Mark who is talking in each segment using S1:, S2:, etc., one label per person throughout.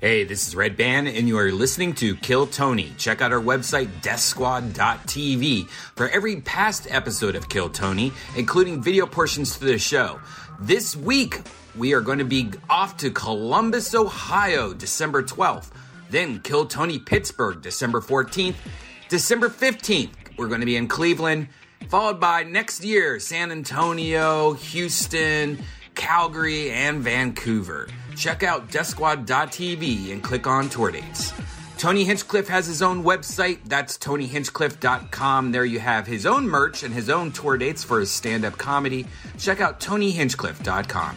S1: Hey, this is Red Band, and you are listening to Kill Tony. Check out our website, deathsquad.tv, for every past episode of Kill Tony, including video portions to the show. This week, we are going to be off to Columbus, Ohio, December 12th, then Kill Tony, Pittsburgh, December 14th, December 15th. We're going to be in Cleveland, followed by next year, San Antonio, Houston, Calgary, and Vancouver. Check out DeathSquad.tv and click on tour dates. Tony Hinchcliffe has his own website. That's TonyHinchcliffe.com. There you have his own merch and his own tour dates for his stand up comedy. Check out TonyHinchcliffe.com.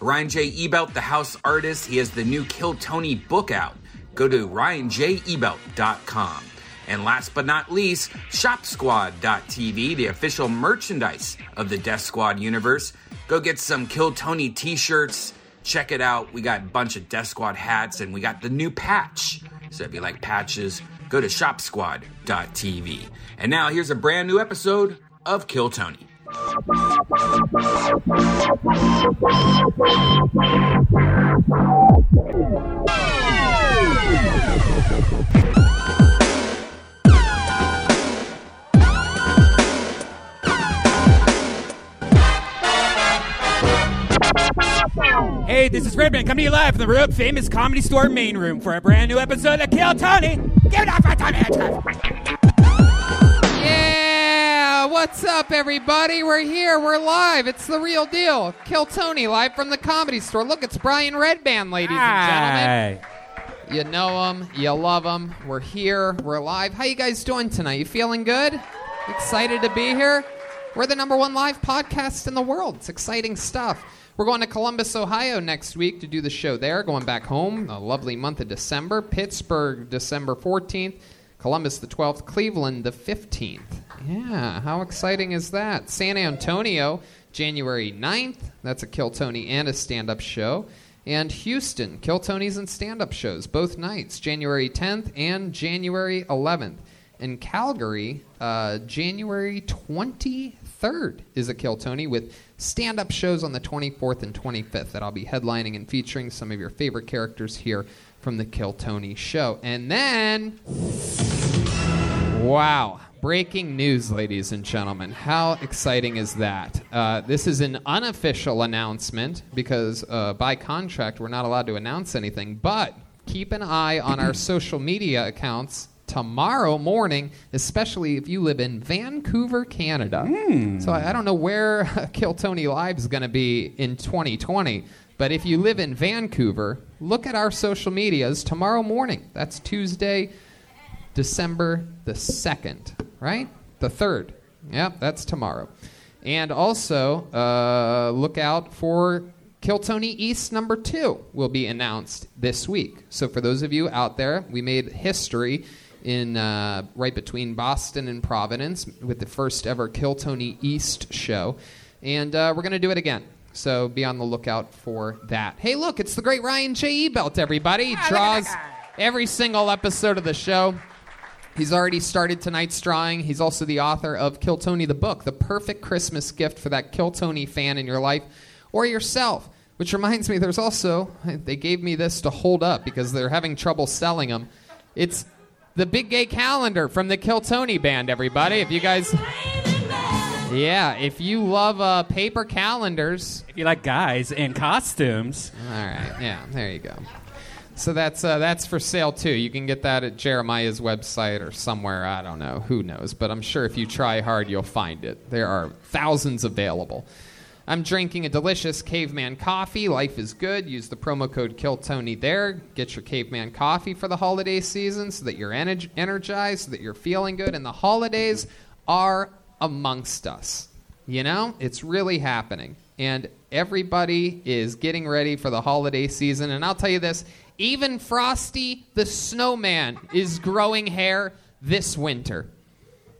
S1: Ryan J. Ebelt, the house artist, he has the new Kill Tony book out. Go to RyanJEbelt.com. And last but not least, ShopSquad.tv, the official merchandise of the Death Squad universe. Go get some Kill Tony t shirts. Check it out. We got a bunch of Death Squad hats and we got the new patch. So if you like patches, go to ShopSquad.tv. And now here's a brand new episode of Kill Tony.
S2: Hey, this is Redman coming to you live from the Rub Famous Comedy Store main room for a brand new episode of Kill Tony. Give it up for Tony Hinchcliffe.
S3: Yeah, what's up, everybody? We're here. We're live. It's the real deal. Kill Tony live from the Comedy Store. Look, it's Brian Redband, ladies and gentlemen. You know him. You love him. We're here. We're live. How you guys doing tonight? You feeling good? Excited to be here? We're the number one live podcast in the world. It's exciting stuff. We're going to Columbus, Ohio next week to do the show there. Going back home, a lovely month of December. Pittsburgh, December 14th. Columbus the 12th, Cleveland the 15th. Yeah, how exciting is that? San Antonio, January 9th. That's a Kill Tony and a stand up show. And Houston, Kill Tony's and stand up shows both nights, January 10th and January 11th. In Calgary, uh, January 23rd is a Kill Tony with stand up shows on the 24th and 25th that I'll be headlining and featuring some of your favorite characters here from the Kill Tony show. And then. Wow. Breaking news, ladies and gentlemen. How exciting is that? Uh, this is an unofficial announcement because uh, by contract we're not allowed to announce anything, but keep an eye on our social media accounts tomorrow morning, especially if you live in Vancouver, Canada. So I, I don't know where Kill Tony Live is going to be in 2020, but if you live in Vancouver, look at our social medias tomorrow morning. That's Tuesday. December the 2nd, right? The 3rd. Yep, that's tomorrow. And also, uh, look out for Kill Tony East number two will be announced this week. So for those of you out there, we made history in uh, right between Boston and Providence with the first ever Kill Tony East show, and uh, we're gonna do it again. So be on the lookout for that. Hey, look, it's the great Ryan J. E Belt, everybody. He draws every single episode of the show. He's already started tonight's drawing. He's also the author of Kill Tony the book, the perfect Christmas gift for that Kill Tony fan in your life or yourself. Which reminds me, there's also, they gave me this to hold up because they're having trouble selling them. It's the Big Gay Calendar from the Kill Tony Band, everybody. If you guys. Yeah, if you love uh, paper calendars,
S2: If you like guys in costumes,
S3: all right. Yeah, there you go. So that's uh, that's for sale too. You can get that at Jeremiah's website or somewhere. I don't know. Who knows? But I'm sure if you try hard, you'll find it. There are thousands available. I'm drinking a delicious caveman coffee. Life is good. Use the promo code KillTony there. Get your caveman coffee for the holiday season so that you're ener- energized, so that you're feeling good. And the holidays are amongst us. You know, it's really happening. And everybody is getting ready for the holiday season. And I'll tell you this even Frosty the Snowman is growing hair this winter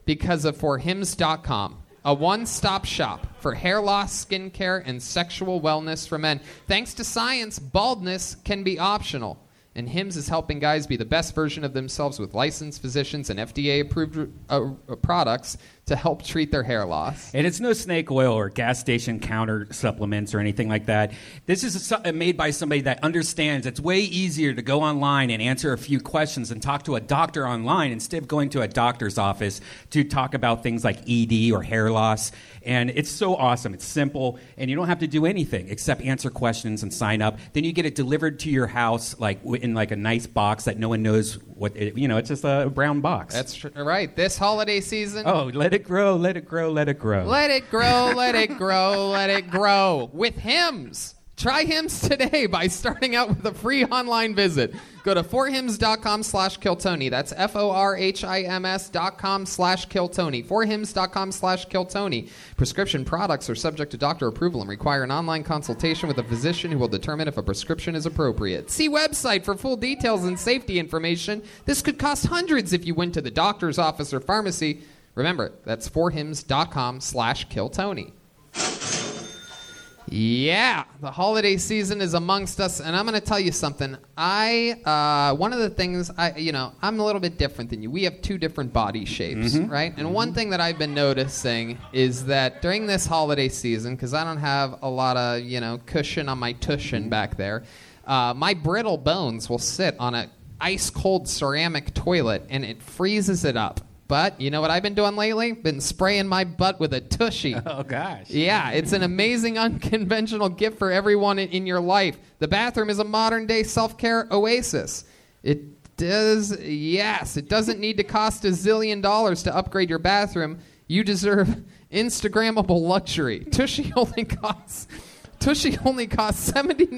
S3: because of forhims.com, a one-stop shop for hair loss, skincare, and sexual wellness for men. Thanks to science, baldness can be optional. and Hims is helping guys be the best version of themselves with licensed physicians and FDA approved uh, uh, products to help treat their hair loss.
S2: And it's no snake oil or gas station counter supplements or anything like that. This is a, su- made by somebody that understands it's way easier to go online and answer a few questions and talk to a doctor online instead of going to a doctor's office to talk about things like ED or hair loss. And it's so awesome. It's simple, and you don't have to do anything except answer questions and sign up. Then you get it delivered to your house, like w- in like a nice box that no one knows what. It, you know, it's just a brown box.
S3: That's tr- right. This holiday season,
S2: oh, let it grow, let it grow, let it grow.
S3: Let it grow, let it grow, let it grow with hymns. Try hymns today by starting out with a free online visit. Go to forhims.com slash kiltony. That's F-O-R-H-I-M-S dot com slash kiltony. Forhims.com slash kiltony. Prescription products are subject to doctor approval and require an online consultation with a physician who will determine if a prescription is appropriate. See website for full details and safety information. This could cost hundreds if you went to the doctor's office or pharmacy. Remember, that's forhims.com slash kiltony. Yeah, the holiday season is amongst us, and I'm going to tell you something. I uh, one of the things I you know I'm a little bit different than you. We have two different body shapes,
S4: Mhm.
S3: right? And one thing that I've been noticing is that during this holiday season, because I don't have a lot of you know cushion on my tushin back there, uh, my brittle bones will sit on a ice cold ceramic toilet, and it freezes it up. But you know what I've been doing lately? Been spraying my butt with a tushy.
S2: Oh gosh.
S3: Yeah, it's an amazing unconventional gift for everyone in, in your life. The bathroom is a modern day self care oasis. It does, yes, it doesn't need to cost a zillion dollars to upgrade your bathroom. You deserve Instagrammable luxury. Tushy only costs. Tushy only costs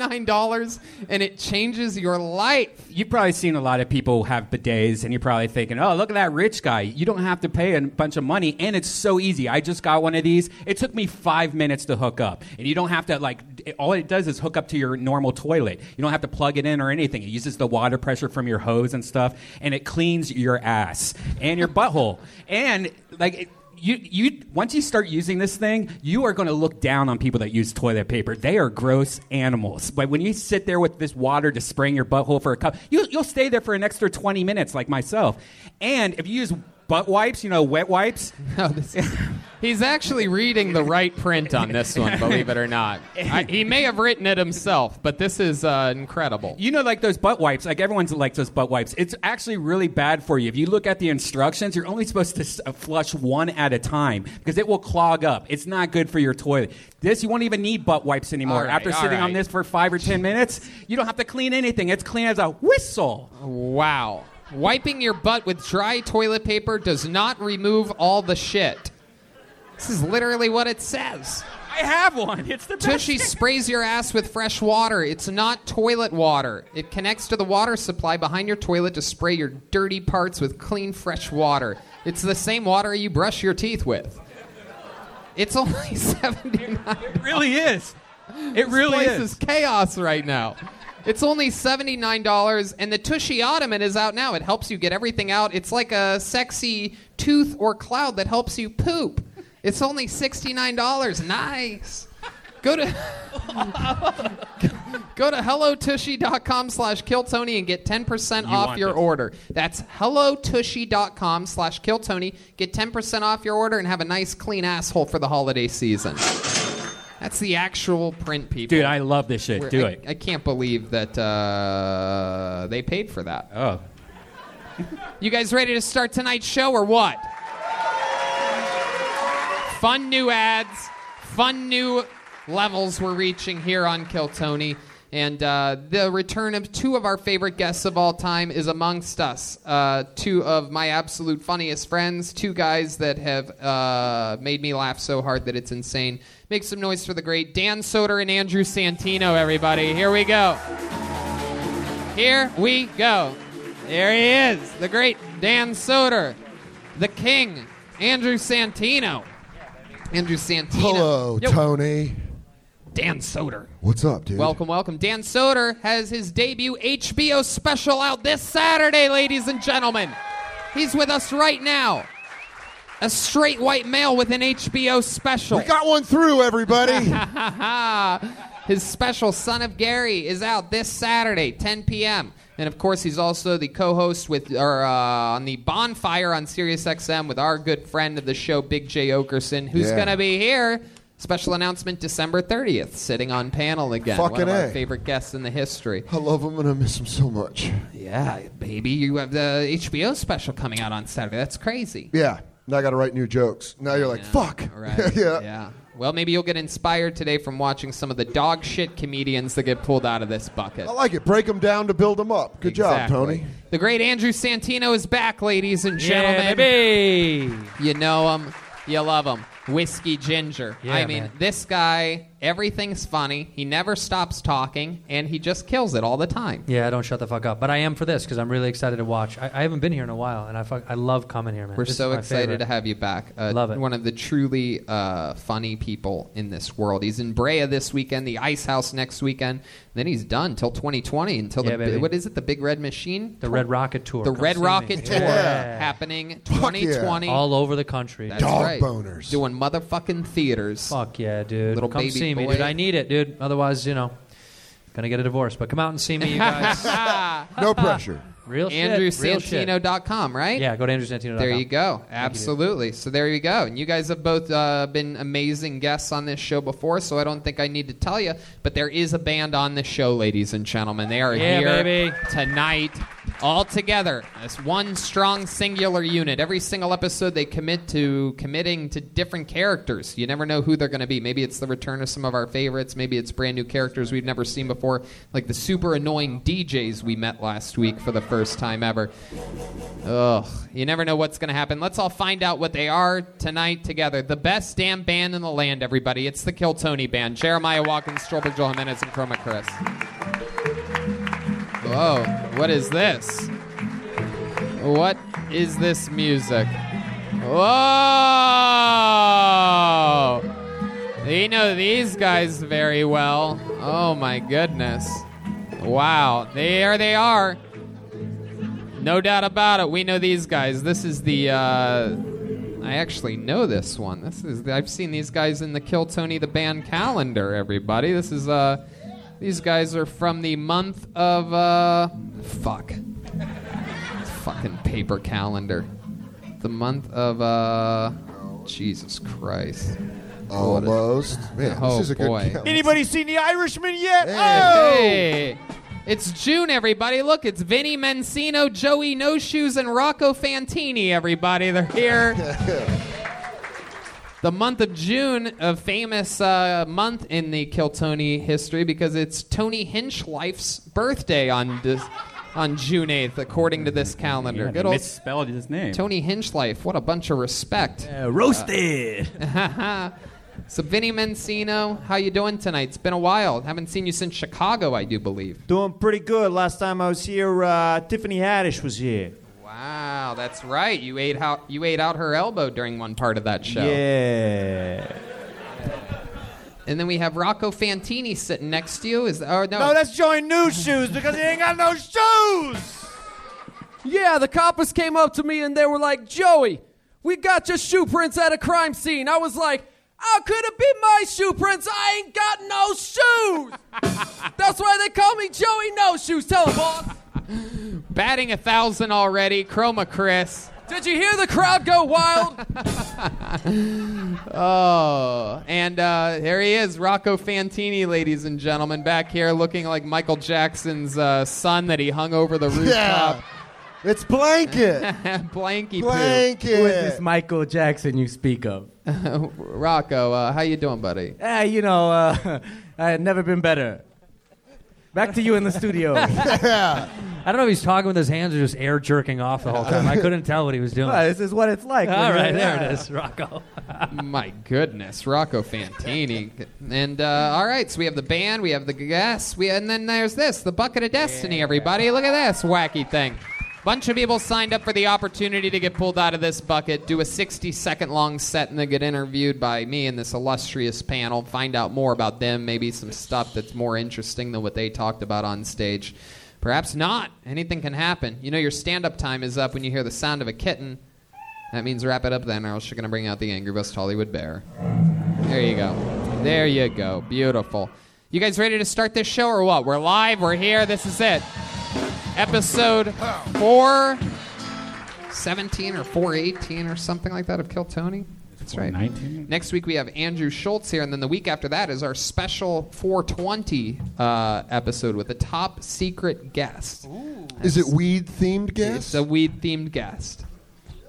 S3: $79 and it changes your life.
S2: You've probably seen a lot of people have bidets, and you're probably thinking, oh, look at that rich guy. You don't have to pay a bunch of money, and it's so easy. I just got one of these. It took me five minutes to hook up. And you don't have to, like, it- all it does is hook up to your normal toilet. You don't have to plug it in or anything. It uses the water pressure from your hose and stuff, and it cleans your ass and your butthole. and, like, it, you, you once you start using this thing, you are going to look down on people that use toilet paper. They are gross animals. But when you sit there with this water just spraying your butthole for a cup, you, you'll stay there for an extra 20 minutes, like myself. And if you use butt wipes, you know, wet wipes.
S3: He's actually reading the right print on this one, believe it or not. I, he may have written it himself, but this is uh, incredible.
S2: You know, like those butt wipes. Like everyone's likes those butt wipes. It's actually really bad for you. If you look at the instructions, you're only supposed to s- uh, flush one at a time because it will clog up. It's not good for your toilet. This you won't even need butt wipes anymore.
S3: All right,
S2: After
S3: all
S2: sitting on
S3: right.
S2: this for five or ten minutes, you don't have to clean anything. It's clean as a whistle.
S3: Wow. Wiping your butt with dry toilet paper does not remove all the shit. This is literally what it says.
S2: I have one. It's the best.
S3: Tushy sprays your ass with fresh water. It's not toilet water. It connects to the water supply behind your toilet to spray your dirty parts with clean, fresh water. It's the same water you brush your teeth with. It's only seventy-nine. It
S2: really is. It really
S3: this
S2: is.
S3: place is chaos right now. It's only seventy-nine dollars, and the Tushy Ottoman is out now. It helps you get everything out. It's like a sexy tooth or cloud that helps you poop. It's only sixty-nine dollars. Nice. Go to go to hellotushy.com slash killtony and get 10%
S5: You
S3: off
S5: want
S3: your
S5: this.
S3: order. That's hellotushy.com slash killtony. Get 10% off your order and have a nice clean asshole for the holiday season. That's the actual print, people.
S2: Dude, I love this shit.
S3: We're-
S2: Do
S3: I,
S2: it.
S3: I can't believe that uh, they paid for that.
S2: Oh.
S3: you guys ready to start tonight's show or what? fun new ads, fun new levels we're reaching here on Kill Tony. And uh, the return of two of our favorite guests of all time is amongst us. Uh, two of my absolute funniest friends, two guys that have uh, made me laugh so hard that it's insane. Make some noise for the great Dan Soder and Andrew Santino, everybody. Here we go. Here we go. There he is, the great Dan Soder, the king, Andrew Santino. Andrew Santino.
S6: Hello,
S3: Yo,
S6: Tony.
S3: Dan Soder.
S6: What's up, dude?
S3: Welcome, welcome. Dan Soder has his debut HBO special out this Saturday, ladies and gentlemen. He's with us right now. A straight white male with an HBO special.
S6: We got one through, everybody.
S3: His special, Son of Gary, is out this Saturday, 10 p.m. And of course, he's also the co-host with or uh, on the Bonfire on SiriusXM with our good friend of the show, Big J Okerson, who's
S6: Yeah.
S3: going to be here. Special announcement December 30th, sitting on panel again. One of
S6: Fucking
S3: our
S6: A.
S3: favorite guests in the history.
S6: I love him and I miss him so much.
S3: Yeah, baby, you have the HBO special coming out on Saturday. That's crazy.
S6: Yeah. Now I got to write new jokes. Now you're like,
S3: Yeah.
S6: fuck.
S3: Right.
S6: yeah.
S3: yeah. Well, maybe you'll get inspired today from watching some of the dog shit comedians that get pulled out of this bucket.
S6: I like it. Break them down to build them up. Good job,
S3: Exactly.
S6: Tony.
S3: The great Andrew Santino is back, ladies and gentlemen.
S2: Yeah, baby.
S3: You know him, you love him. Whiskey Ginger.
S2: Yeah,
S3: I mean,
S2: man.
S3: this guy, everything's funny. He never stops talking, and he just kills it all the time.
S4: Yeah, don't shut the fuck up. But I am for this because I'm really excited to watch. I, I haven't been here in a while, and I fuck, I love coming here, man.
S3: We're
S4: This is
S3: so
S4: my
S3: excited
S4: favorite.
S3: to have you back. Uh,
S4: Love it.
S3: One of the truly uh, funny people in this world. He's in Brea this weekend, the Ice House next weekend. Then he's done till 2020, until
S4: Yeah,
S3: the
S4: baby.
S3: bi- what is it? The Big Red Machine,
S4: the Red Rocket tour.
S3: the
S4: Come
S3: Red
S4: see me.
S3: Rocket Tour
S4: Yeah.
S3: happening
S6: Fuck yeah.
S3: 2020.
S4: all over the country.
S3: That's
S6: Dog
S3: right.
S6: boners.
S3: doing motherfucking theaters.
S4: fuck yeah, dude.
S3: Little
S4: come
S3: baby
S4: see me,
S3: boy.
S4: dude. I need it, dude. Otherwise, you know, gonna get a divorce. But come out and see me, you guys.
S6: No pressure.
S4: Real shit. real shit.
S3: AndrewSantino.com, right?
S4: Yeah, go to AndrewSantino.com.
S3: There you go. Absolutely. So there you go. And you guys have both uh, been amazing guests on this show before, so I don't think I need to tell you, but there is a band on this show, ladies and gentlemen. They are
S4: Yeah,
S3: here
S4: baby.
S3: tonight, all together. It's one strong singular unit. Every single episode, they commit to committing to different characters. You never know who they're going to be. Maybe it's the return of some of our favorites. Maybe it's brand new characters we've never seen before, like the super annoying DJs we met last week for the first time ever. Ugh, you never know what's going to happen. Let's all find out what they are tonight together. The best damn band in the land, everybody. It's the Kill Tony Band. Jeremiah Watkins, Strobel Joel Jimenez, and Chroma Chris. Whoa, what is this? What is this music? Whoa! You know these guys very well. Oh my goodness. Wow, there they are. No doubt about it. We know these guys. This is the. Uh, I actually know this one. This is. I've seen these guys in the Kill Tony the Band calendar. Everybody, this is. Uh, these guys are from the month of. Uh, fuck. Fucking paper calendar. The month of. Uh, Jesus Christ.
S6: Almost. Man,
S3: Oh,
S6: this is a
S3: boy.
S6: good count.
S5: Anybody seen The Irishman yet? Oh!
S3: Hey. It's June, everybody. Look, it's Vinny Mencino, Joey No Shoes, and Rocco Fantini, everybody. They're here. the month of June, a famous uh, month in the Kill Tony history because it's Tony Hinchlife's birthday on this, on June 8th, according to this calendar.
S2: Yeah, they
S3: Good old
S2: misspelled his name.
S3: Tony Hinchlife. What a bunch of respect.
S2: roasted.
S3: So, Vinny Mencino, how you doing tonight? It's been a while. Haven't seen you since Chicago, I do believe.
S5: Doing pretty good. Last time I was here, uh, Tiffany Haddish was here.
S3: Wow, that's right. You ate out you ate out her elbow during one part of that show.
S5: Yeah.
S3: And then we have Rocco Fantini sitting next to you. Is oh no,
S5: No, that's Joey New Shoes because he ain't got no shoes.
S7: Yeah, the coppers came up to me and they were like, Joey, we got your shoe prints at a crime scene. I was like, how could it be my shoe prints? I ain't got no shoes. That's why they call me Joey No Shoes. Tell 'em, boss.
S3: batting a thousand already. Chroma Chris.
S7: Did you hear the crowd go wild?
S3: Oh, and uh, there he is, Rocco Fantini, ladies and gentlemen, back here looking like Michael Jackson's uh, son that he hung over the
S6: Yeah.
S3: rooftop.
S6: It's blanket.
S3: Blanky poo.
S6: blanket.
S8: Who is this Michael Jackson you speak of?
S3: Rocco, uh, how you doing, buddy?
S8: Eh, you know, uh, I had never been better. Back to you in the studio. Uh,
S4: I don't know if he's talking with his hands or just air jerking off the whole time. I couldn't tell what he was doing.
S8: this is what it's like.
S4: All right, there it is, Rocco.
S3: My goodness, Rocco Fantini. and uh, all right, so we have the band, we have the guests, we, and then there's this, the bucket of destiny. Everybody, look at this wacky thing. Bunch of people signed up for the opportunity to get pulled out of this bucket, do a 60 second long set, and then get interviewed by me and this illustrious panel. Find out more about them, maybe some stuff that's more interesting than what they talked about on stage. Perhaps not. Anything can happen. You know, your stand up time is up when you hear the sound of a kitten. That means wrap it up then, or else you're going to bring out the Angry Best Hollywood Bear. There you go. There you go. Beautiful. You guys ready to start this show or what? We're live. We're here. This is it. episode 417 or 418 or something like that of Kill Tony. That's right.
S2: 419?
S3: Next week we have Andrew Schultz here, and then the week after that is our special 420 uh, episode with a top secret guest.
S6: Is it weed themed gas?
S3: It's a weed themed guest.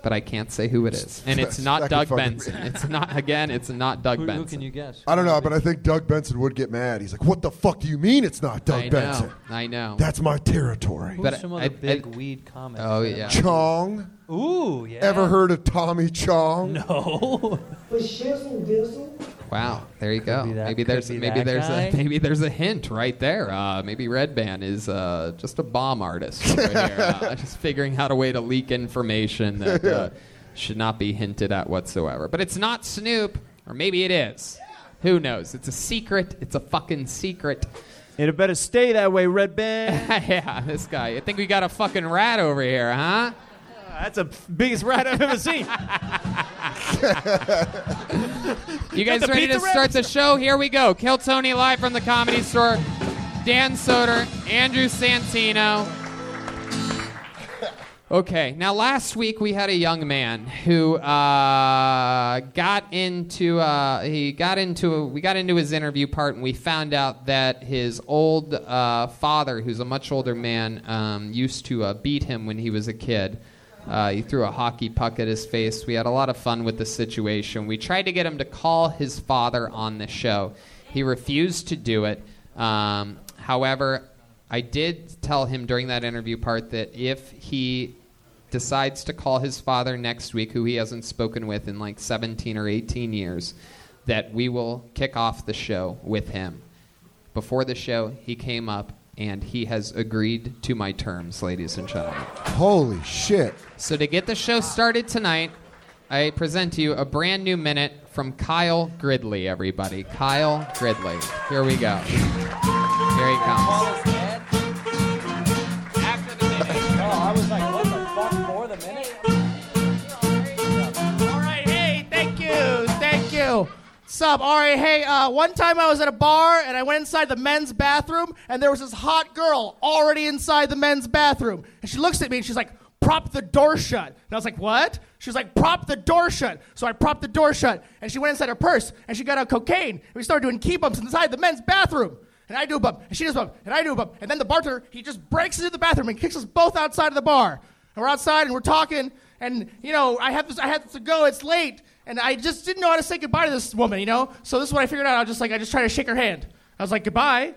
S3: But I can't say who it is. And it's
S6: That
S3: not
S6: could
S3: Doug
S6: fucking be-
S3: Benson. It's not, again, it's not Doug
S4: Who, who
S3: Benson.
S4: can you guess?
S6: I don't know, but I think Doug Benson would get mad. He's like, "What the fuck do you mean it's not Doug
S3: I
S6: Benson?
S3: know. I know.
S6: That's my territory."
S4: Who's
S3: but
S4: some
S3: I-
S4: other
S3: I-
S4: big
S3: I-
S4: weed comic?
S3: Oh, yeah.
S6: Chong.
S4: Ooh, yeah.
S6: Ever heard of Tommy Chong?
S4: No.
S3: Wow, there you go.
S4: be that-
S3: maybe
S4: could
S3: there's
S4: be
S3: maybe
S4: that
S3: there's
S4: guy.
S3: a, maybe there's a hint right there. Uh, maybe Red Band is uh, just a bomb artist over here, uh, just figuring out a way to leak information that uh, should not be hinted at whatsoever. But it's not Snoop, or maybe it is. Who knows? It's a secret. It's a fucking secret.
S5: It had better stay that way, Red Band.
S3: yeah, this guy. I think we got a fucking rat over here, huh?
S5: That's the biggest rat I've ever seen.
S3: You guys ready to
S5: pizza wraps?
S3: start the show? Here we go. Kill Tony live from the comedy store. Dan Soder, Andrew Santino. Okay, now last week we had a young man who uh, got into uh, he got into we got into his interview part and we found out that his old uh, father, who's a much older man, um, used to uh, beat him when he was a kid. Uh, he threw a hockey puck at his face. We had a lot of fun with the situation. We tried to get him to call his father on the show. He refused to do it. Um, however, I did tell him during that interview part that if he decides to call his father next week, who he hasn't spoken with in like 17 or 18 years, that we will kick off the show with him. Before the show, he came up and he has agreed to my terms, ladies and gentlemen.
S6: Holy shit!
S3: So to get the show started tonight, I present to you a brand new minute from Kyle Gridley, everybody. Kyle Gridley. Here we go. Here he comes.
S4: Oh, I was like, what the fuck? More than minute?
S8: All right, hey, thank you, thank you. Sup? All right, hey. Uh, one time I was at a bar and I went inside the men's bathroom and there was this hot girl already inside the men's bathroom and she looks at me and she's like, "Prop the door shut." And I was like, "What?" She was like, "Prop the door shut." So I propped the door shut and she went inside her purse and she got out cocaine and we started doing key bumps inside the men's bathroom. And I do a bump, and she does a bump, and I do a bump, and then the bartender he just breaks into the bathroom and kicks us both outside of the bar. And we're outside and we're talking, and you know, I have this, I have to go. It's late, and I just didn't know how to say goodbye to this woman, you know. So this is what I figured out. I was just like, I just tried to shake her hand. I was like, goodbye,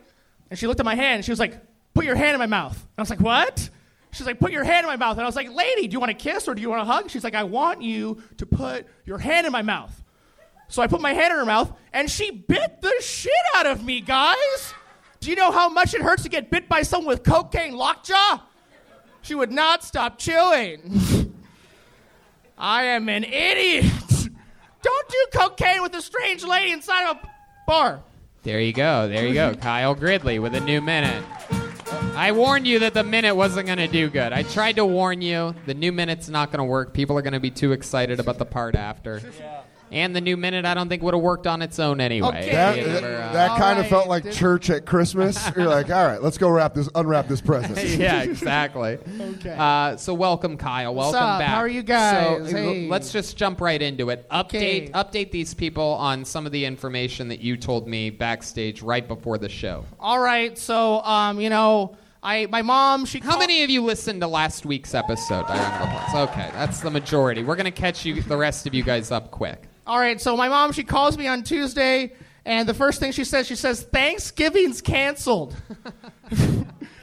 S8: and she looked at my hand. And she was like, put your hand in my mouth. And I was like, what? She's like, put your hand in my mouth. And I was like, lady, do you want a kiss or do you want a hug? She's like, I want you to put your hand in my mouth. So I put my hand in her mouth, and she bit the shit out of me, guys. Do you know how much it hurts to get bit by someone with cocaine lockjaw? She would not stop chewing. I am an idiot. Don't do cocaine with a strange lady inside of a bar.
S3: There you go. There you go. Kyle Gridley with a new minute. I warned you that the minute wasn't going to do good. I tried to warn you. The new minute's not going to work. People are going to be too excited about the part after. And the new minute, I don't think would have worked on its own anyway.
S8: Okay.
S6: That,
S3: You never, uh,
S6: that kind of
S8: All
S6: felt
S8: right,
S6: like
S8: dude.
S6: church at Christmas. You're like, all right, let's go wrap this, unwrap this present.
S3: yeah, exactly.
S8: Okay.
S3: Uh, so welcome, Kyle. Welcome
S8: up?
S3: back.
S8: How are you guys?
S3: So
S8: Hey.
S3: l- let's just jump right into it. Update
S8: Okay.
S3: update these people on some of the information that you told me backstage right before the show.
S8: All right, so um, you know, I my mom she
S3: How
S8: called-
S3: many of you listened to last week's episode? I remember the Okay, that's the majority. We're gonna catch you, the rest of you guys, up quick.
S8: All right, so my mom, she calls me on Tuesday, and the first thing she says, she says, Thanksgiving's canceled. she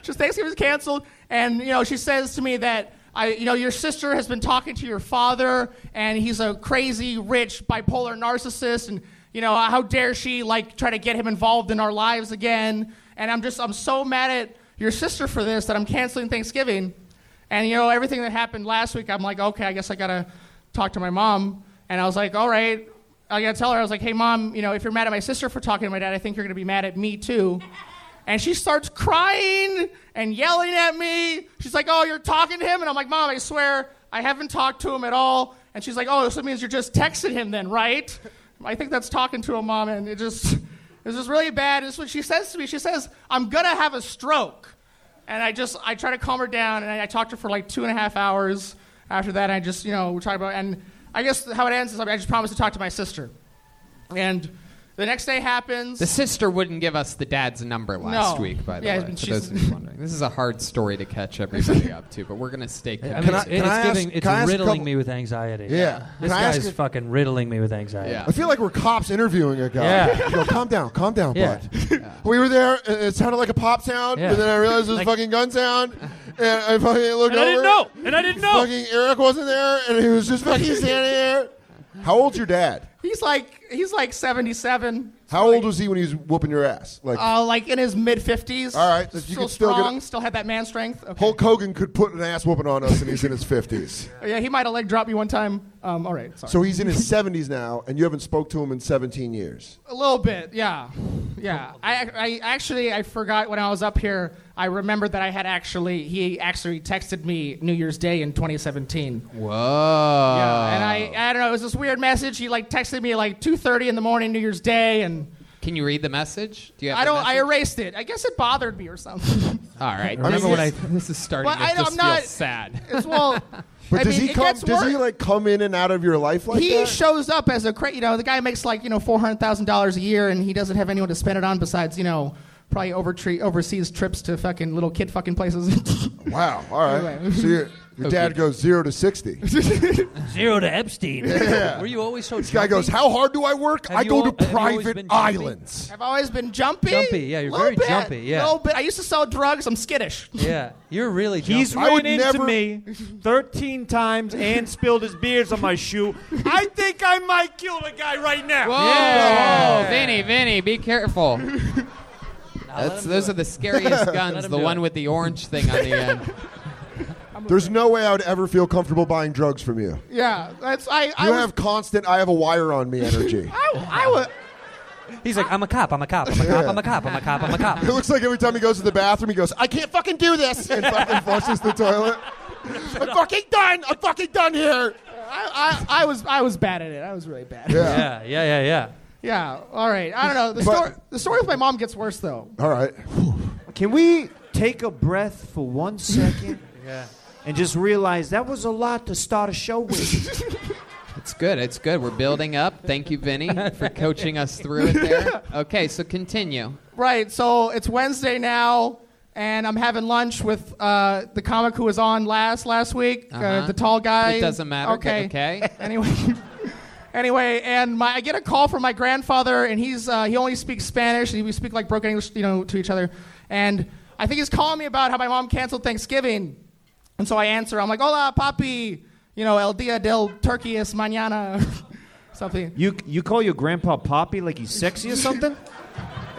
S8: says, Thanksgiving's canceled, and, you know, she says to me that, I, you know, your sister has been talking to your father, and he's a crazy, rich, bipolar narcissist, and, you know, how dare she, like, try to get him involved in our lives again. And I'm just, I'm so mad at your sister for this that I'm canceling Thanksgiving. And you know, everything that happened last week, I'm like, okay, I guess I gotta talk to my mom. And I was like, all right, I gotta tell her. I was like, hey, mom, you know, if you're mad at my sister for talking to my dad, I think you're gonna be mad at me too. And she starts crying and yelling at me. She's like, oh, you're talking to him? And I'm like, mom, I swear, I haven't talked to him at all. And she's like, oh, so it means you're just texting him then, right? I think that's talking to a mom, and it just, it's just really bad. It's what she says to me. She says, I'm gonna have a stroke. And I just I try to calm her down, and I, I talked to her for like two and a half hours. After that, I just you know we talked about, and I guess how it ends is I just promised to talk to my sister, and the next day happens.
S3: The sister wouldn't give us the dad's number last
S8: No.
S3: week, by the
S8: Yeah,
S3: way. For
S8: she's-
S3: those of you wondering, this is a hard story to catch everybody up to, but we're gonna stay
S4: I
S3: connected.
S4: mean,
S6: I-
S4: it's,
S6: can
S4: it's
S6: I
S4: giving,
S6: ask-
S4: it's
S6: can I ask a
S4: riddling
S6: couple-
S4: me with anxiety.
S6: Yeah.
S4: This
S6: Can I ask
S4: guy's
S6: if-
S4: fucking riddling me with anxiety.
S3: Yeah.
S6: I feel like we're cops interviewing a guy.
S4: Yeah.
S6: Yo, calm down, calm down,
S4: Yeah.
S6: bud. We were there. and It sounded like a pop sound,
S4: Yeah.
S6: and then I realized it was
S4: Like-
S6: fucking gun sound. And I fucking looked over.
S4: And I didn't
S6: Fucking Eric wasn't there, and he was just fucking standing there. How old's your dad?
S8: He's like he's like 77,
S6: How old was he when he was whooping your ass? Like
S4: Oh,
S8: uh, like in his mid 50s.
S6: All right, so you
S8: still
S6: could still get
S8: strong,
S6: a-
S8: still had that man strength. Oh, Okay.
S6: Hulk Hogan could put an ass whooping on us, and he's in his fifties.
S8: Yeah, he might have leg dropped me one time. Um, all right, sorry.
S6: So he's in his seventies now, and you haven't spoke to him in seventeen years.
S8: A little bit, yeah, yeah. I, I actually I forgot when I was up here. I remembered that I had actually he actually texted me New Year's Day in 2017.
S3: Whoa.
S8: Yeah, and
S6: Oh.
S8: I I don't know. It was this weird message. He like texted me like 2:30 in the morning New Year's Day, and
S3: Can you read the message? Do you have
S8: I
S3: the
S8: don't. I
S3: message?
S8: erased it. I guess it bothered me or something.
S3: All right.
S4: Remember
S3: this
S4: when
S3: is-
S4: I-
S3: This is starting
S8: Well,
S3: to
S8: I don't-
S3: just
S8: I'm not-
S3: feel sad.
S8: It's well.
S6: But
S8: I
S6: does
S8: mean,
S6: he
S8: it
S6: come?
S8: gets
S6: Does he
S8: worse.
S6: like come in and out of your life like
S8: he
S6: that?
S8: shows up as a cra- you know the guy makes like you know four hundred thousand dollars a year and he doesn't have anyone to spend it on besides you know probably overtre- overseas trips to fucking little kid fucking places.
S6: wow. All right. so your, your dad goes zero to sixty. This
S4: Zero to Epstein. Were you always so
S6: guy
S4: jumpy?
S6: goes, "How hard do I work?
S4: Have
S6: I
S4: you
S6: go
S4: al-
S6: to
S4: have you always
S6: private
S4: been jumpy?"
S6: islands."
S8: I've always been jumpy.
S4: Jumpy, yeah, you're
S8: Little
S4: very
S8: bit,
S4: jumpy, yeah.
S8: little bit. I used to sell drugs. I'm skittish.
S4: Yeah, you're really jumpy.
S5: He's
S6: I would
S5: ran into
S6: never-
S5: me 13 times and spilled his beers on my shoe. I think I might kill the guy right now.
S3: Whoa, Vinny, Vinny, be careful. That's, those are the scariest guns. The
S4: do
S3: one
S4: it.
S3: with the orange thing on the end.
S6: There's no way I would ever feel comfortable buying drugs from you.
S8: Yeah, that's I. I
S6: You
S8: was,
S6: have constant "I have a wire on me" energy.
S8: I, I was.
S4: He's like, I'm a cop, I'm a cop, I'm a cop, I'm a cop, I'm a cop, I'm a cop.
S6: It looks like every time he goes to the bathroom, he goes, I can't fucking do this, and fucking flushes the toilet. I'm fucking done. I'm fucking done here.
S8: I, I, I was I was bad at it. I was really bad.
S4: Yeah,
S6: Yeah.
S4: yeah, yeah, yeah.
S8: Yeah. All right. I don't know. The
S6: But-
S8: story the story with my mom gets worse though.
S6: All right.
S5: Can we take a breath for one second? And just realize that was a lot to start a show with.
S3: It's good. It's good. We're building up. Thank you, Vinny, for coaching us through it there. Okay, so continue.
S8: Right. So it's Wednesday now, and I'm having lunch with uh, the comic who was on last last week, uh
S3: Uh-huh.
S8: the tall guy.
S3: It doesn't matter.
S8: Okay.
S3: Okay.
S8: Anyway. Anyway, and my, I get a call from my grandfather, and he's uh, he only speaks Spanish, and we speak like broken English, you know, to each other. And I think he's calling me about how my mom canceled Thanksgiving, and so I answer. I'm like, "Hola, papi," you know, "El día del turkey es mañana," something.
S5: You you call your grandpa Poppy like he's sexy or something?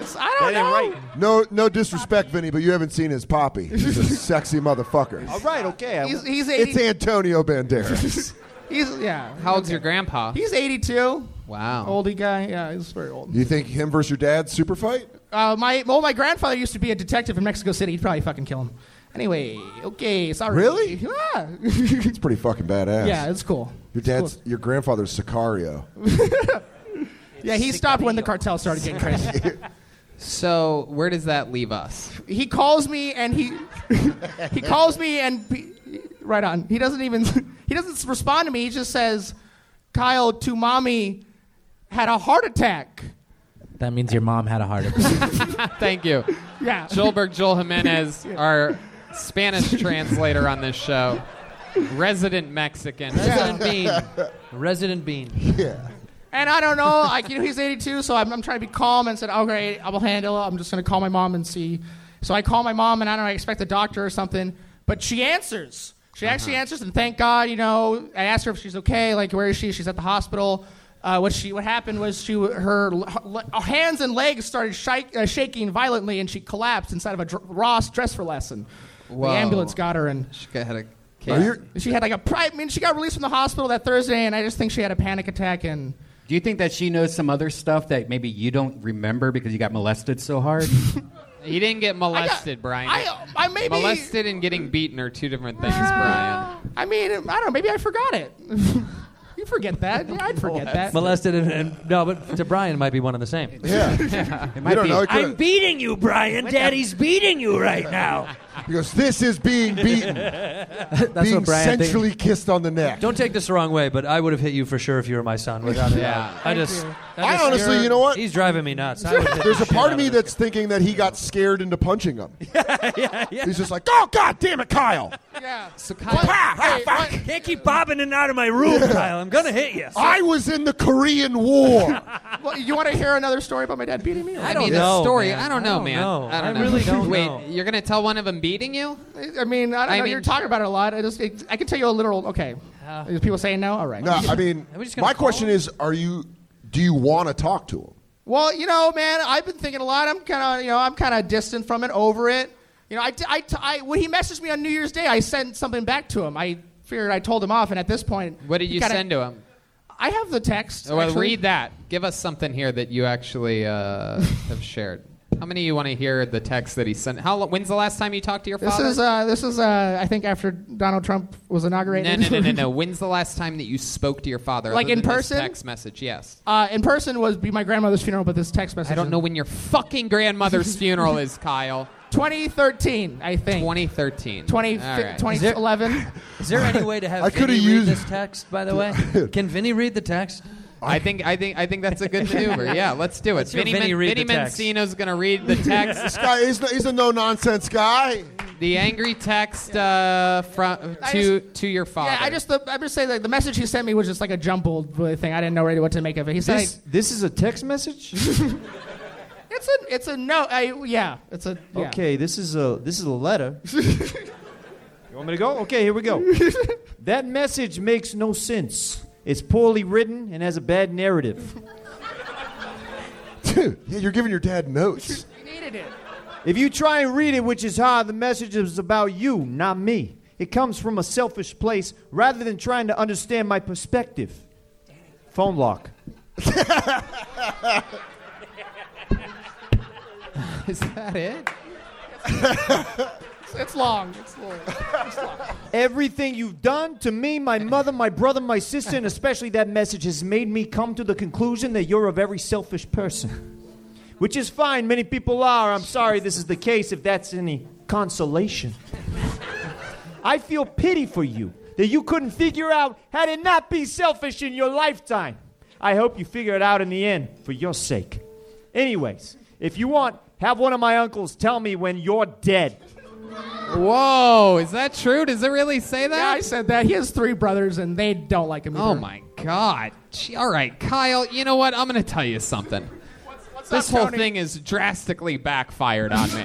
S8: It's, I
S5: That
S8: don't know.
S5: ain't right.
S6: No, no disrespect, Vinny, but you haven't seen his poppy. He's a sexy motherfucker.
S5: All right, okay. I-
S8: He's he's 80,
S6: It's Antonio Banderas.
S8: he's yeah.
S3: How old's your grandpa?
S8: He's 82.
S5: Oh.
S3: Wow.
S8: Oldie guy. Yeah, he's very old.
S6: You think him versus your dad super fight?
S8: Uh, my well, my grandfather used to be a detective in Mexico City. He'd probably fucking kill him. Anyway, okay, sorry.
S6: Really?
S8: Yeah.
S6: It's pretty fucking badass.
S8: yeah, it's cool.
S6: Your dad's, your grandfather's Sicario.
S8: Yeah, he stopped when the cartel started getting crazy.
S3: So where does that leave us?
S8: he calls me and he he calls me and he- right on. He doesn't even he doesn't respond to me. He just says, "Kyle, to mommy, had a heart attack."
S9: That means your mom had a heart attack.
S3: Thank you.
S8: Yeah.
S3: Joelberg Joel Jimenez, our Spanish translator on this show, resident Mexican.
S4: Resident Bean. Resident Bean.
S8: And I don't know, like you know, he's 82, so I'm, I'm trying to be calm and said, okay, I will handle it. I'm just gonna call my mom and see. So I call my mom, and I don't know, I expect a doctor or something, but she answers. She actually answers, and thank God, you know. I asked her if she's okay, like where is she? She's at the hospital. Uh, what she what happened was she her, her hands and legs started shake, uh, shaking violently, and she collapsed inside of a dr- Ross dress for lesson.
S3: Whoa.
S8: The ambulance got her, and
S3: She had a
S6: Are
S3: case.
S6: you-
S8: she had like a. pri- I mean, she got released from the hospital that Thursday, and I just think she had a panic attack and.
S2: Do you think that she knows some other stuff that maybe you don't remember because you got molested so hard?
S3: He didn't get
S8: I got-
S3: molested, Brian.
S8: I, I maybe
S3: molested and getting beaten are two different things, Brian.
S8: I mean, I don't know. Maybe I forgot it. you forget that. Yeah, I'd forget that.
S4: Molested and, and no, but to Brian it might be one and the same.
S6: It might don't be. know, it could-
S10: I'm beating you, Brian. Daddy's beating you right now.
S6: He goes, This is being beaten. being
S4: what Brian thinks.
S6: sensually kissed on the neck.
S4: Don't take this the wrong way, but I would have hit you for sure if you were Oh my son. Without a
S3: Yeah.
S4: doubt. I just,
S6: I
S4: just-
S6: honestly,
S4: you're-
S6: you know what?
S4: He's driving me nuts. I would hit
S6: There's
S4: the
S6: a
S4: shit
S6: part of
S4: out
S6: me
S4: this
S6: that's thinking that he got scared into punching him. He's just like, Oh, God damn it, Kyle.
S8: Yeah.
S3: So Kyle,
S6: Pa, ah, fuck.
S10: Can't keep bobbing in and out of my room, Kyle. I'm gonna hit you.
S6: I was in the Korean War.
S8: Well, you want to hear another story about my dad beating me?
S3: I
S8: I,
S3: don't
S4: mean,
S3: know.
S4: no,
S3: story.
S4: man.
S3: I don't know, man. I don't know.
S4: really don't
S3: Wait,
S4: know.
S3: you're gonna tell one of them beating you?
S8: I mean, I don't
S3: I
S8: know.
S3: mean- Uh.
S8: You're talking about it a lot. I just, it, I can tell you a literal. Okay. Is people saying no? All right.
S6: No, I mean,
S4: Are we just gonna
S6: my
S4: call
S6: question is, are you? Do you want to talk to him?
S8: Well, you know, man, I've been thinking a lot. I'm kind of, you know, I'm kind of distant from it, over it. You know, I, I, I, when he messaged me on New Year's Day, I sent something back to him. I figured I told him off, and at this point,
S3: What did
S8: he
S3: you
S8: kinda-
S3: send to him?
S8: I have the text.
S3: Oh, well,
S8: actually.
S3: read that. Give us something here that you actually uh, have shared. How many of you want to hear the text that he sent? How? lo- When's the last time you talked to your
S8: This
S3: father?
S8: is, uh, this is, uh, I think, after Donald Trump was
S3: no,
S8: inaugurated.
S3: no, no, no, no. When's the last time that you spoke to your father?
S8: Like
S3: other
S8: in
S3: than this
S8: person?
S3: Text message. Yes.
S8: Uh, in person was be my grandmother's funeral, but this text message.
S3: I don't know when your fucking grandmother's funeral is, Kyle.
S8: 2013, I think.
S3: 2013.
S8: 20,
S3: All right.
S8: 2011.
S4: Is there any way to have
S6: I coulda
S4: Vinny read
S6: used-
S4: this text, by the way? Can Vinny read the text?
S3: I think I think I think that's a good maneuver. Yeah, let's do it.
S4: Let's hear
S3: Vinny,
S4: Vinny read
S3: Vinny
S4: the text.
S3: Mancino's gonna read the text,
S6: This guy is he's a no nonsense guy.
S3: the angry text uh, from
S8: I
S3: to to your father.
S8: Yeah, I just the, I'm just saying like the message he sent me was just like a jumbled uh, thing. I didn't know really what to make of it. He said
S5: This, this is a text message.
S8: it's a it's a no. I, yeah, it's a yeah.
S5: Okay, this is a this is a letter. you want me to go? Okay, here we go. that message makes no sense. It's poorly written and has a bad narrative.
S6: Dude, yeah, you're giving your dad notes.
S8: You needed it.
S5: If you try and read it, which is hard, the message is about you, not me. It comes from a selfish place rather than trying to understand my perspective. Phone lock.
S3: is that it?
S8: It's, it's long. It's long.
S5: Everything you've done to me, my mother, my brother, my sister, and especially that message has made me come to the conclusion that you're a very selfish person. Which is fine, many people are. I'm sorry this is the case, if that's any consolation. I feel pity for you that you couldn't figure out how to not be selfish in your lifetime. I hope you figure it out in the end for your sake. Anyways, if you want, have one of my uncles tell me when you're dead.
S3: Whoa, is that true? Does it really say
S8: Yeah,
S3: that?
S8: I said that. He has three brothers, and they don't like him. Either.
S3: oh my God! Gee, all right, Kyle. You know what? I'm gonna tell you something.
S8: What's
S3: this
S8: up,
S3: whole
S8: Tony?
S3: thing is drastically backfired on me.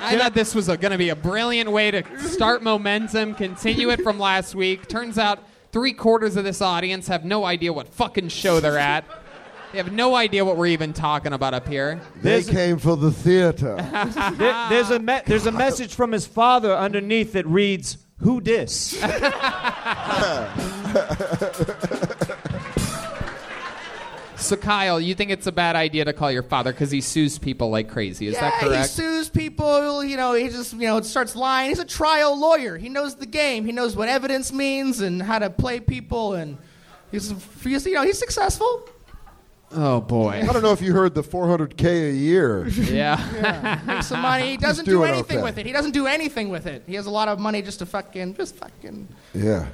S3: I thought this was going to be a brilliant way to start momentum, continue it from last week. Turns out three quarters of this audience have no idea what fucking show they're at. They have no idea what we're even talking about up here.
S6: They came for the theater.
S5: There- there's a me- there's a message from his father underneath that reads, "Who dis?"
S3: So, Kyle, you think it's a bad idea to call your father because he sues people like crazy. Is
S8: Yeah,
S3: that
S8: he
S3: correct?
S8: sues people. You know, he just you know starts lying. He's a trial lawyer. He knows the game. He knows what evidence means and how to play people. And he's, he's you know he's successful.
S3: oh, boy.
S6: I don't know if you heard the 400k a year.
S3: Yeah.
S8: Make some money. He doesn't do
S6: doing
S8: anything
S6: okay.
S8: with it. He doesn't do anything with it. He has a lot of money just to fucking just fucking.
S6: Yeah.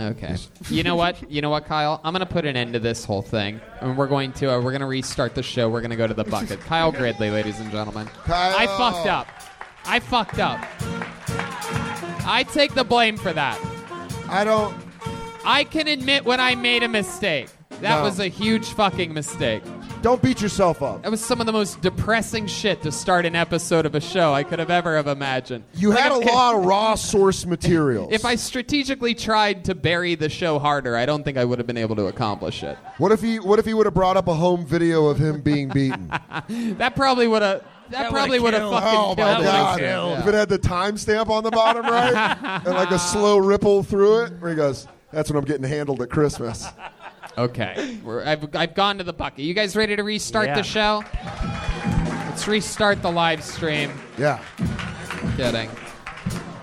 S3: Okay. You know what? You know what, Kyle? I'm going to put an end to this whole thing. And we're going to uh, we're going to restart the show. We're going to go to the bucket. Kyle Gridley, ladies and gentlemen.
S6: Kyle.
S7: Oh.
S3: I fucked up. I fucked up. I take the blame for that.
S6: I don't.
S3: I can admit when I made a mistake. That
S6: No.
S3: was a huge fucking mistake.
S6: Don't beat yourself up.
S3: That was some of the most depressing shit to start an episode of a show I could have ever have imagined.
S6: You
S3: Like,
S6: had a
S3: if-
S6: lot of raw source materials.
S3: If I strategically tried to bury the show harder, I don't think I would have been able to accomplish it.
S6: what if he what if he would have brought up a home video of him being beaten?
S3: That probably would have. That, probably would have
S9: killed.
S3: fucking
S6: oh my
S3: killed me.
S6: god!
S9: killed.
S6: If it had the timestamp on the bottom right and like a slow ripple through it, where he goes, "That's when I'm getting handled at Christmas."
S3: Okay, We're, I've, I've gone to the bucket. You guys ready to restart
S9: Yeah.
S3: the show? Let's restart the live stream.
S6: Yeah.
S3: Kidding.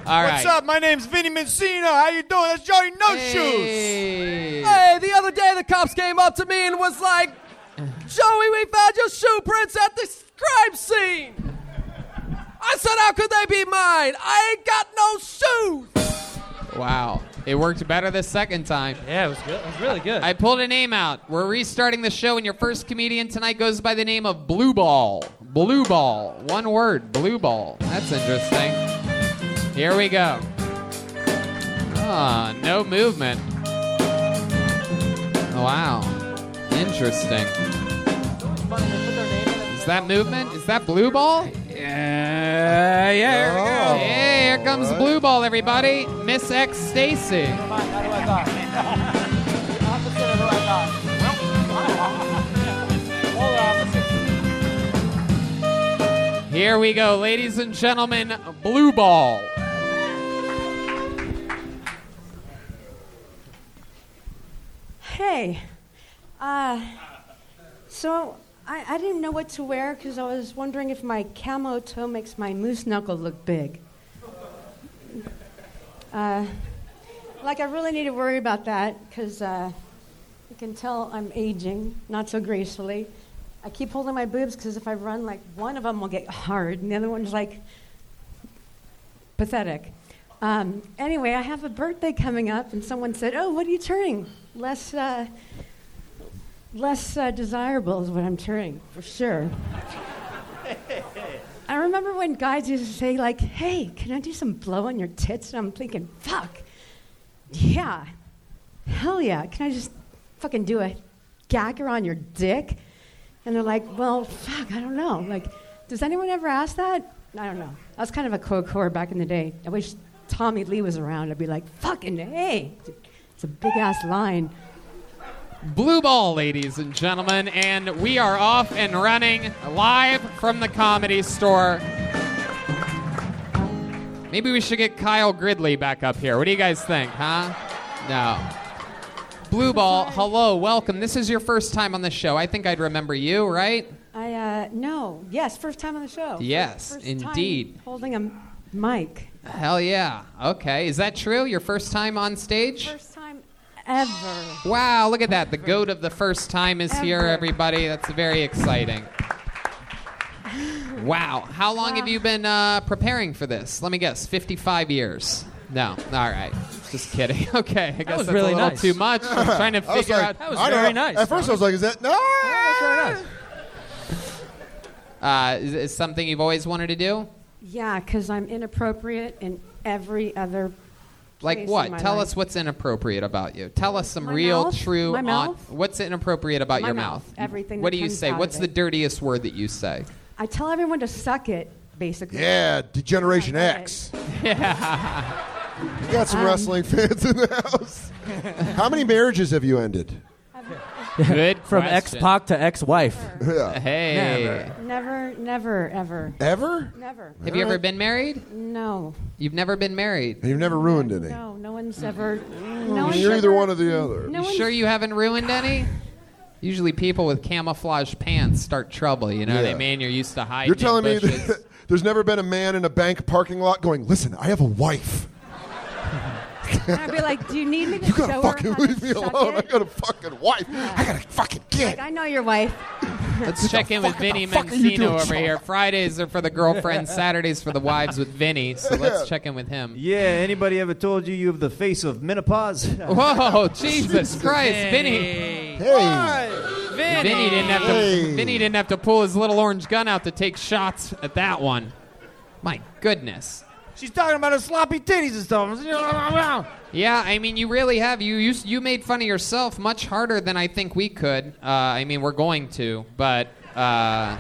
S3: All
S5: What's
S3: right.
S5: up? My name's Vinny Mencino. How you doing? That's Joey No Shoes.
S7: Hey, the other day the cops came up to me and was like, Joey, we found your shoe prints at the s- crime scene. I said, how could they be mine? I ain't got no shoes.
S3: Wow. It worked better the second time.
S4: Yeah, it was good. It was really good.
S3: I pulled a name out. We're restarting the show, and your first comedian tonight goes by the name of Blue Ball. Blue Ball. One word, Blue Ball. That's interesting. Here we go. Ah, no movement. Wow. Interesting. Is that movement? Is that Blue Ball? Yeah, yeah, here we go. Hey, here comes Blue Ball, everybody. Miss X Stacy. Here we go, ladies and gentlemen, blue ball.
S11: Hey. Uh, so I, I didn't know what to wear because I was wondering if my camo toe makes my moose knuckle look big. Uh, like, I really need to worry about that because uh, you can tell I'm aging, not so gracefully. I keep holding my boobs because if I run, like, one of them will get hard and the other one's like pathetic. Um, anyway, I have a birthday coming up, and someone said, "Oh, what are you turning? Less, uh, less uh, desirable is what I'm turning for sure." I remember when guys used to say, like, "Hey, can I do some blow on your tits?" And I'm thinking, "Fuck, yeah, hell yeah, can I just fucking do a gacker on your dick?" And they're like, "Well, fuck, I don't know. Like, does anyone ever ask that?" I don't know. I was kind of a cold core back in the day. I wish Tommy Lee was around. I'd be like, "Fucking hey, it's a big ass line."
S3: Blue ball, ladies and gentlemen, and we are off and running live from the comedy store. Maybe we should get Kyle Gridley back up here. What do you guys think, huh? No. Blue ball, hello, welcome. This is your first time on the show. I think I'd remember you, right?
S11: I uh, no, yes, first time on the show.
S3: Yes,
S11: First time
S3: indeed.
S11: holding a mic,
S3: Hell yeah. Okay, is that true? Your first time on stage?
S11: first time ever.
S3: Wow, look at that. The goat of the first time is here,
S11: Ever.
S3: everybody. That's very exciting. Wow. How long have you been uh, preparing for this? Let me guess, 55 years. No, all right. Just kidding. Okay, I guess
S6: was
S3: that's
S6: really
S3: a little
S6: nice.
S3: too much. I'm trying to
S6: I was
S3: figure
S6: like,
S3: out.
S6: That was I don't very know. nice, At first I was Tony. like, is that- no?
S3: that's very nice. Uh, is it something you've always wanted to do?
S11: Yeah, because I'm inappropriate in every other.
S3: Like
S11: place In
S3: what?
S11: my
S3: Tell
S11: life.
S3: us what's inappropriate about you. Tell us some real,
S11: mouth?
S3: true.
S11: My
S3: hon-
S11: mouth?
S3: what's inappropriate about
S11: My
S3: your
S11: mouth. Everything
S3: What
S11: that
S3: do you
S11: comes
S3: say?
S11: out of
S3: What's
S11: it.
S3: the dirtiest word that you say?
S11: I tell everyone to suck it, basically.
S6: Yeah, Degeneration X.
S3: Yeah.
S6: We got some
S11: Um,
S6: wrestling fans in the house. How many marriages have you ended?
S9: Good From
S6: question.
S9: ex-Pac to ex-wife.
S6: Yeah.
S3: Hey.
S11: Never, never, ever.
S6: Ever?
S11: Never.
S3: Have you ever been married?
S11: No,
S3: You've never been married.
S6: You've never ruined any.
S11: no, no one's ever. No one's
S6: You're either
S11: ever.
S6: one or the other.
S11: No
S3: you sure you haven't ruined any? Usually, people with camouflage pants start trouble. You know what I
S6: Yeah.
S3: mean? You're used to hiding.
S6: You're
S3: in
S6: telling me
S3: bushes.
S6: that there's never been a man in a bank parking lot going, listen, I have a wife.
S11: And I'd be like, do you need me to
S6: You
S11: show
S6: gotta
S11: her
S6: fucking
S11: how to
S6: leave me
S11: suck
S6: alone. I
S11: it?
S6: got a fucking wife. I got a fucking kid.
S11: Like, I know your wife.
S3: Let's check in with Vinny
S6: fuck are you
S3: Mencino
S6: doing,
S3: over
S6: Sean?
S3: here. Fridays are for the girlfriends, Saturdays for the wives with Vinny. So let's
S5: Yeah.
S3: check in with him.
S5: Yeah, anybody ever told you you have the face of menopause?
S3: Whoa, Jesus Christ, Vinny. Vinny. didn't have to.
S5: Hey.
S3: Vinny didn't have to pull his little orange gun out to take shots at that one. My goodness.
S5: She's talking about her sloppy titties and stuff.
S3: Yeah, I mean, you really have. You you, you made fun of yourself much harder than I think we could. Uh, I mean, we're going to, but uh,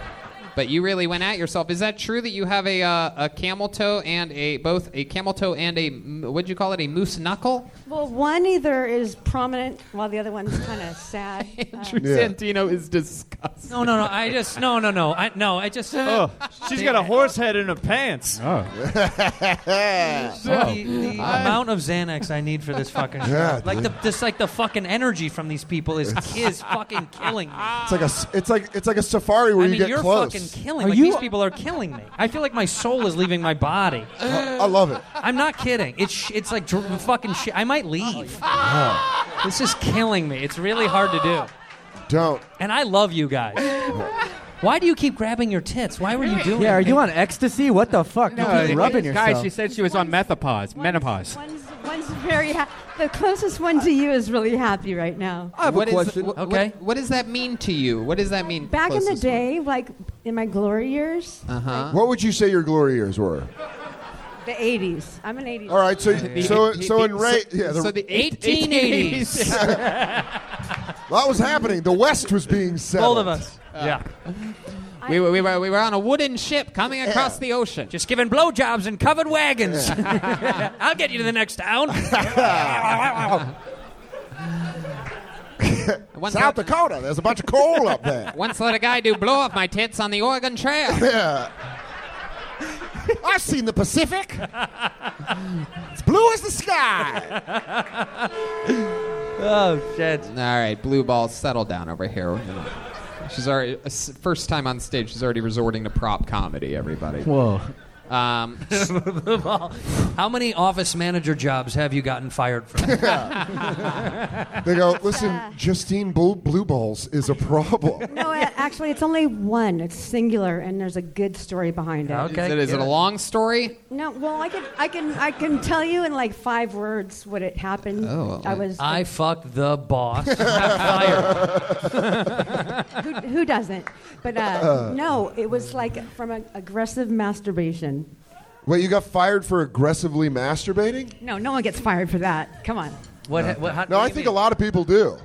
S3: but you really went at yourself. Is that true that you have a uh, a camel toe and a both a camel toe and a m- what'd you call it a moose knuckle?
S11: Well, one either is prominent while the other one's kind of sad. Uh,
S3: Santino is disgusted.
S4: No, no, no. I just no, no, no. I no. I just.
S6: Oh.
S5: Oh, she's got a horse head in her pants.
S2: Oh.
S4: The, the the amount of Xanax I need for this fucking show.
S6: Yeah,
S4: like
S6: dude.
S4: the this like the fucking energy from these people is is fucking killing me.
S6: It's like a s- it's like it's like a safari where
S4: I
S6: you
S4: mean,
S6: get
S4: you're
S6: close.
S4: fucking killing. like these people are killing me. I feel like my soul is leaving my body.
S6: I love it.
S4: I'm not kidding. It's sh- it's like dr- fucking shit. I might leave. This is killing me. It's really hard to do.
S6: Don't.
S4: And I love you guys. Why do you keep grabbing your tits? Why were you doing?
S9: Yeah, are
S4: it?
S9: you on ecstasy? What the fuck? you
S2: No,
S9: keep
S2: it-
S9: rubbing
S2: guys,
S9: yourself.
S2: she said she was on menopause. Menopause.
S11: One's, one's very ha- the closest one to you is really happy right now.
S3: What is- wh- What, what does that mean to you? What does that mean?
S11: Back in the day, like in my glory years,
S3: Uh huh.
S6: What would you say your glory years were?
S11: the 80s. I'm an 80s.
S6: All right, so so so in Ray,
S3: so-
S6: yeah,
S3: so the eight-
S11: 1880s.
S6: that was happening. The West was being settled.
S3: Both of us.
S4: yeah.
S3: We were, we, were, we were on a wooden ship coming across the ocean.
S4: Just giving blowjobs in covered wagons. I'll get you to the next town.
S6: South Dakota. There's a bunch of coal up there.
S3: Once let a guy do blow off my tits on the Oregon Trail.
S6: Yeah. I've seen the Pacific. It's blue as the sky.
S3: oh shit! All right, blue ball, settle down over here. She's already uh, s- first time on stage. She's already resorting to prop comedy. Everybody.
S9: Whoa.
S3: Um,
S4: How many office manager jobs have you gotten fired from?
S6: They go, listen, Justine Bull- Blue Balls is a problem.
S11: No, a- actually, it's only one. It's singular, and there's a good story behind it.
S3: Is it, is it a long story?
S11: No, well, I can, I can, I can tell you in like five words what it happened.
S3: Oh,
S11: I was.
S4: I fucked the boss. fired.
S11: who, who doesn't? But uh,
S6: Uh.
S11: no, it was like from a, aggressive masturbation.
S6: Wait, you got fired for aggressively masturbating?
S11: No, no one gets fired for that. Come on.
S4: What?
S6: no,
S4: what- how- what do
S6: no I
S4: you
S6: think
S4: mean?
S6: a lot of people do.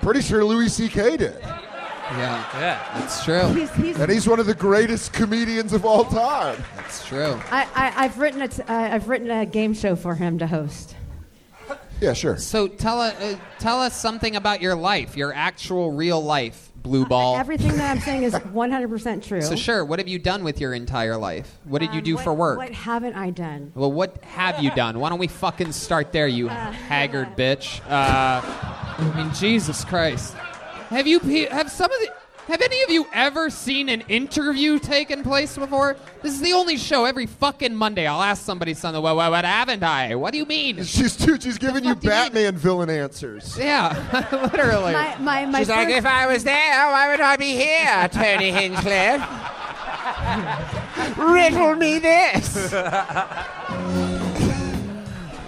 S6: Pretty sure Louis C.K. did.
S3: Yeah,
S4: yeah,
S3: that's true.
S11: He's- he's-
S6: and he's one of the greatest comedians of all time.
S3: That's true.
S11: I, I, I've written a t- uh, I've written a game show for him to host.
S6: Yeah, sure.
S3: So tell us, uh, tell us something about your life, your actual real life, blue ball.
S11: Everything that I'm saying is 100% true.
S3: Oh. So sure, what have you done with your entire life? What did you
S11: Um,
S3: do
S11: what-
S3: for work?
S11: What haven't I done?
S3: Well, what have you done? Why don't we fucking start there, you
S11: Uh,
S3: haggard bitch? Uh, I mean, Jesus Christ. Have you pe- have some of the have any of you ever seen an interview taken place before? This is the only show every fucking Monday. I'll ask somebody something. Well, what, what haven't I? What do you mean?
S6: She's dude, she's giving you Batman villain answers.
S3: Yeah, literally.
S11: My- my- my
S3: She's like,
S11: first-
S3: if I was there, oh, why would I be here, Tony Hinchcliffe? Riddle me this.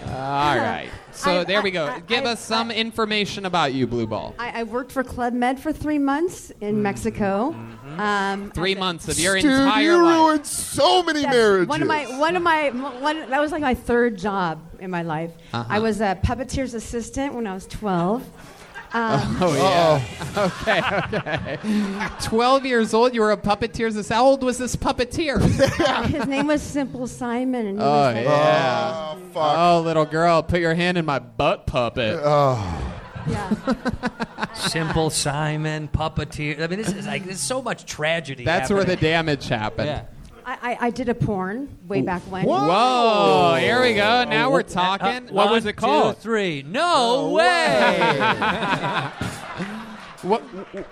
S3: All right. So
S11: I-
S3: there we
S11: I-
S3: go.
S11: I-
S3: Give us some information about you, Blue Ball.
S11: I, I worked for Club Med for three months in Mexico. Um,
S3: Three months of your
S6: Mm-hmm. Dude,
S3: entire
S6: you
S3: life.
S6: ruined so many
S11: That's
S6: marriages.
S11: One of my, one of my, one, that was like my third job in my life.
S6: Uh-huh.
S11: I was a puppeteer's assistant when I was 12. Um,
S3: Oh yeah. okay. Okay. Twelve years old. You were a puppeteer. This how old was this puppeteer?
S11: His name was Simple Simon. And he
S3: Oh
S11: was like,
S3: yeah. Oh,
S6: fuck.
S3: little girl, put your hand in my butt puppet.
S6: Oh.
S4: Simple Simon, puppeteer. I mean, this is like there's so much tragedy.
S3: That's where the
S4: happening.
S3: damage happened.
S4: Yeah.
S11: I, I, I did a porn way back when.
S3: Whoa. Oh, Here we go. Now we're talking.
S4: What was it called? uh, three. No way.
S3: What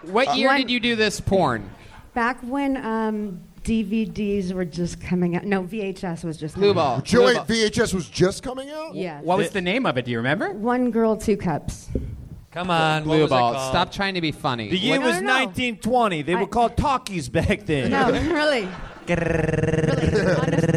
S3: What year
S11: One-
S3: did you do this porn?
S11: Back when um, DVDs were just coming out. No, VHS was just coming out.
S6: Joey, VHS was just coming out?
S11: Yes.
S2: What was the name of it? Do you remember?
S11: One girl, two cups.
S4: Come on,
S3: Blue
S4: what was it
S3: ball.
S4: called?
S3: Stop trying to be funny.
S5: The year
S3: What-
S5: was 1920. They were called talkies back then.
S11: No, really.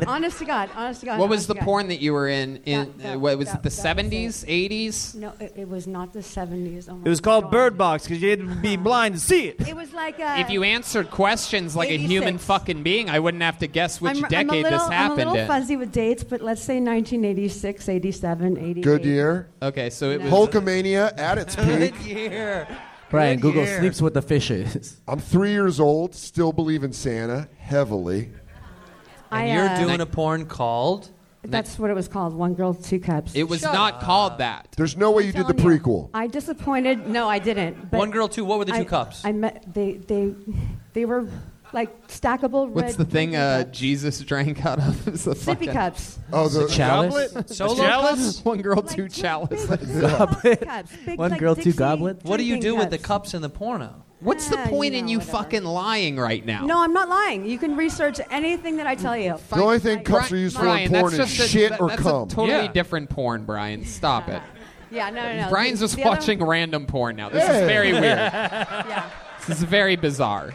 S11: Honest to God. Honest to God.
S3: What
S11: honest
S3: was the
S11: to God.
S3: porn that you were in? In
S11: That-
S3: uh, what was
S11: that-
S3: it? The seventies, eighties?
S11: No, it, it was not the 70s. Oh my
S5: It was called Bird Box because you had to be blind to see it.
S11: It was like uh,
S3: If you answered questions like a human
S11: 86.
S3: fucking being, I wouldn't have to guess which
S11: I'm,
S3: decade
S11: I'm a little,
S3: this
S11: I'm a
S3: happened
S11: little
S3: in.
S11: fuzzy with dates, but let's say 1986, 87, 88.
S6: Good year.
S3: Okay, so it
S11: No.
S3: was.
S6: Hulkamania at its peak.
S4: year.
S9: Brian,
S11: Good
S9: Google
S11: year.
S9: sleeps with the fishes.
S6: I'm three years old, still believe in Santa heavily.
S11: I,
S4: And you're
S11: uh,
S4: doing a porn called.
S11: That's what it was called. One girl, two cups.
S3: It was not called that.
S6: There's no way you did the prequel.
S11: I disappointed. No, I didn't. But
S4: One girl, two. What were the two
S11: I-
S4: cups?
S11: I met they they they were like stackable red.
S3: What's the thing uh, Jesus drank out of? It's the
S11: Sippy cups.
S3: Oh,
S11: The
S3: the,
S9: chalice?
S3: Solo
S9: Chalice?
S3: cup? One girl, two chalices.
S9: Goblet.
S11: cups, big,
S9: One
S11: like,
S9: girl, two
S11: Dixie
S9: goblets.
S4: What do you
S11: drinking
S4: do with the
S11: cups.
S4: cups in the porno?
S3: What's the
S11: Ah, you
S3: point in
S11: know,
S3: you
S11: whatever.
S3: fucking lying right now?
S11: No, I'm not lying. You can research anything that I tell you.
S6: The only thing cups are used for in
S3: Brian,
S6: porn
S3: that's
S6: is
S3: just a-
S6: shit
S3: that-
S6: or
S3: that's a
S6: cum.
S3: totally different porn, Brian. Stop it.
S11: Yeah, no, no, no.
S3: Brian's just
S11: The other-
S3: watching random porn now. This
S11: Yeah.
S3: is very weird.
S11: Yeah.
S3: This is very bizarre.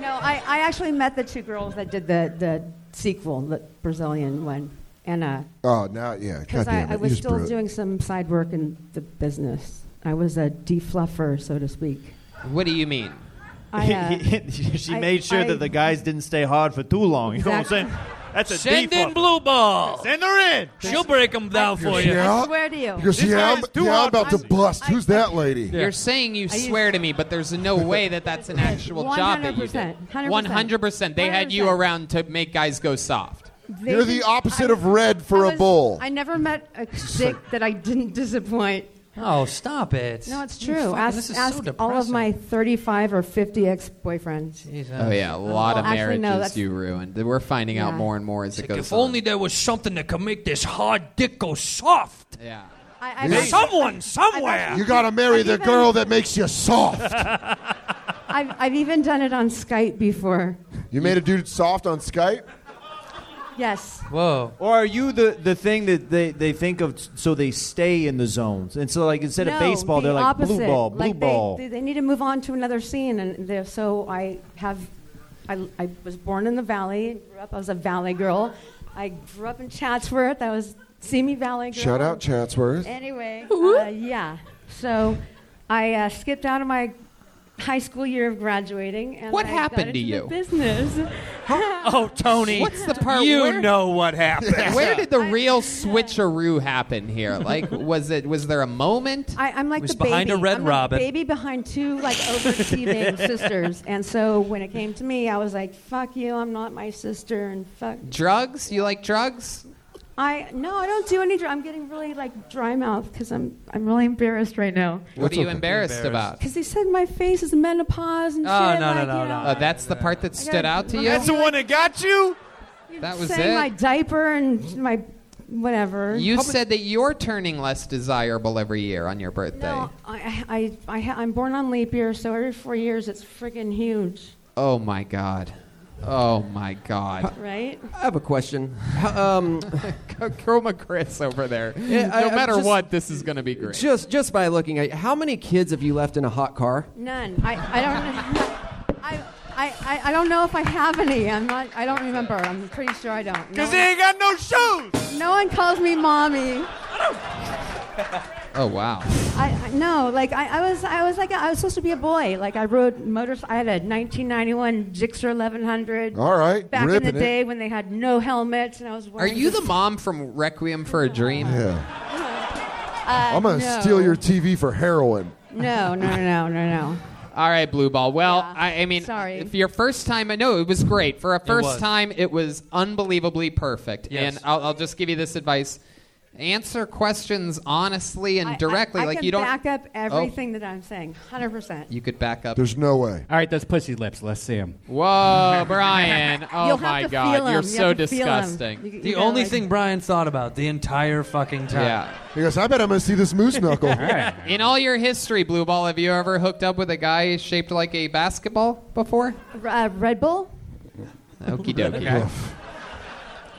S11: No, I, I actually met the two girls that did the, the sequel, the Brazilian one. And uh,
S6: Oh, now, yeah.
S11: Because
S6: God
S11: I,
S6: damn it.
S11: I
S6: You
S11: was
S6: just
S11: still
S6: blew it.
S11: doing some side work in the business. I was a defluffer, so to speak.
S3: What do you mean?
S11: I, uh,
S5: she
S11: I-
S5: made sure
S11: I-
S5: that the guys didn't stay hard for too long. You
S11: Exactly.
S5: know what I'm saying? That's a
S10: Send
S5: default.
S10: in blue ball.
S5: Send her in.
S10: She'll break them down for you.
S6: Yeah.
S11: I swear to you.
S6: Because
S5: This
S6: yeah,
S5: guy
S6: I'm,
S5: is too
S6: yeah, I'm
S5: hard
S6: about to bust. Who's that lady?
S3: You're saying you swear to me, but there's no way that that's an actual job that you did.
S11: 100%, 100%.
S3: 100%. They had you
S11: 100%.
S3: around to make guys go soft.
S11: They
S6: You're the
S11: didn't-
S6: opposite
S11: I-
S6: of red for
S11: I
S6: a
S11: was-
S6: bull.
S11: I never met a chick that I didn't disappoint.
S4: Oh, stop it.
S11: No, it's
S4: You
S11: true.
S4: fucking-
S11: ask
S4: this is
S11: ask
S4: so depressing.
S11: all of my 35 or 50 ex boyfriends.
S3: Oh, yeah, a lot of
S11: Actually,
S3: marriages
S11: no, that's-
S3: you ruined. We're finding out
S11: Yeah.
S3: more and more as it goes
S10: If
S3: on.
S10: only there was something that could make this hard dick go soft.
S3: Yeah.
S11: I, I've, actually-
S10: Someone, somewhere.
S6: You gotta marry the
S11: even-
S6: girl that makes you soft.
S11: I've, I've even done it on Skype before.
S6: You made a dude soft on
S11: Uh,
S6: Skype?
S11: Yes.
S4: Whoa.
S5: Or are you the, the thing that they, they think of t- so they stay in the zones? And so, like, instead
S11: no,
S5: of baseball,
S11: the
S5: they're like
S11: opposite.
S5: blue ball, blue
S11: Like, they-
S5: ball.
S11: They, they need to move on to another scene, and they're- so I have. I, I was born in the valley. Grew up. I was a valley girl. I grew up in Chatsworth. I was Simi Valley girl.
S6: Shout out Chatsworth.
S11: Anyway, uh, yeah. So I uh, skipped out of my high school year of graduating. And
S3: What
S11: I
S3: happened
S11: got
S3: to you?
S11: into the business.
S10: Oh, Tony.
S3: What's the part
S10: You
S3: where-
S10: know what happened.
S3: Where did the real switcheroo happen here? Like, was it was there a moment?
S11: I, I'm like
S10: was
S11: the baby.
S10: behind a Red
S11: I'm the
S10: Robin.
S11: baby behind two like overachieving sisters, and so when it came to me, I was like, "Fuck you! I'm not my sister." And fuck,
S3: drugs? You like drugs?
S11: I no, I don't do any. Dr- I'm getting really like dry mouth because I'm I'm really embarrassed right now.
S3: What are you embarrassed, about?
S11: Because they said my face is menopause and
S4: Oh,
S11: shit.
S4: no, no,
S11: like,
S4: no,
S11: you know,
S3: Uh, that's the part that stood out to you.
S11: That's
S5: That's the one that got you?
S3: that was
S11: saying
S3: it.
S11: my diaper and my whatever.
S3: you said that you're turning less desirable every year on your birthday.
S11: no, I, I, I, ha- I'm born on leap year, so every four years it's freaking huge,
S3: Oh my god. Oh my god.
S11: right?
S9: I have a question. How- Um,
S3: Chroma Chris over there.
S9: Yeah, I-
S3: no
S9: I'm
S3: matter
S9: just-
S3: what, this is going to be great.
S9: just just by looking at you, how many kids have you left in a hot car?
S11: None. I, I don't. I, I, I, I don't know if I have any. I'm not. I don't remember. I'm pretty sure I don't. No,
S5: Because
S11: one,
S5: they ain't got no shoes.
S11: no one calls me mommy.
S3: oh wow.
S11: I, I no. Like I, I was. I was like. I was supposed to be a boy. Like I rode motors. I had a 1991 Gixxer 1100.
S6: All right,
S11: Back in
S6: ripping
S11: the
S6: it.
S11: day when they had no helmets, and I was.
S3: Are
S11: Wearing
S3: you the
S11: this-
S3: mom from Requiem for a Dream?
S6: Yeah.
S11: Uh,
S6: I'm gonna
S11: no.
S6: steal your TV for heroin.
S11: No, Oh, no, no, no, no.
S3: All right, blue ball. Well,
S11: Yeah.
S3: I, I mean,
S11: Sorry.
S3: if your first time, I know it was great. For a first
S4: was.
S3: time, it was unbelievably perfect.
S4: Yes.
S3: And I'll, I'll just give you this advice: answer questions honestly and
S11: I- I-
S3: directly.
S11: I,
S3: like
S11: can
S3: you don't.
S11: back up everything that I'm saying, 100%.
S3: You could back up.
S6: There's no way.
S2: All right, that's pussy lips. Let's see him.
S3: Whoa, Brian! Oh
S11: You'll have
S3: my
S11: to
S3: God,
S11: feel 'em.
S3: you're
S11: You
S3: so
S11: have to feel 'em.
S3: disgusting.
S11: You- you
S4: The
S11: gotta,
S4: only
S11: like-
S4: thing Brian thought about the entire fucking time.
S3: Yeah.
S6: He goes, I bet I'm gonna see this moose knuckle.
S3: In all your history, blue ball, have you ever hooked up with a guy shaped like a basketball before?
S11: Uh, Red Bull?
S3: Okie dokie.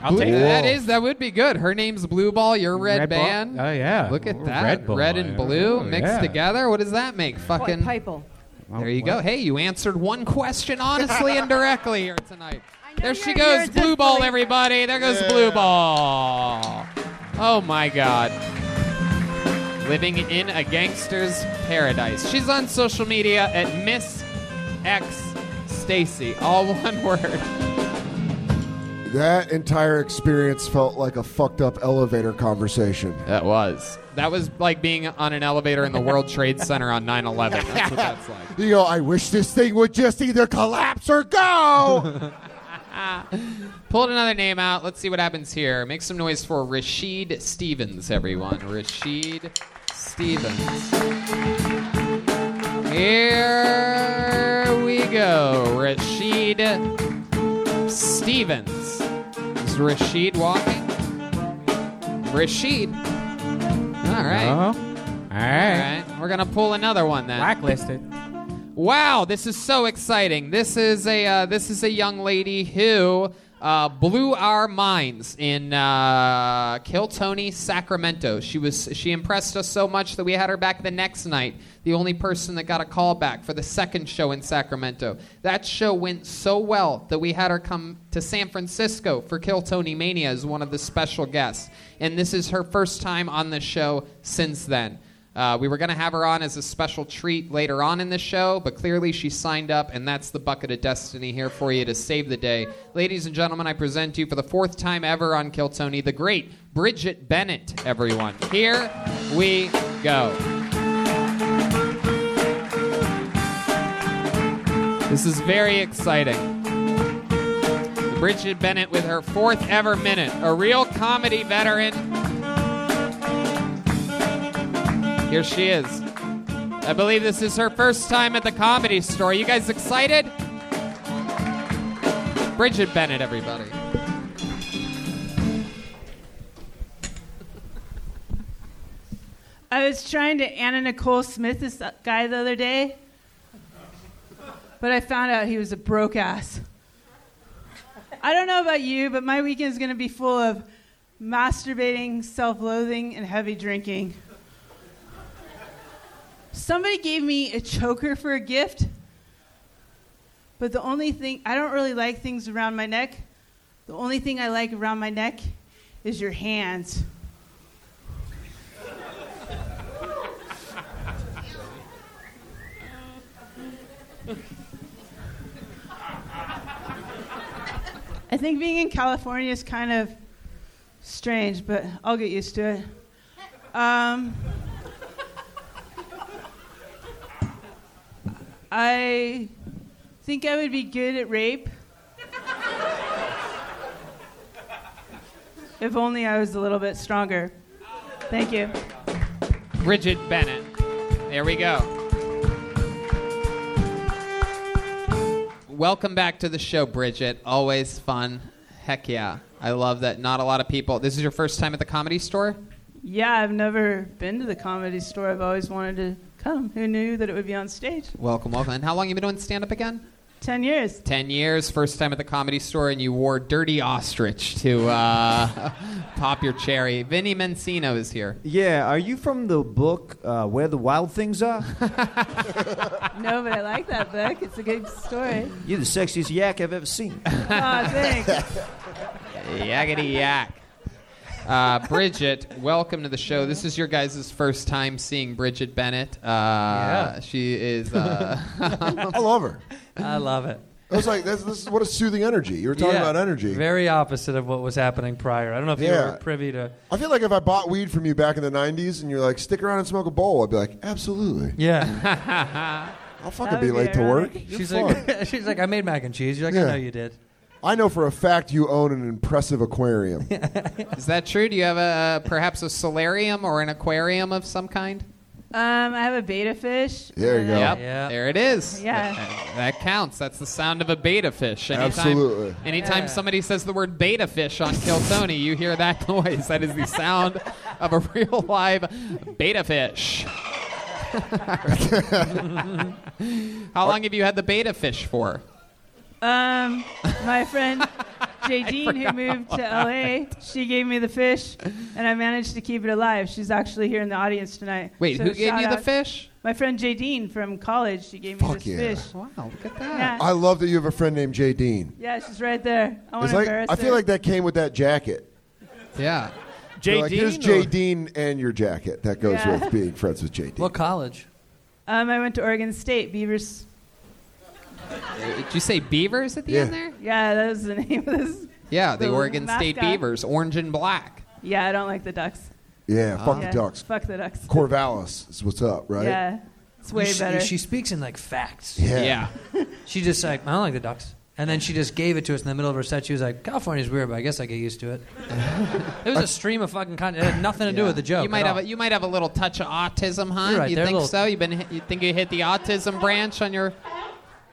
S2: I'll take
S6: Ooh.
S2: that.
S3: That is that would be good. Her name's Blue Ball. Your red,
S2: Red Bull?
S3: band.
S2: Oh, yeah.
S3: Look at
S2: Ooh,
S3: that.
S2: Red
S3: Red,
S2: Bull.
S3: and blue
S2: Oh,
S3: mixed
S2: yeah.
S3: together. What does that make? Fucking.
S11: Piple.
S3: There you go. Hey, you answered one question honestly and directly here tonight.
S11: I know
S3: There she
S11: you're- you're
S3: goes,
S11: a
S3: Blue Ball,
S11: disbeliever.
S3: everybody. There goes Blue Ball. Oh my God. Living in a gangster's paradise. She's on social media at Miss X Stacy. All one word.
S6: That entire experience felt like a fucked up elevator conversation.
S3: That was. That was like being on an elevator in the World Trade Center on 9 11. That's what that's like.
S6: You go, I wish this thing would just either collapse or go.
S3: Pulled another name out. Let's see what happens here. Make some noise for Rashid Stevens, everyone. Rashid Stevens. Here we go. Rashid Rashid Stevens. Is Rashid walking? Rashid. All right.
S2: Uh-huh.
S3: All right. We're going to pull another one then.
S2: Blacklisted.
S3: Wow, this is so exciting. This is a uh, this is a young lady who uh, blew our minds in uh, Kiltony, Sacramento. She was she impressed us so much that we had her back the next night. The only person that got a call back for the second show in Sacramento. That show went so well that we had her come to San Francisco for Kiltony Mania as one of the special guests. And this is her first time on the show since then. Uh, we were going to have her on as a special treat later on in the show, but clearly she signed up, and that's the bucket of destiny here for you to save the day. Ladies and gentlemen, I present to you for the fourth time ever on Kill Tony the great Bridget Bennett, everyone. Here we go. This is very exciting. Bridget Bennett with her fourth ever minute, a real comedy veteran. Here she is. I believe this is her first time at the comedy store. You guys excited? Bridget Bennett, everybody.
S12: I was trying to Anna Nicole Smith this guy the other day, but I found out he was a broke ass. I don't know about you, but my weekend is going to be full of masturbating, self loathing, and heavy drinking. Somebody gave me a choker for a gift, but the only thing, I don't really like things around my neck. The only thing I like around my neck is your hands. I think being in California is kind of strange, but I'll get used to it. Um, I think I would be good at rape. if only I was a little bit stronger. Thank you.
S3: Bridget Bennett. There we go. Welcome back to the show, Bridget. Always fun. Heck yeah. I love that not a lot of people. This is your first time at the comedy store?
S12: Yeah, I've never been to the comedy store. I've always wanted to come. Who knew that it would be on stage?
S3: Welcome, welcome. And how long you been doing stand up again?
S12: 10 years.
S3: 10 years, first time at the comedy store, and you wore Dirty Ostrich to uh, pop your cherry. Vinny Mencino is here.
S5: Yeah, are you from the book uh, Where the Wild Things Are?
S12: No, but I like that book. It's a good story.
S5: You're the sexiest yak I've ever seen.
S12: Aw, thanks.
S3: Yakety yak. Uh, Bridget, welcome to the show. This is your guys' first time seeing Bridget Bennett. Uh,
S6: Yeah.
S3: She is. Uh,
S6: I love her.
S10: I love it.
S6: I was like, this, this is what a soothing energy. You were talking
S10: Yeah.
S6: about energy.
S10: Very opposite of what was happening prior. I don't know if you
S6: Yeah.
S10: were privy to.
S6: I feel like if I bought weed from you back in the 90s and you're like, stick around and smoke a bowl, I'd be like, absolutely.
S10: Yeah.
S6: I'll fucking be late to work. You're
S10: She's
S6: fun.
S10: like, she's like, I made mac and cheese. You're like,
S6: Yeah.
S10: I know you did.
S6: I know for a fact you own an impressive aquarium.
S3: is that true? Do you have a perhaps a solarium or an aquarium of some kind?
S12: Um, I have a beta fish.
S6: There you go.
S3: Yep. There it is.
S12: Yeah.
S3: That, that counts. That's the sound of a beta fish. Anytime,
S6: Absolutely.
S3: Anytime
S6: Yeah.
S3: somebody says the word beta fish on Kill Tony, you hear that noise. That is the sound of a real live beta fish. How long have you had the beta fish for?
S12: Um, my friend Jadeen, who moved to LA, she gave me the fish, and I managed to keep it alive. She's actually here in the audience tonight.
S3: Wait, who gave
S12: shout
S3: you the
S12: out-
S3: fish?
S12: My friend Jadeen from college. She gave me
S6: Fuck
S12: this
S6: yeah.
S12: fish.
S3: Wow, look at
S12: that.
S6: I love that you have a friend named Jay Dean.
S12: Yeah, she's right there. I want
S6: It's
S12: to
S6: like,
S12: embarrass
S6: I feel
S12: her.
S6: like that came with that jacket.
S3: Yeah.
S6: Jay like,
S10: Dean
S6: Here's Jay
S10: or-
S6: Dean and your jacket. That goes
S12: Yeah.
S6: with being friends with Jay Dean.
S10: What college?
S12: Um, I went to Oregon State, Beavers.
S3: Uh, Did you say beavers at the end there?
S12: Yeah, that was the name of this.
S3: Yeah, the,
S12: The
S3: Oregon State
S12: mascot.
S3: Beavers, orange and black.
S12: Yeah, I don't like the ducks.
S6: Yeah, fuck
S12: Yeah,
S6: the ducks.
S12: Fuck the ducks.
S6: Corvallis is what's up, right?
S12: Yeah, it's way
S10: You sh-
S12: better.
S10: She speaks in like facts.
S6: Yeah.
S10: she just like, I don't like the ducks. And then she just gave it to us in the middle of her set. She was like, California's weird, but I guess I get used to it. it was a stream of fucking content. It had nothing to do with the joke.
S3: You might
S10: at
S3: have
S10: all.
S3: a, you might have a little touch of autism, huh?
S10: You're right,
S3: you
S10: they're a
S3: think
S10: little-
S3: so? You been hit- you think you hit the autism branch on your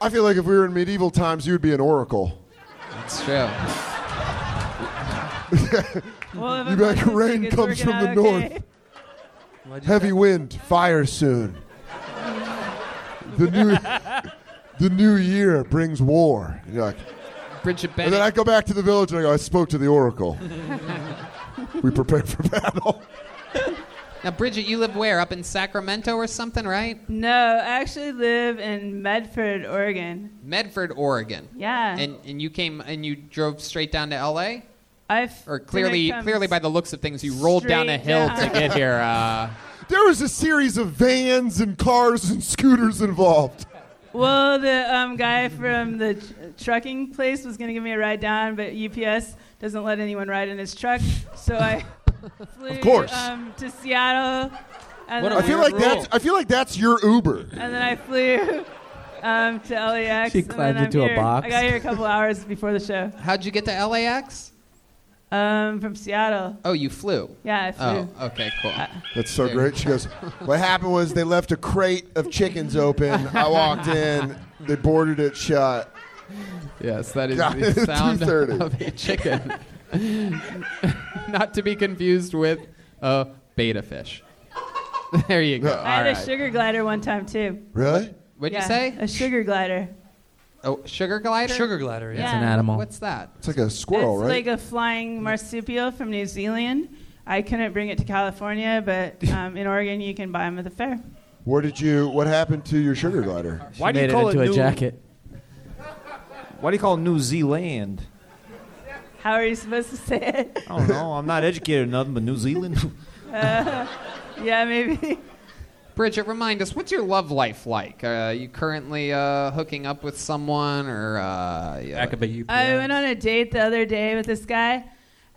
S6: I feel like if we were in medieval times, you'd be an oracle.
S3: That's true.
S12: Well, if
S6: You'd be
S12: I'm
S6: like,
S12: listening,
S6: rain
S12: it's working
S6: comes from the
S12: out
S6: north.
S12: okay."
S6: Heavy wind, fire soon. The new, the new year brings war. And you're like,
S3: Bridget
S6: And then
S3: Bennett.
S6: I go back to the village and I go, I spoke to the oracle. we prepared for battle.
S3: Now, Bridget, you live where? Up in Sacramento or something, right?
S12: No, I actually live in Medford, Oregon.
S3: Medford, Oregon.
S12: Yeah.
S3: And and you came and you drove straight down to L.A.
S12: I've
S3: or clearly
S12: come
S3: clearly by the looks of things, you rolled down a
S12: straight
S3: hill
S12: down.
S3: to get here. Uh,
S6: There was a series of vans and cars and scooters involved.
S12: Well, the um, guy from the tr- trucking place was going to give me a ride down, but UPS doesn't let anyone ride in his truck, so I flew
S6: course.
S12: Um, to Seattle. And
S6: I feel like that's I feel like that's your Uber.
S12: And then I flew um, to LAX.
S6: She
S12: and then
S6: climbed
S12: I'm
S6: into a
S12: here.
S6: box.
S12: I got here a couple hours before the show.
S3: How'd you get to LAX?
S12: Um, from Seattle.
S3: oh, you flew.
S12: Yeah, I flew.
S3: Oh, okay, cool.
S6: That's so great. She goes, What happened was they left a crate of chickens open. I walked in, they boarded it shut.
S3: Yes, that is
S6: Got it
S3: the
S6: at
S3: sound
S6: 2:30.
S3: of a chicken. Not to be confused with a beta fish. There you
S12: I
S3: go.
S12: had
S3: All
S12: a
S3: right.
S12: sugar glider one time too.
S6: Really?
S3: What'd
S12: Yeah,
S3: you say?
S12: A sugar glider.
S3: Oh, sugar glider.
S10: Sugar glider.
S12: yeah. It's an animal.
S3: What's that?
S6: It's like a squirrel,
S12: it's like
S6: right?
S12: a flying marsupial from New Zealand. I couldn't bring it to California, but um, in Oregon you can buy them at the fair.
S6: Where did you what happened to your sugar glider?
S5: Why do you call it New- Why do you call it New Zealand?
S12: How are you supposed to say it?
S5: I don't know. I'm not educated in nothing but New Zealand.
S12: Uh, yeah, maybe.
S3: Bridget, remind us, what's your love life like? Uh, Are you currently uh, hooking up with someone, or uh, yeah. that could
S2: be you?
S12: I went on a date the other day with this guy,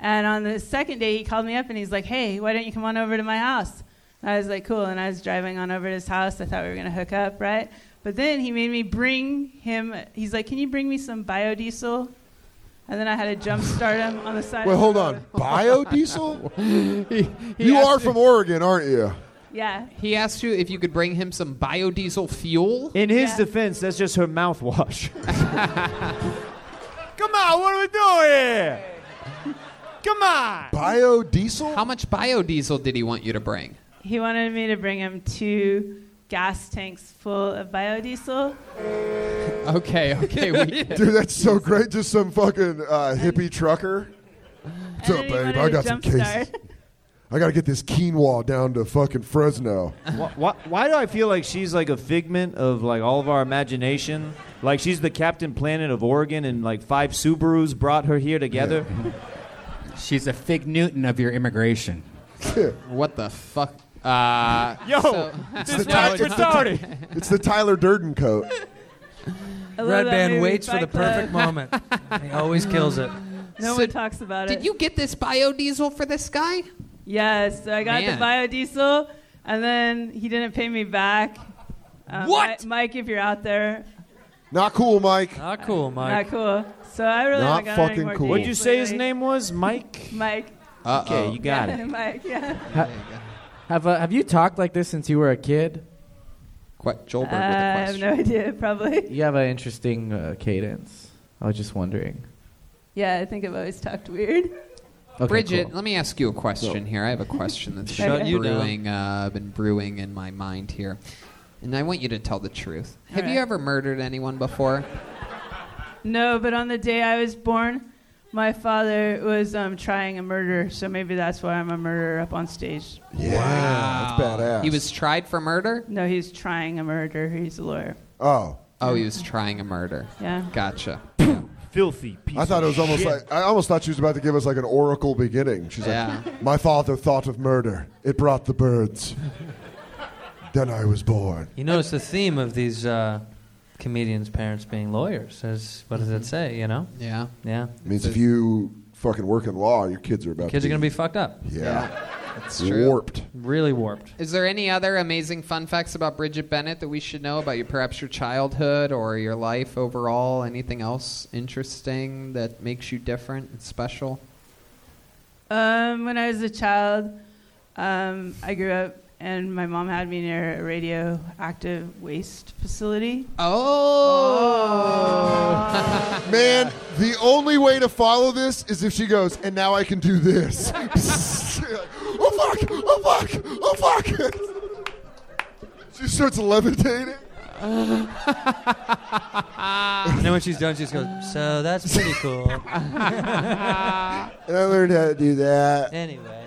S12: and on the second day he called me up and he's like, "Hey, why don't you come on over to my house?" And I was like, "Cool." And I was driving on over to his house. I thought we were gonna hook up, right? But then he made me bring him. He's like, "Can you bring me some biodiesel?" And then I had to jump start him on the side.
S6: Wait,
S12: of the
S6: hold
S12: road.
S6: on. Biodiesel?
S3: he
S6: you
S3: asked
S6: are
S3: if-
S6: from Oregon, aren't you?
S12: Yeah.
S3: He asked you if you could bring him some biodiesel fuel.
S5: In his defense, that's just her mouthwash.
S3: Come on, what are we doing here?
S5: Come on.
S6: Biodiesel?
S3: How much biodiesel did he want you to bring?
S12: He wanted me to bring him two gas tanks full of biodiesel.
S3: Okay, okay. We
S6: Dude, that's so great. Just some fucking uh, hippie trucker. What's up,
S12: And he
S6: babe?
S12: wanted
S6: I
S12: to
S6: got some
S12: jump
S6: cases.
S12: start.
S6: I gotta get this quinoa down to fucking Fresno.
S5: why, why, why do I feel like she's like a figment of like all of our imagination? Like she's the Captain Planet of Oregon, and like five Subarus brought her here together.
S2: She's a fig Newton of your immigration.
S3: what the fuck? Uh,
S5: Yo,
S3: so-
S5: this It's the guy's Tyler- retarded.
S6: It's the Tyler Durden coat.
S12: I love
S10: Red
S12: that
S10: Band
S12: movie,
S10: waits for
S12: Fight
S10: the
S12: Club.
S10: perfect moment. he always kills it.
S12: No
S3: So
S12: one talks about it.
S3: Did you get this biodiesel for this guy?
S12: Yes, so I got the biodiesel, and then he didn't pay me back. Um,
S3: What?
S12: Mi- Mike, if you're out there,
S6: Not cool, Mike.
S10: Not cool,
S12: not cool. So I really
S6: Not
S12: haven't gotten any
S6: fucking
S12: more
S6: cool.
S12: dates
S5: What'd you say his
S12: lately.
S5: name was? Mike.
S12: Mike.
S5: Uh-oh. Okay, you got it.
S12: Mike, yeah.
S13: Ha- have uh, Have you talked like this since you were a kid?
S3: Quite
S12: Uh, I have no idea, probably.
S13: You have an interesting uh, cadence. I was just wondering.
S12: Yeah, I think I've always talked weird.
S3: Bridget, let me ask you a question here. I have a question that's
S12: Shut
S3: been
S12: you down.
S3: brewing, uh, been brewing in my mind here, and I want you to tell the truth. Have you
S12: Alright.
S3: ever murdered anyone before?
S12: No, but on the day I was born, my father was um, trying a murder, so maybe that's why I'm a murderer up on stage.
S3: Yeah,
S6: Ah, that's badass.
S3: He was tried for murder.
S12: No, he's trying a murder. He's a lawyer.
S6: Oh.
S3: Oh, he was trying a murder.
S12: Yeah.
S3: Gotcha.
S5: Filthy piece
S6: I thought it was almost like I almost thought she was about to give us like an oracle beginning. She's
S3: Yeah.
S6: like, "My father thought of murder. It brought the birds. then I was born."
S10: You notice the theme of these uh, comedians' parents being lawyers. Is, what does it say, you know?
S3: Yeah.
S10: Yeah.
S6: Mm-hmm. It means if you fucking work in law, your kids are about
S10: Kids
S6: to
S10: are going to be fucked up.
S6: Yeah.
S3: That's true.
S6: warped.
S10: Really warped.
S3: Is there any other amazing fun facts about Bridget Bennett that we should know about your perhaps your childhood or your life overall? Anything else interesting that makes you different and special?
S12: Um, when I was a child, um, I grew up and my mom had me near a radioactive waste facility.
S6: Oh. Man, the only way to follow this is if she goes, and now I can do this. oh fuck! Oh fuck! Oh fuck! she starts levitating.
S10: and then when she's done, she just goes, So that's pretty cool.
S6: And I learned how to do that.
S10: Anyway.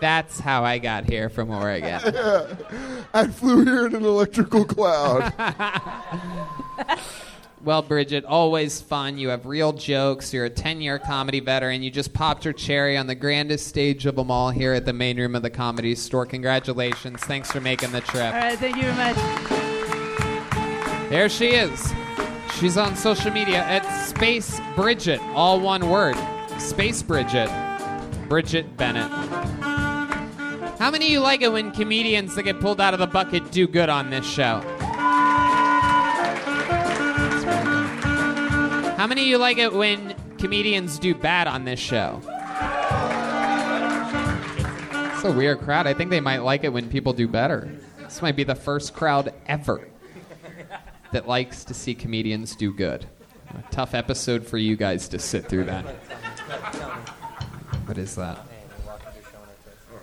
S3: That's how I got here from Oregon.
S6: I flew here in an electrical cloud.
S3: Well, Bridget, always fun. You have real jokes. You're a 10 year comedy veteran. You just popped your cherry on the grandest stage of them all here at the main room of the comedy store. Congratulations. Thanks for making the
S12: All
S3: trip.
S12: right, thank you very much.
S3: There she is. She's on social media at Space Bridget, all one word. Space Bridget. Bridget Bennett. How many of you like it when comedians that get pulled out of the bucket do good on this show? How many of you like it when comedians do bad on this show? It's a weird crowd. I think they might like it when people do better. This might be the first crowd ever that likes to see comedians do good. A tough episode for you guys to sit through that. What is that?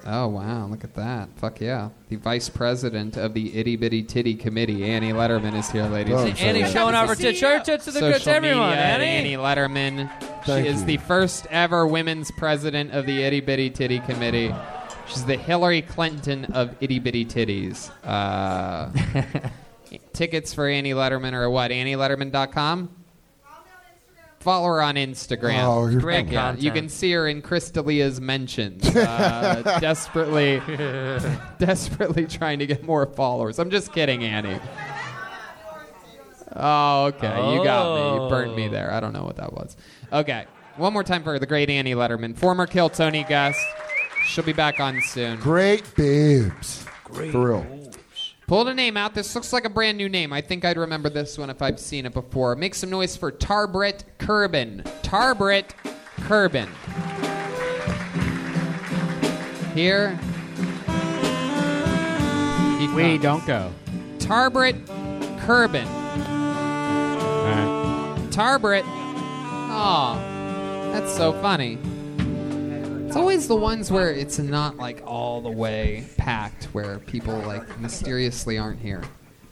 S3: Oh, wow. Look at that. Fuck yeah. The vice president of the Itty Bitty Titty Committee, Annie Letterman, is here, ladies
S10: Oh,
S3: and
S10: Annie
S3: gentlemen.
S10: showing off her tits. Show your tits to the
S3: Social
S10: good to everyone,
S3: media,
S10: Annie.
S3: Annie Letterman.
S10: Thank
S3: she is
S10: you.
S3: the first ever women's president of the Itty Bitty Titty Committee. She's the Hillary Clinton of Itty Bitty Titties. Uh, tickets for Annie Letterman are what? AnnieLetterman.com? Follow her on Instagram.
S6: Oh, you're
S3: Great
S6: good.
S3: yeah. You can see her in Chris D'Elia's mentions, uh, desperately, desperately trying to get more followers. I'm just kidding, Annie. Oh, okay. You got me. You burned me there. I don't know what that was. Okay. One more time for the great Annie Letterman, former Kill Tony guest. She'll be back on soon.
S6: Great babes.
S3: Great
S6: For real.
S3: Pulled a name out. This looks like a brand new name. I think I'd remember this one if I've seen it before. Make some noise for Tarbret Curbin. Tarbret Curbin. Here.
S2: We don't go.
S3: Tarbret Curbin. Tarbret. Aw. That's so funny. It's always the ones where it's not like all the way packed, where people like mysteriously aren't here.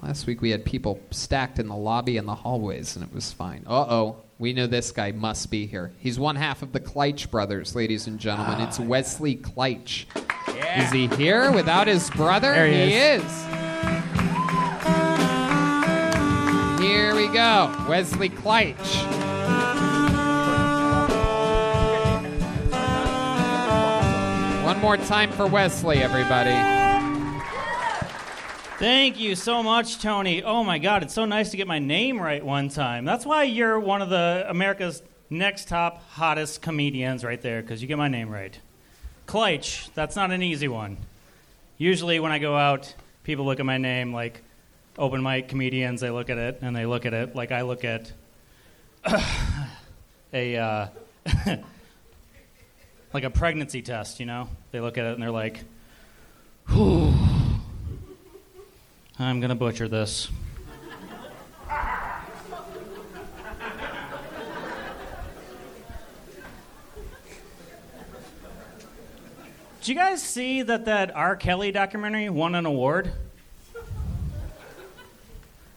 S3: Last week we had people stacked in the lobby and the hallways, and it was fine. Uh oh, we know this guy must be here. He's one half of the Kleitch brothers, ladies and gentlemen.
S7: Ah,
S3: It's Wesley Kleitch. Is he here without his brother?
S7: There he
S3: is. Here we go, Wesley Kleitch. One more time for Wesley, everybody.
S14: Thank you so much, Tony. Oh my God, it's so nice to get my name right one time. That's why you're one of the America's next top hottest comedians right there, because you get my name right. Kleitch, that's not an easy one. Usually, when I go out, people look at my name like open mic comedians, they look at it and they look at it like I look at a. Uh, Like a pregnancy test, you know? They look at it and they're like, whew, I'm going to butcher this. Did you guys see that that R. Kelly documentary won an award?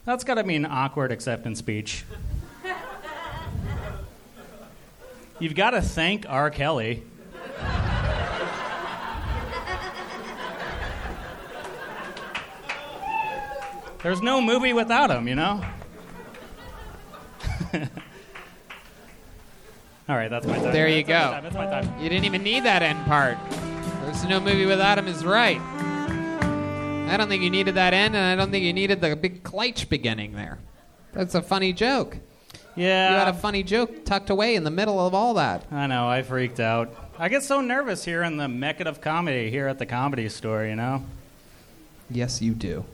S14: That's got to be an awkward acceptance speech. You've got to thank R. Kelly. There's no movie without him, you know? All right, that's my time.
S3: There you
S14: That's my
S3: go.
S14: time, That's my time.
S3: You didn't even need that end part. There's no movie without him is right. I don't think you needed that end, and I don't think you needed the big Kleitch beginning there. That's a funny joke.
S14: Yeah.
S3: You had a funny joke tucked away in the middle of all that.
S14: I know, I freaked out. I get so nervous here in the mecca of comedy, here at the comedy store, you know?
S3: Yes, you do.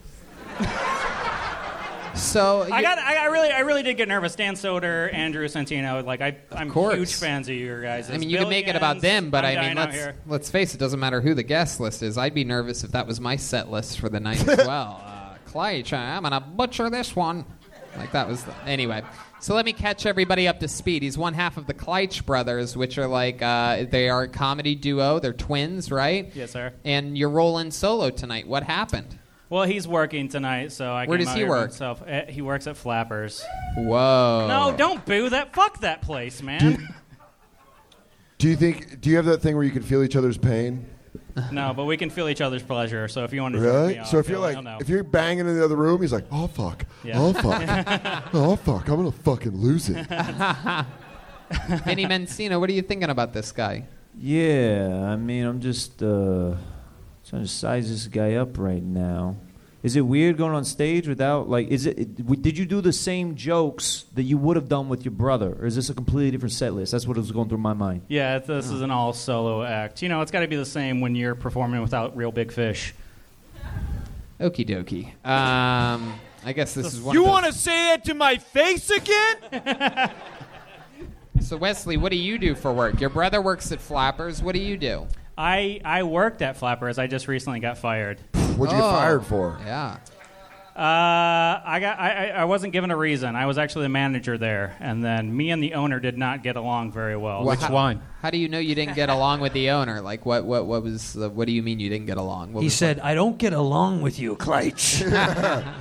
S3: So
S14: I got. I, I really, I really did get nervous. Dan Soder, Andrew Santino, like I, I'm
S3: course.
S14: huge fans of your guys.
S3: I mean, you can make it about them, but
S14: i
S3: I mean,
S14: here.
S3: let's, let's face it, doesn't matter who the guest list is. I'd be nervous if that was my set list for the night as well. Uh, Clyde, I'm going to butcher this one. Like, that was. The, anyway. So let me catch everybody up to speed. He's one half of the Kleitch brothers, which are like, uh, they are a comedy duo. They're twins, right?
S14: Yes, sir.
S3: And you're rolling solo tonight. What happened?
S14: Well, he's working tonight, so I.
S3: Where
S14: came
S3: does
S14: out
S3: he
S14: here
S3: work? Oh.
S14: Himself. Uh, He works at Flappers.
S3: Whoa.
S14: No, don't boo that. Fuck that place, man.
S6: Do you think? Do you have that thing where you can feel each other's pain?
S14: no, but we can feel each other's pleasure. So if you want to, jerk me
S6: Really?
S14: off,
S6: So if you're
S14: he'll-
S6: like,
S14: he'll know.
S6: if you're banging in the other room, he's like, oh fuck,
S14: Yeah.
S6: oh fuck, oh fuck, I'm gonna fucking lose it.
S3: Vinny Mencino, what are you thinking about this guy?
S15: Yeah, I mean, I'm just uh, trying to size this guy up right now. Is it weird going on stage without like? Is it? it- w- Did you do the same jokes that you would have done with your brother, or is this a completely different set list? That's what was going through my mind.
S14: Yeah, it's- this is an all solo act. You know, it's got to be the same when you're performing without real big fish.
S3: Okie dokie. Um, I guess this is one.
S5: You
S3: of the-
S5: want to say that to my face again?
S3: So Wesley, what do you do for work? Your brother works at Flappers. What do you do?
S14: I I worked at Flappers. I just recently got fired.
S6: What'd you get fired for?
S3: Oh, Yeah.
S14: Uh, I got I, I I wasn't given a reason. I was actually the manager there, and then me and the owner did not get along very well.
S3: How- How do you know you didn't get along with the owner? Like, what? What? What was? The, what do you mean you didn't get along? What
S10: He
S3: was
S10: said, I don't get along with you, Kleitch.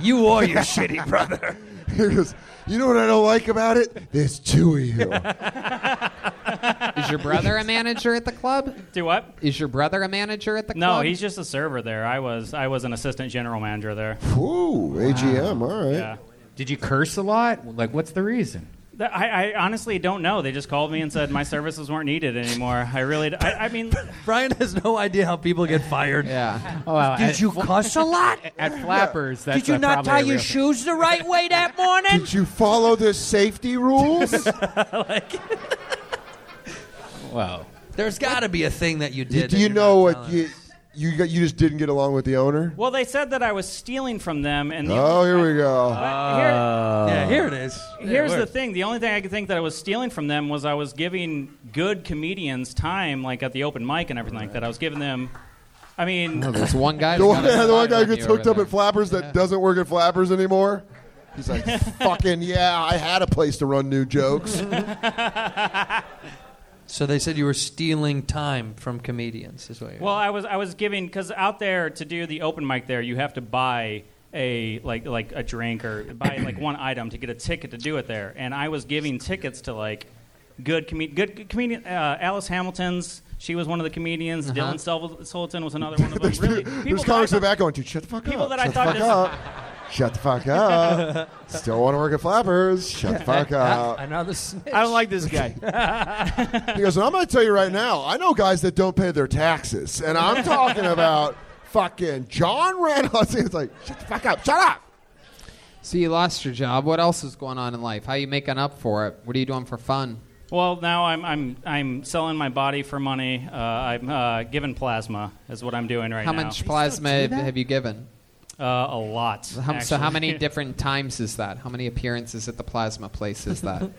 S10: you are your shitty brother.
S6: He goes, you know what I don't like about it? There's two of you.
S3: Is your brother a manager at the club?
S14: Do what?
S3: Is your brother a manager at the
S14: No,
S3: club?
S14: he's just a server there. I was I was an assistant general manager there.
S6: Ooh, AGM. All right.
S14: Yeah.
S16: Did you curse a lot? Like, what's the reason?
S14: That- I, I honestly don't know. They just called me and said my services weren't needed anymore. I really, d- I, I mean,
S10: Brian has no idea how people get fired.
S3: Yeah.
S16: Oh, wow.
S10: Did
S16: At-
S10: you cuss a lot?
S16: At Flappers, that's
S10: Did you
S16: uh,
S10: not
S16: probably
S10: tie
S16: a
S10: your
S16: real thing.
S10: shoes the right way that morning?
S6: Did you follow the safety rules?
S16: Wow.
S10: There's got to be a thing that you did.
S6: do you know what you you got? You just didn't get along with the owner.
S14: well, they said that I was stealing from them, and the
S6: Oh, here we go.
S10: Ah. yeah, here it is.
S14: Here's the thing. The only thing I could think that I was stealing from them was I was giving good comedians time, like at the open mic and everything like that. I was giving them. I mean,
S3: Oh, there's one guy.
S6: The one, the one guy who gets hooked up at Flappers that doesn't work at Flappers anymore. He's like, fucking yeah, I had a place to run new jokes.
S10: So they said you were stealing time from comedians. Is what you're
S14: Well, I was I was giving because out there to do the open mic there, you have to buy a like like a drink or buy like one item to get a ticket to do it there, and I was giving tickets to like good comed good, good comedian uh, Alice Hamilton's. She was one of the comedians.
S6: Uh-huh.
S14: Dylan Sel- Sultan was another one of them. really,
S6: There's comics in the back going, dude, shut the fuck
S14: people
S6: up.
S14: that I
S6: shut
S14: thought
S6: the
S14: this-
S6: fuck up. Shut the fuck up. Still want to work at Flappers. Shut the fuck up.
S10: Another
S5: I don't like this guy.
S6: He goes, and I'm going to tell you right now, I know guys that don't pay their taxes. And I'm talking about fucking John Reynolds. It's like, shut the fuck up. Shut up.
S3: So you lost your job. What else is going on in life? How you making up for it? What are you doing for fun?
S14: Well, now I'm I'm I'm selling my body for money. Uh, I'm uh, giving plasma is what I'm doing right
S3: how
S14: now.
S3: much plasma have, have you given?
S14: Uh, a lot.
S3: How, so how
S14: actually.
S3: many different times is that? How many appearances at the plasma place is that?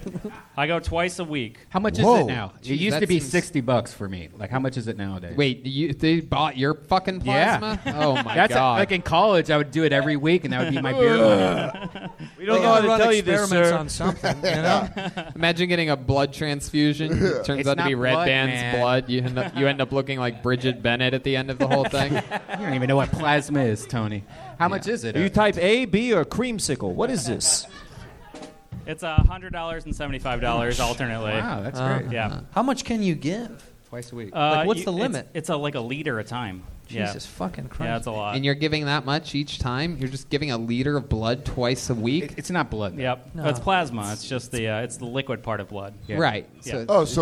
S14: I go twice a week.
S3: How
S16: much is it now? it used to be sixty bucks for me. Like, how much is it nowadays?
S3: Wait, you, they bought your fucking plasma?
S16: Yeah.
S3: Oh my
S16: That's
S3: god!
S16: like in college, I would do it every week, and that would be my beer money.
S5: We
S3: don't know how to tell
S5: you this, experiments sir. on something, you know?
S3: Imagine getting a blood transfusion. It turns
S16: It's
S3: out to be
S16: not
S3: Red
S16: blood,
S3: Band's
S16: man.
S3: blood. You end up you end up looking like Bridget Bennett at the end of the whole thing. you
S16: don't even know what plasma is, Tony. How much is it?
S3: Are you
S16: type A, B, or creamsicle? What is this?
S14: It's a hundred dollars and seventy-five
S3: Oh,
S14: dollars alternately.
S16: Wow, that's
S10: Uh,
S16: great.
S3: Uh-huh.
S14: Yeah.
S10: How much can you give?
S16: Twice a week.
S14: Uh,
S10: like, what's
S14: you-
S10: the
S14: it's-
S10: limit?
S14: It's, a, like a liter a time.
S10: Jesus
S14: yeah.
S10: fucking Christ.
S14: Yeah, it's a lot.
S3: And you're giving that much each time. You're just giving a liter of blood twice a week.
S16: It's not blood.
S14: Yep.
S3: No.
S14: It's plasma. It's just the uh, it's the liquid part of blood.
S3: Right.
S14: Yeah.
S3: it's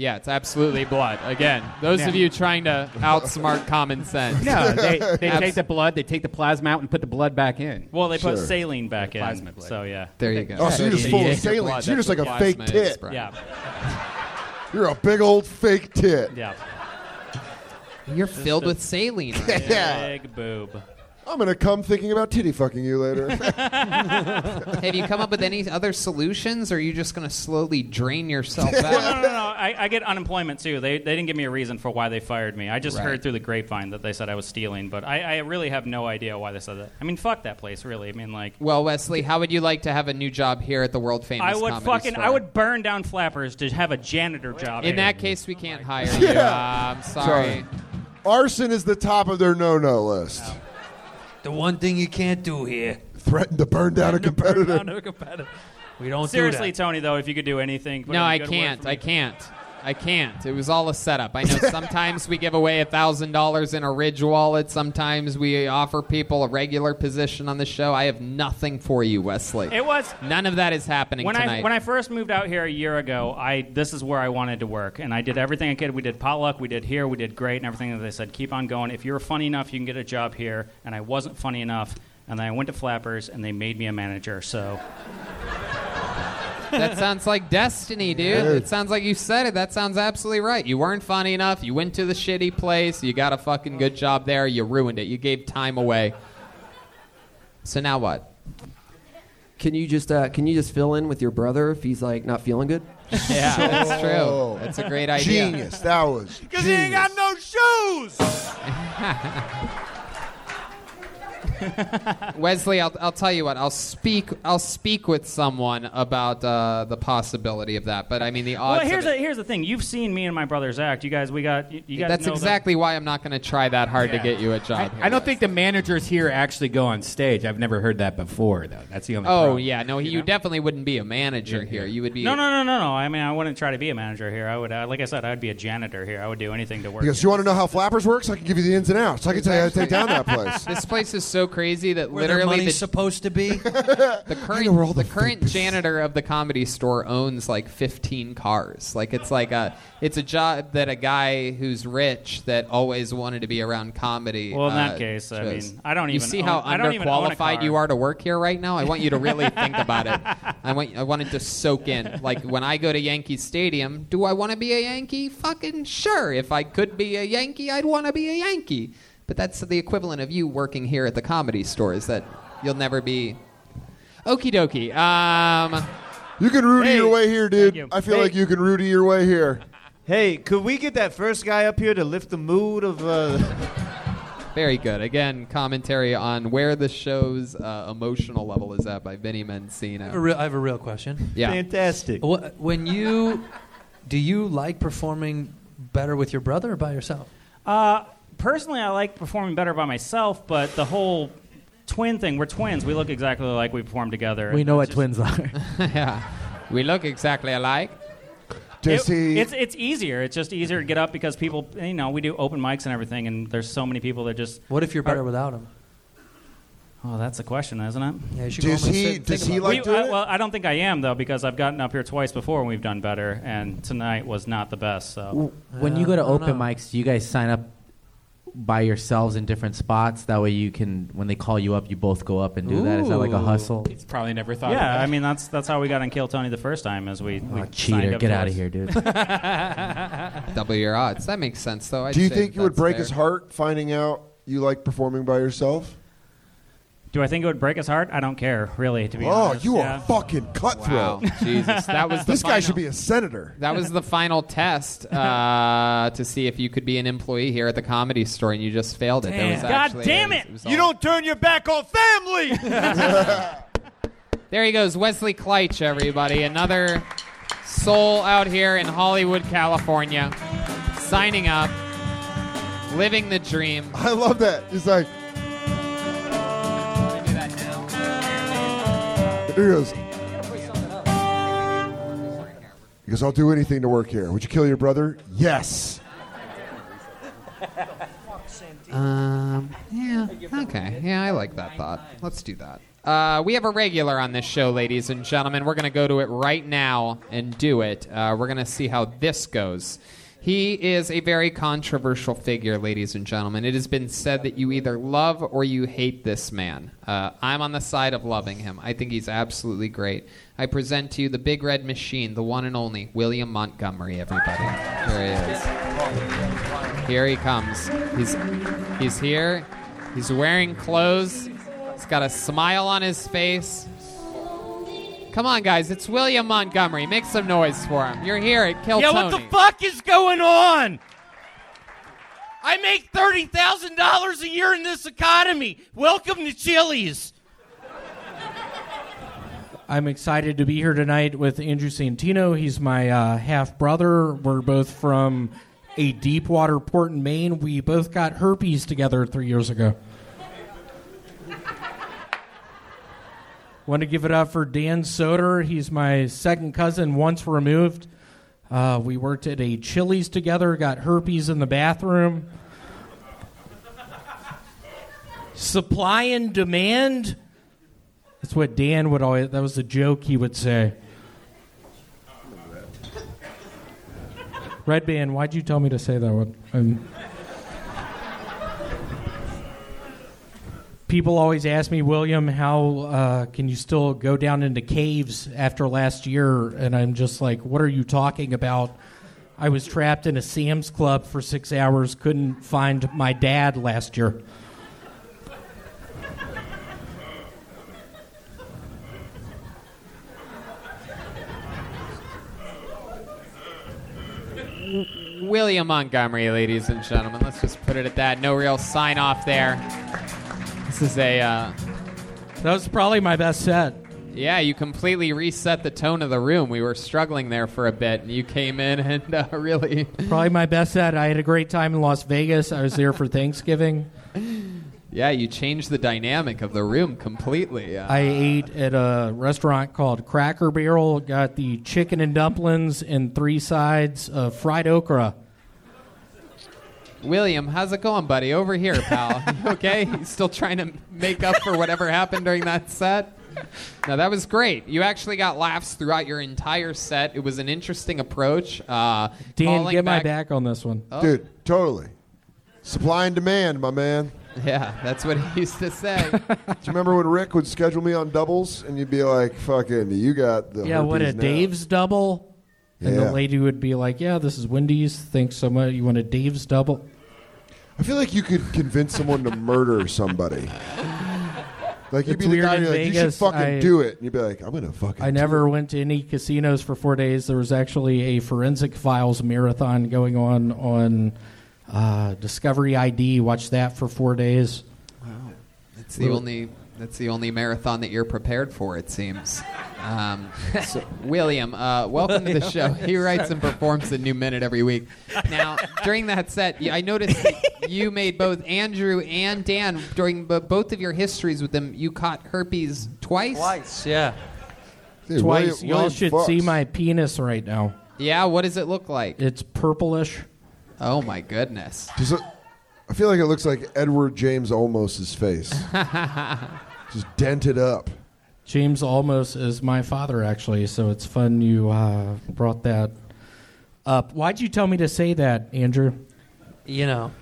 S3: Yeah, it's absolutely blood. Again, those of
S16: Yeah.
S3: you trying to outsmart common sense.
S16: No, they, they take the blood, they take the plasma out, and put the blood back in.
S14: Well, they put
S16: Sure.
S14: saline back in.
S16: Plasma blood.
S14: So yeah.
S3: There you go.
S6: Oh, so you're just full of saline. you're just like a fake tit.
S14: Yeah.
S6: You're a big old fake tit.
S14: Yeah.
S3: You're filled
S14: Just a
S3: with saline.
S6: Yeah.
S14: Big boob.
S6: I'm gonna come thinking about titty fucking you later.
S3: Have you come up with any other solutions, or are you just going to slowly drain yourself
S14: no,
S3: out?
S14: no, no, no. I, I get unemployment too. They, they didn't give me a reason for why they fired me. I just
S3: Right.
S14: heard through the grapevine that they said I was stealing, but I, I really have no idea why they said that. I mean, fuck that place, really. I mean, like,
S3: Well, Wesley, how would you like to have a new job here at the world famous?
S14: I would
S3: Comedy
S14: fucking,
S3: Store?
S14: I would burn down Flappers to have a janitor job.
S3: In
S14: here.
S3: that case, we can't hire you.
S6: Yeah.
S3: Uh, I'm sorry.
S6: Arson is the top of their no-no list.
S10: The one thing you can't do here.
S6: Threaten to burn down a competitor.
S10: We don't
S14: Seriously,
S10: do
S14: Tony, though, if you could do anything. put in
S3: No,
S14: a
S3: I
S14: good word
S3: can't.
S14: for
S3: I can't. I can't. It was all a setup. I know sometimes we give away thousand dollars in a Ridge wallet. Sometimes we offer people a regular position on the show. I have nothing for you, Wesley.
S14: It was
S3: none of that is happening
S14: when
S3: tonight.
S14: I when I first moved out here a year ago, I this is where I wanted to work, and I did everything I could. We did potluck, we did here, we did great, and everything. And they said, keep on going. If you're funny enough, you can get a job here. And I wasn't funny enough, and then I went to Flappers, and they made me a manager. So
S3: that sounds like destiny, dude.
S14: Yeah.
S3: It sounds like you said it. That sounds absolutely right. You weren't funny enough. You went to the shitty place. You got a fucking good job there. You ruined it. You gave time away. So now what?
S9: Can you just uh, can you just fill in with your brother if he's like not feeling good?
S3: Yeah, that's
S6: Oh.
S3: true. That's a great idea.
S6: Genius. That was.
S8: Because he ain't got no shoes.
S3: Wesley, I'll, I'll tell you what. I'll speak. I'll speak with someone about uh, the possibility of that. But I mean, the odds.
S14: well, here's
S3: of
S14: the, here's the thing. You've seen me and my brothers act. You guys, we got you, you guys.
S3: That's
S14: know that-
S3: exactly why I'm not going to try that hard to get you a job.
S16: I don't think the managers here actually go on stage. I've never heard that before, though. That's the only.
S3: oh
S16: problem.
S3: yeah, no, you, definitely wouldn't be a manager here. You would be.
S14: No, no, no, no, no. I mean, I wouldn't try to be a manager here. I would, uh, like I said, I would be a janitor here. I would do anything to work.
S6: Because you want to know how Flappers works, I can give you the ins and outs. I can tell you how to take down that place.
S3: This place is so crazy that
S6: Where their
S3: literally
S6: money's
S3: supposed to be. the current the, current janitor of the comedy store owns like 15 cars. Like it's like a it's a job that a guy who's rich that always wanted to be around comedy.
S14: Well, in that
S3: uh,
S14: case, I
S3: chose.
S14: mean, I don't
S3: You
S14: even
S3: see
S14: own-
S3: how
S14: I don't even own a
S3: underqualified
S14: car.
S3: you are to work here right now. I want you to really think about it. I want I want it to soak in. Like when I go to Yankee Stadium, do I want to be a Yankee? Fucking sure. If I could be a Yankee, I'd want to be a Yankee. But that's the equivalent of you working here at the comedy store. Is that you'll never be. Okie dokie. Um,
S6: you can
S5: Rudy your way
S6: here, dude. I feel like you can Rudy your way here.
S5: Hey, could we get that first guy up here to lift the mood of? Uh...
S3: Very good. Again, commentary on where the show's uh, emotional level is at by Vinny Mencino.
S10: I have a real, I have a real question.
S3: Yeah.
S5: Fantastic.
S10: When you do you like performing better with your brother or by yourself?
S14: Uh, personally, I like performing better by myself, but the whole twin thing, we're twins. We look exactly like we perform together.
S13: We know what
S14: It's
S13: twins are.
S3: yeah. We look exactly alike.
S14: just- it- It's, it's easier. It's just easier to get up because people, you know, we do open mics and everything, and there's so many people that just.
S10: What if you're better without him?
S14: Oh, that's a question, isn't it?
S10: Yeah, you should go Does home and he- sit and does think he about like it.
S14: We- I-
S10: doing it?
S14: Well, I don't think I am though, because I've gotten up here twice before and we've done better, and tonight was not the best. So
S13: When you go to open mics, do you guys sign up by yourselves in different spots? That way you can, when they call you up, you both go up and do that. Is that like a
S14: Ooh.
S13: hustle?
S16: It's probably never thought.
S14: yeah,
S16: about
S14: I mean that's that's how we got on Kill Tony the first time, as we, we signed
S13: Oh, Cheater,
S14: up
S13: get
S14: to
S13: out of
S14: us.
S13: here, dude.
S3: Double your odds. That makes sense, though. I'd
S6: Do you
S3: say
S6: think
S3: that
S6: you would
S3: that's
S6: break
S3: fair.
S6: his heart finding out you like performing by yourself?
S14: Do I think it would break his heart? I don't care, really, to be
S6: oh,
S14: honest.
S6: you are
S14: Yeah.
S6: fucking cutthroat.
S14: Wow, Jesus, that was the
S6: this guy
S14: final-
S6: should be a senator.
S3: That was the final test uh, to see if you could be an employee here at the comedy store, and you just failed it. There was actually- was all-
S5: You don't turn your back on family.
S3: There he goes, Wesley Kleitch, everybody. Another soul out here in Hollywood, California, signing up, living the dream.
S6: I love that. He's like. He goes. He goes. I'll do anything to work here. Would you kill your brother? Yes.
S17: Uh,
S3: Um, yeah. Okay. Yeah, I like that thought. Let's do that. Uh, we have a regular on this show, ladies and gentlemen. We're going to go to it right now and do it. Uh, we're going to see how this goes. He is a very controversial figure, ladies and gentlemen. It has been said that you either love or you hate this man. Uh, I'm on the side of loving him. I think he's absolutely great. I present to you the big red machine, the one and only William Montgomery, everybody. There he is. Here he comes. He's he's here. He's wearing clothes. He's got a smile on his face. Come on, guys. It's William Montgomery. Make some noise for him. You're here at Kill
S18: yeah,
S3: Tony.
S18: what the fuck is going on? I make thirty thousand dollars a year in this economy. Welcome to Chili's.
S17: I'm excited to be here tonight with Andrew Santino. He's my uh, half brother. We're both from a deep water port in Maine. We both got herpes together three years ago. Want to give it up for Dan Soder. He's my second cousin, once removed. Uh, we worked at a Chili's together, got herpes in the bathroom. Supply and demand. That's what Dan would always, that was the joke he would say. Red Band, why'd you tell me to say that one? Um, people always ask me, William, how uh, can you still go down into caves after last year? And I'm just like, what are you talking about? I was trapped in a Sam's Club for six hours, couldn't find my dad last year.
S3: William Montgomery, ladies and gentlemen. Let's just put it at that. No real sign off there. This is a. Uh,
S17: that was probably my best set.
S3: Yeah, you completely reset the tone of the room. We were struggling there for a bit, and you came in and uh, really.
S17: Probably my best set. I had a great time in Las Vegas. I was there for Thanksgiving.
S3: Yeah, you changed the dynamic of the room completely. Uh,
S17: I ate at a restaurant called Cracker Barrel. Got the chicken and dumplings and three sides of fried okra.
S3: William, how's it going, buddy? Over here, pal. You okay? You still trying to make up for whatever happened during that set? No, that was great. You actually got laughs throughout your entire set. It was an interesting approach. Uh,
S17: Dan,
S3: calling
S17: get my back on this one.
S3: Oh.
S6: Dude, totally. Supply and demand, my man.
S3: Yeah, that's what he used to say.
S6: Do you remember when Rick would schedule me on doubles and you'd be like, fucking, you got the.
S17: yeah, what a
S6: herpes now."
S17: Dave's double. And
S6: Yeah.
S17: the lady would be like, "Yeah, this is Wendy's. Thanks so much. You want a Dave's double?"
S6: I feel like you could convince someone to murder somebody. Like, you'd
S17: It's
S6: be the
S17: weird
S6: guy
S17: in
S6: who'd be like, you should
S17: Vegas,
S6: fucking
S17: I-
S6: do it. And you'd be like, I'm going to fucking.
S17: I never went to any casinos for four days. There was actually a forensic files marathon going on on uh, Discovery ID. Watched that for four days.
S3: Wow, Oh, that's the only that's the only marathon that you're prepared for. It seems. Um, so, William, uh, welcome to the show.
S7: William.
S3: He writes and performs a new minute every week. Now, during that set, y- I noticed that you made both Andrew and Dan during b- both of your histories with them. You caught herpes twice. Twice,
S10: yeah.
S17: Twice. Y'all should see my penis right now.
S3: Yeah, what does it look like?
S17: It's purplish.
S3: Oh my goodness.
S6: Does it- I feel like it looks like Edward James Olmos's face. Just dented up.
S17: James almost is my father, actually. So it's fun you uh, brought that up. Why'd you tell me to say that, Andrew?
S10: You know,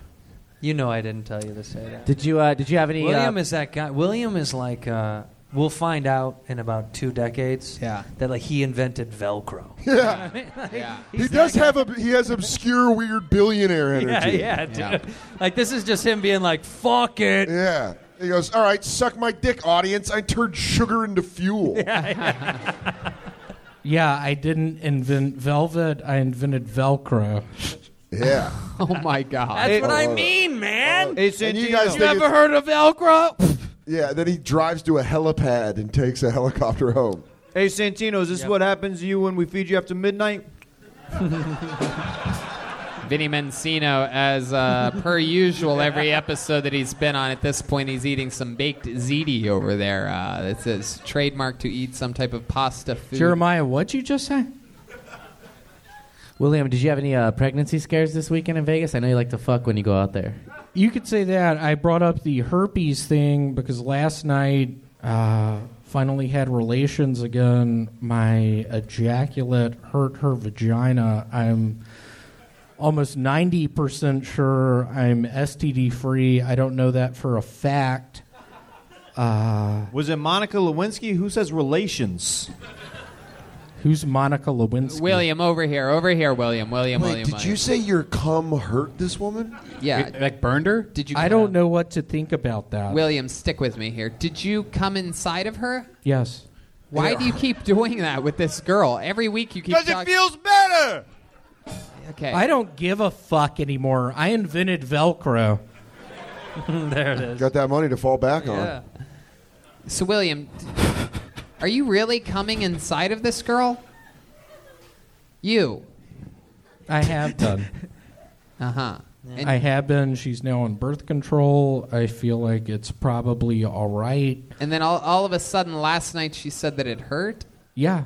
S10: you know, I didn't tell you to say that.
S13: Did you uh, did you have any?
S10: William
S13: uh,
S10: is that guy. William is like uh, we'll find out in about two decades. Yeah. That like he invented Velcro.
S6: Yeah. He does have a he has obscure weird billionaire energy.
S10: Yeah, yeah, dude. Like this is just him being like, "Fuck it."
S6: Yeah. He goes, "All right, suck my dick, audience. I turned sugar into fuel."
S17: Yeah, I didn't invent velvet. I invented Velcro.
S6: Yeah.
S3: oh my God.
S10: That's what I mean, man.
S6: It's And you guys
S10: you
S6: think
S10: ever
S6: it's-
S10: heard of Velcro?
S6: Yeah, then he drives to a helipad and takes a helicopter home.
S5: Hey, Santino, is this what happens to you when we feed you after midnight?
S3: Vinny Mancino, as uh, per usual, every episode that he's been on at this point, he's eating some baked ziti over there. Uh, it's his trademark to eat some type of pasta food.
S17: Jeremiah, what'd you just say?
S13: William, did you have any uh, pregnancy scares this weekend in Vegas? I know you like to fuck when you go out there.
S17: You could say that. I brought up the herpes thing because last night uh, finally had relations again. My ejaculate hurt her vagina. I'm almost 90% sure I'm STD free. I don't know that for a fact. Uh,
S5: Was it Monica Lewinsky? Who says relations?
S17: Who's Monica Lewinsky?
S3: William, over here, over here, William, William,
S17: Wait,
S3: William.
S17: did
S3: William.
S17: you
S6: say your cum hurt this woman?
S3: Yeah.
S17: Like burned her?
S3: Did you?
S17: I don't know what to think about that.
S3: William, stick with me here. Did you come inside of her?
S17: Yes.
S3: Why
S17: Yeah.
S3: do you keep doing that with this girl? Every week you keep.
S18: Because it
S3: talk-
S18: feels better.
S3: Okay.
S17: I don't give a fuck anymore. I invented Velcro.
S3: there it is.
S6: Got that money to fall back
S3: Yeah.
S6: on.
S3: So William, are you really coming inside of this girl? You.
S17: I have done.
S3: Uh
S6: Uh-huh.
S3: huh.
S17: I have been. She's now on birth control. I feel like it's probably all right.
S3: And then all, all of a sudden last night she said that it hurt.
S17: Yeah.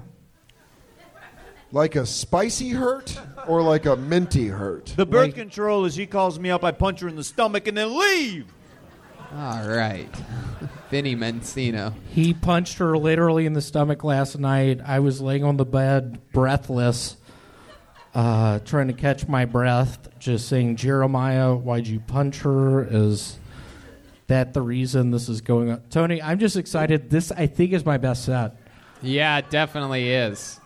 S6: Like a spicy hurt or like a minty hurt?
S5: The birth control is he calls me up, I punch her in the stomach, and then leave.
S3: All right. Vinny Mencino.
S17: He punched her literally in the stomach last night. I was laying on the bed, breathless, uh, trying to catch my breath, just saying, Jeremiah, why'd you punch her? Is that the reason this is going on? Tony, I'm just excited. This, I think, is my best set.
S3: Yeah, it definitely is.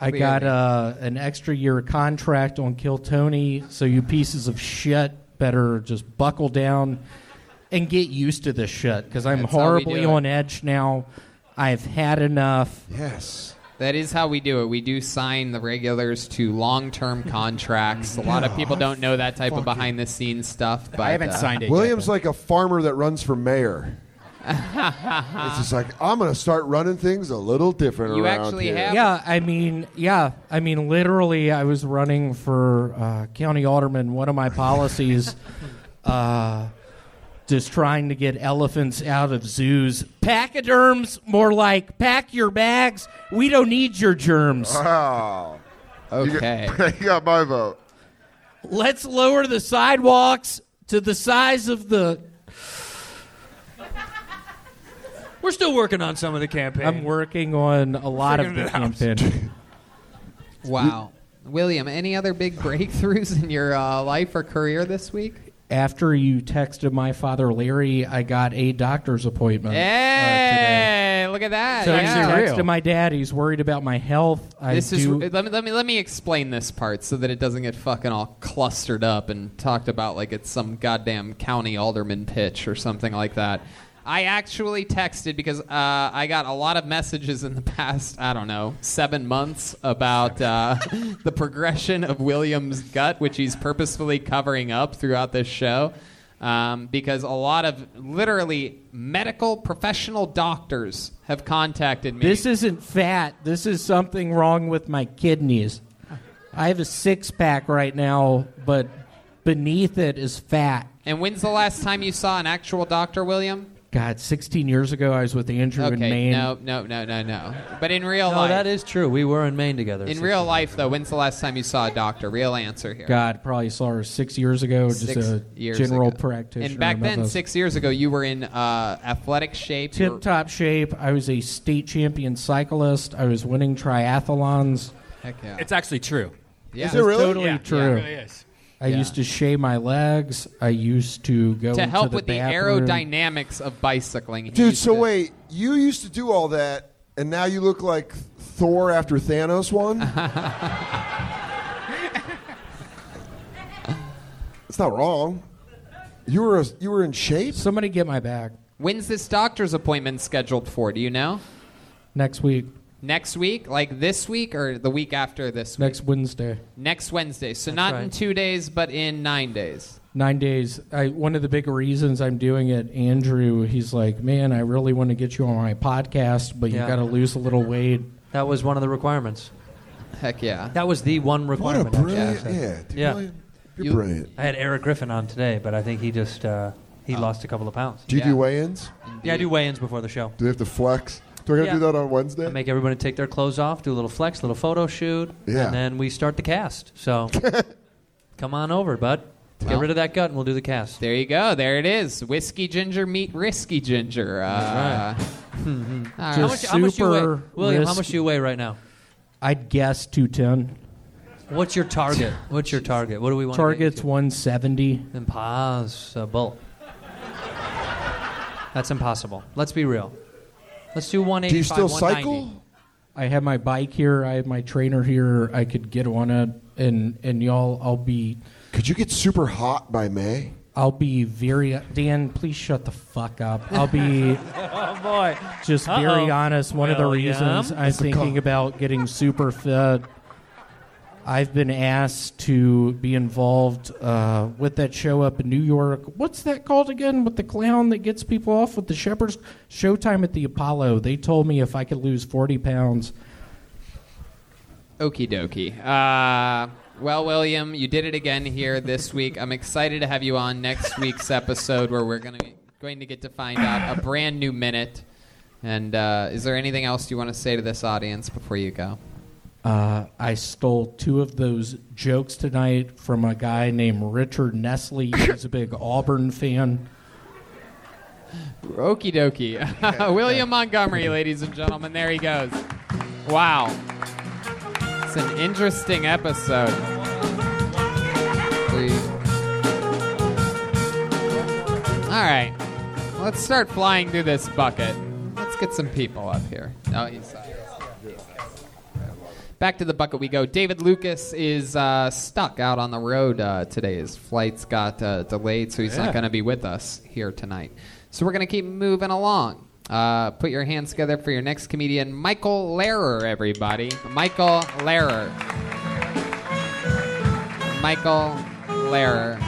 S17: I got uh, an extra year contract on Kill Tony, so you pieces of shit better just buckle down and get used to this shit because I'm
S3: That's how we
S17: horribly
S3: do it.
S17: on edge now. I've had enough.
S6: Yes.
S3: That is how we do it. We do sign the regulars to long-term contracts. A lot of people don't know that type of behind-the-scenes stuff. But uh,
S6: William's like a farmer that runs for mayor. it's just like I'm gonna start running things a little different around here.
S17: Yeah, I mean, yeah, I mean, literally, I was running for uh, county alderman. One of my policies, uh, just trying to get elephants out of zoos. Pachyderms, more like pack your bags. We don't need your germs.
S6: Wow.
S3: Okay.
S6: You got, you got my vote.
S17: Let's lower the sidewalks to the size of the.
S10: We're still working on some of the campaign.
S17: I'm working on a lot of the
S10: Figuring it out.
S17: campaign.
S3: Wow. William, any other big breakthroughs in your uh, life or career this week?
S17: After you texted my father Larry, I got a doctor's
S3: Uh,
S17: appointment.
S3: Hey, look at that.
S17: So
S3: yeah.
S17: I texted my dad. He's worried about my health. I
S3: This is
S17: do.
S3: let me, let me let me explain this part so that it doesn't get fucking all clustered up and talked about like it's some goddamn county alderman pitch or something like that. I actually texted because uh, I got a lot of messages in the past I don't know seven months about uh, the progression of William's gut, which he's purposefully covering up throughout this show. Um, because a lot of literally medical professional doctors have contacted me.
S17: this isn't fat. This is something wrong with my kidneys. I have a six pack right now, but beneath it is fat.
S3: And when's the last time you saw an actual doctor, William?
S17: God, 16 years ago, I was with Andrew in
S3: Okay,
S17: Maine.
S3: no, no, no, no, no. But in real
S17: No,
S3: life,
S17: that
S3: is true. We were in Maine together. In
S17: so-
S3: real life, though, when's the last time you saw a doctor? Real answer here.
S17: God, probably saw her six years ago, just
S3: Six
S17: a
S3: years
S17: general
S3: ago.
S17: practitioner.
S3: And back
S17: of
S3: then,
S17: us.
S3: six years ago, you were in uh, athletic shape. You
S17: tip top shape. I was a state champion cyclist. I was winning triathlons.
S3: Heck yeah.
S2: It's actually true.
S3: Yeah.
S17: It's Totally
S2: Yeah,
S17: true.
S2: Yeah, it really is.
S17: I
S2: Yeah.
S17: used to shave my legs. I used to go
S3: were- to
S17: into
S3: help
S17: the
S3: with
S17: bathroom.
S3: the aerodynamics of bicycling. He
S6: Dude,
S3: used
S6: so
S3: to-
S6: wait, you used to do all that, and now you look like Thor after Thanos won? it's not wrong. You were a, you were in shape.
S17: Somebody get my back
S3: When's this doctor's appointment scheduled for? Do you know?
S17: next week,
S3: Next week, like this week, or the week after this week?
S17: next Wednesday.
S3: Next Wednesday. So not in
S17: right.
S3: two days, but in nine days.
S17: Nine days. I, one of the big reasons I'm doing it, Andrew, he's like, man, I really want to get you on my podcast, but you
S10: Yeah.
S17: got to lose a little weight.
S10: That was one of the requirements.
S3: Heck yeah.
S10: That was the one requirement. actually.
S6: brilliant- yeah, dude, William, you're brilliant.
S10: I had Eric Griffin on today, but I think he just uh,
S13: Oh.
S10: he lost a couple of pounds.
S6: Do you do weigh-ins?
S10: Yeah, I do weigh-ins before the show.
S6: Do they have to flex? Do I gotta
S10: Yeah.
S6: do that on Wednesday?
S10: I make everybody take their clothes off, do a little flex, little photo shoot,
S6: Yeah.
S10: and then we start the cast. So come on over, bud. Get
S3: Well.
S10: rid of that gut, and we'll do the cast.
S3: There you go. There it is. Whiskey ginger meet risky ginger. Uh, all right.
S10: How much, how much you weigh,
S17: super
S10: William? How much
S17: risky.
S10: you weigh right now?
S17: I'd guess 210.
S10: What's your target? What's your target? What do we want?
S17: Target's 170.
S10: To get? Impossible. That's impossible. Let's be real. Let's do 185.
S6: Do you still
S10: 190.
S6: cycle?
S17: I have my bike here. I have my trainer here. I could get on it, and and y'all, I'll be.
S6: Could you get super hot by May?
S17: I'll be very Dan. Please shut the fuck up. I'll be
S18: oh boy.
S17: just very honest. One of the reasons I'm thinking about getting super fit. I've been asked to be involved uh, with that show up in New York. What's that called again? With the clown that gets people off with the shepherds? Showtime at the Apollo. They told me if I could lose 40 pounds,
S3: Okie dokie. Uh, well, William, you did it again here this week. I'm excited to have you on next week's episode where we're gonna going to get to find out a brand new minute. And uh, is there anything else you want to say to this audience before you go?
S17: Uh, I stole two of those jokes tonight from a guy named Richard Nestle. He's a big Auburn fan.
S3: Okie dokie. William Montgomery, ladies and gentlemen. There he goes. Wow. It's an interesting episode. Please. All right. Let's start flying through this bucket. Let's get some people up here. Oh, he's Back to the bucket we go. David Lucas is uh, stuck out on the road uh, today. His flights got uh, delayed, so he's
S10: Yeah.
S3: not going to be with us here tonight. So we're going to keep moving along. Uh, put your hands together for your next comedian, Michael Lehrer, everybody. Michael Lehrer. Michael Lehrer.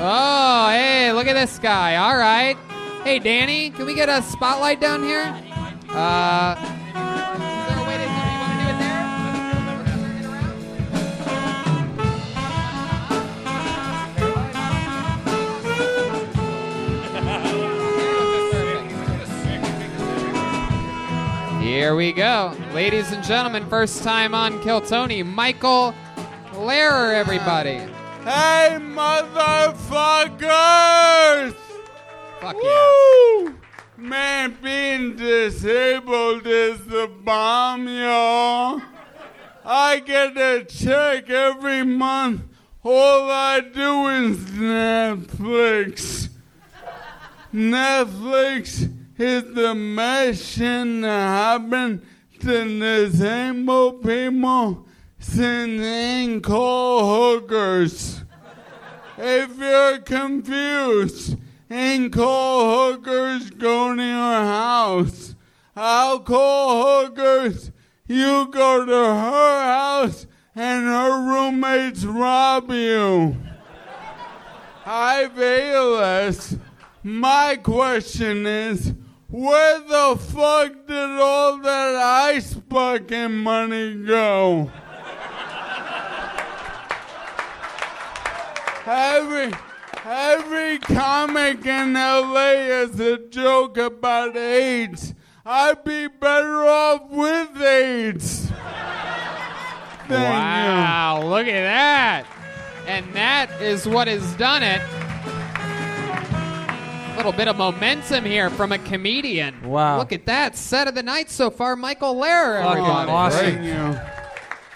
S3: Oh, hey, look at this guy. All right. Hey, Danny, can we get a spotlight down here? Uh, Here we go. Ladies and gentlemen, first time on Kill Tony, Michael Lehrer, everybody.
S19: Hey, motherfuckers!
S3: Fuck
S19: Woo! Man, being disabled is the bomb, y'all. I get a check every month. All I do is Netflix. Netflix is the mission that happened to disabled people since they call hookers. If you're confused and call hookers go to your house, I'll call hookers. You go to her house and her roommates rob you. I've ALS. My question is, where the fuck did all that ice bucket money go? Every every comic in LA is a joke about AIDS. I'd be better off with AIDS.
S3: wow, Oh, look at that. And that is what has done it. A little bit of momentum here from a comedian. Wow. Look at that. Set of the night so far, Michael Lehrer.
S10: Fucking
S3: everybody.
S10: awesome.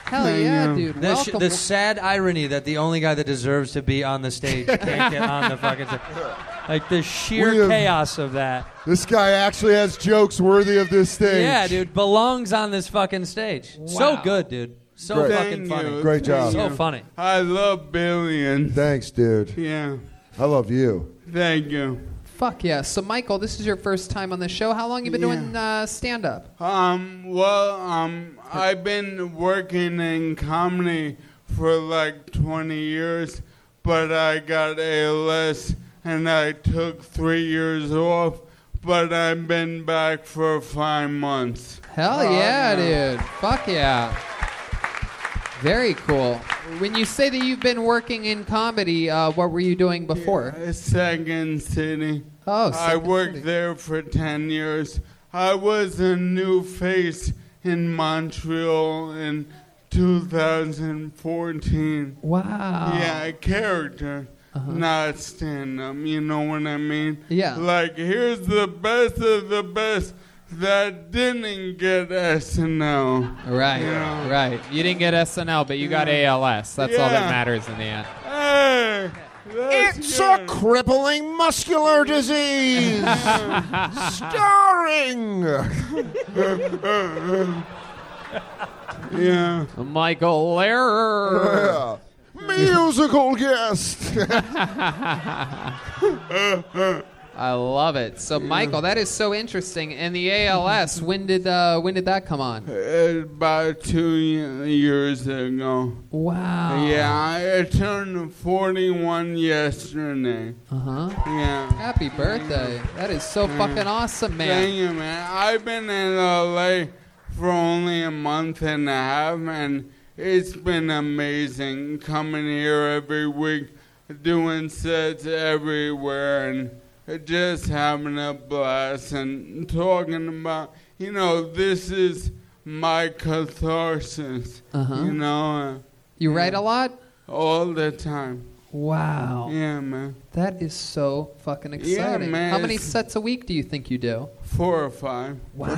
S3: Hell yeah, dude.
S10: The, sh-
S3: Welcome.
S10: the sad irony that the only guy that deserves to be on the stage can't get on the fucking stage. Like the sheer
S6: We have-
S10: chaos of that.
S6: This guy actually has jokes worthy of this stage.
S10: Yeah, dude, belongs on this fucking stage. So
S6: Wow.
S10: good, dude. So
S6: Great. Thank
S10: fucking funny.
S6: you. Great job.
S10: So funny.
S19: I love Billion.
S6: Thanks, dude.
S19: Yeah.
S6: I love you.
S19: Thank you.
S3: Fuck yeah. So, Michael, this is your first time on the show. How long you been doing uh, stand up?
S19: Um, well, um, I've been working in comedy for like 20 years, but I got ALS and I took three years off, but I've been back for five months. Oh,
S3: Hell yeah, dude. Fuck yeah. Very cool. When you say that you've been working in comedy, uh, what were you doing before?
S19: Second City.
S3: Oh,
S19: I worked there for 10 years. I was a new face in Montreal in 2014.
S3: Wow. Uh-huh.
S19: Yeah, a character, not stand up. You know what I mean?
S3: Yeah.
S19: Like, here's the best of the best that didn't get SNL.
S3: Right,
S19: Yeah.
S3: right. You didn't get SNL, but you got ALS. That's all that
S19: Yeah.
S3: matters in the end.
S19: Hey!
S20: It's a crippling muscular disease. Starring.
S19: Yeah.
S3: Michael Lehrer.
S6: Musical guest.
S3: I love it. So, Michael, that is so interesting. And the ALS, when did uh, when did that come on?
S19: About two ye- years ago.
S3: Wow.
S19: Yeah, I turned 41 yesterday.
S3: Uh huh.
S19: Yeah.
S3: Happy birthday. That is so
S19: Yeah.
S3: fucking awesome,
S19: Thank
S3: man.
S19: you, man. I've been in LA for only a month and a half, and it's been amazing coming here every week, doing sets everywhere, and just having a blast and talking about, you know, this is my catharsis.
S3: Uh-huh.
S19: You know, uh,
S3: You write a lot?
S19: all the time.
S3: Wow.
S19: Yeah, man.
S3: That is so fucking exciting.
S19: man,
S3: How many
S19: it's-
S3: sets a week do you think you do?
S19: Four or five.
S3: Wow.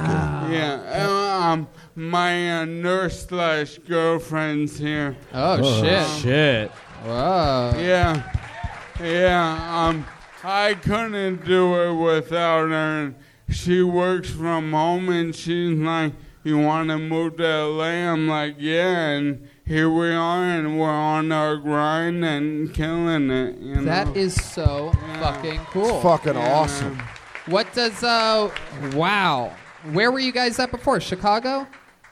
S19: Yeah. Um, my uh, nurse slash girlfriend's here.
S3: Oh, Oh, shit.
S19: Shit.
S3: Wow.
S19: Yeah. Yeah. Um, I couldn't do it without her. And she works from home, and she's like, "You want to move to LA?" I'm like, "Yeah." And here we are, and we're on our grind and killing it. You know?
S3: That is so fucking cool.
S6: fucking Yeah, awesome.
S3: What does uh wow. Where were you guys at before? Chicago?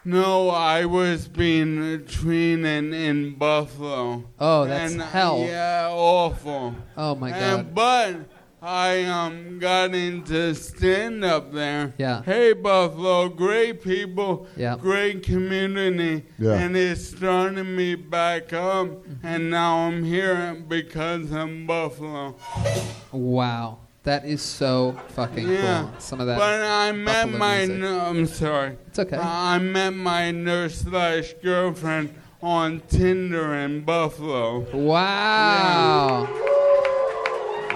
S19: No, I was being training in Buffalo.
S3: Oh, that's
S19: And, uh,
S3: hell.
S19: Yeah, awful.
S3: Oh my
S19: And, but I um got into stand up there.
S3: Yeah.
S19: Hey Buffalo, great people,
S3: Yeah.
S19: great community,
S6: Yeah.
S19: and it started me back up, and now I'm here because I'm Buffalo.
S3: Wow. That is so fucking cool. Some of that.
S19: But I met
S3: Buffalo
S19: my.
S3: music.
S19: nu- I'm sorry. Uh,
S3: It's okay.
S19: I met my nurse slash girlfriend on Tinder in Buffalo.
S3: Wow.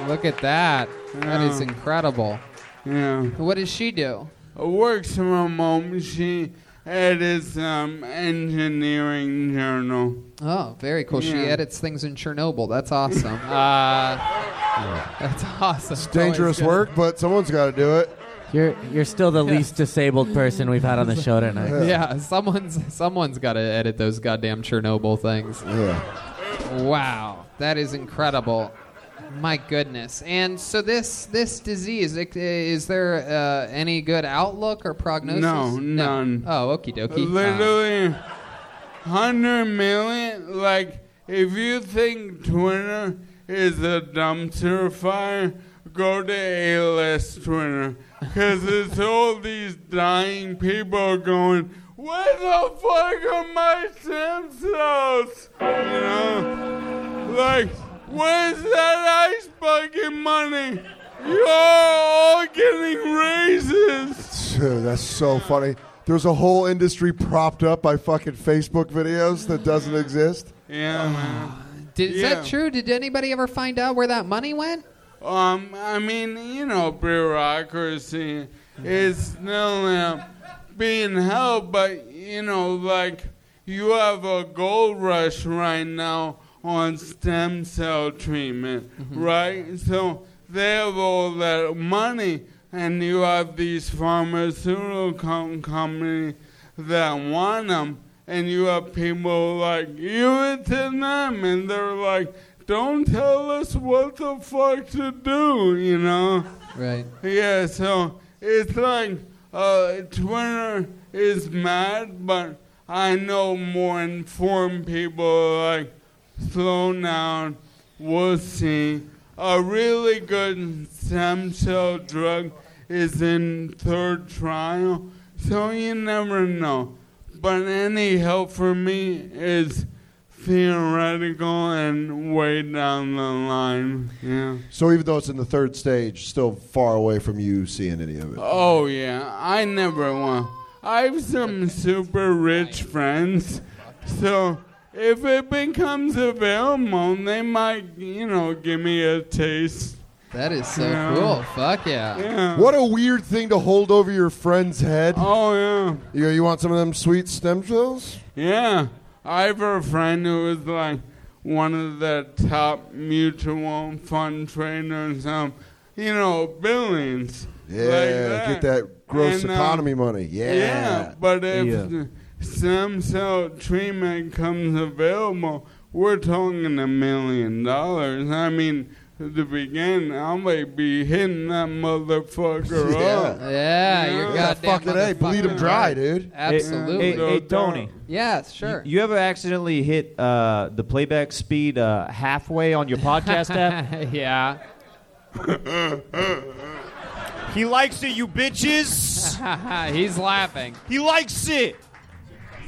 S3: Look at that. That is
S19: Yeah.
S3: incredible.
S19: Yeah.
S3: What does she do?
S19: Works from home. She edits um, engineering journal.
S3: Oh, very cool. She
S19: Yeah.
S3: edits things in Chernobyl. That's awesome. Uh, That's awesome.
S6: It's dangerous work, but someone's got to do it.
S13: You're you're still the least disabled person we've had on the show
S3: Yeah.
S13: tonight.
S3: someone's someone's got to edit those goddamn Chernobyl things. Yeah. Wow, that is incredible. My goodness. And so this this disease it- eh, is there uh, any good outlook or prognosis?
S19: No, none.
S3: Oh, okie dokie.
S19: Literally, 100 million. Like, if you think Twitter is a dumpster fire, go to ALS Twitter. Because it's all these dying people going, Where the fuck are my stem cells? You know? Like, where's that ice bucket money? You're all getting raises.
S6: Dude, that's so funny. There's a whole industry propped up by fucking Facebook videos that doesn't exist.
S19: Yeah, man.
S3: Did, is
S19: Yeah.
S3: that true? Did anybody ever find out where that money went?
S19: Um, I mean, you know, bureaucracy is still uh, being held, but you know, like you have a gold rush right now on stem cell treatment, right? So they have all that money, and you have these pharmaceutical com- companies that want them, and you have people like you it to them, and they're like, "Don't tell us what the fuck to do," you know?
S3: Right.
S19: Yeah. So it's like uh, Twitter is mad, but I know more informed people are like, "Slow down, we'll see." A really good stem cell drug is in third trial, so you never know. But any help for me is theoretical and way down the line. Yeah.
S6: So even though it's in the third stage, still far away from you seeing any of it.
S19: Oh yeah, I never want. I have some super rich friends, so if it becomes available, they might, you know, give me a taste.
S3: That is so
S19: Yeah.
S3: cool. Fuck yeah.
S19: Yeah.
S6: What a weird thing to hold over your friend's head.
S19: Oh yeah.
S6: You go, you want some of them sweet stem cells?
S19: Yeah, I have a friend who is like one of the top mutual fund trainers. Um, you know, billions.
S6: Yeah, get that gross economy money. Yeah.
S19: um, yeah, but if
S6: Yeah.
S19: stem cell treatment comes available, we're talking a million dollars. I mean, to begin, I might be hitting that motherfucker
S6: Yeah.
S19: up.
S3: Yeah,
S19: You
S3: you're
S19: know?
S3: goddamn Fuck it, hey, bleed 'em motherfucker. dry, dude. Absolutely.
S15: Hey, hey, hey, Tony.
S3: Yes, sure.
S15: You, you ever accidentally hit uh, the playback speed uh, halfway on your podcast app?
S3: yeah.
S20: He likes it, you bitches.
S3: He's laughing.
S20: He likes it.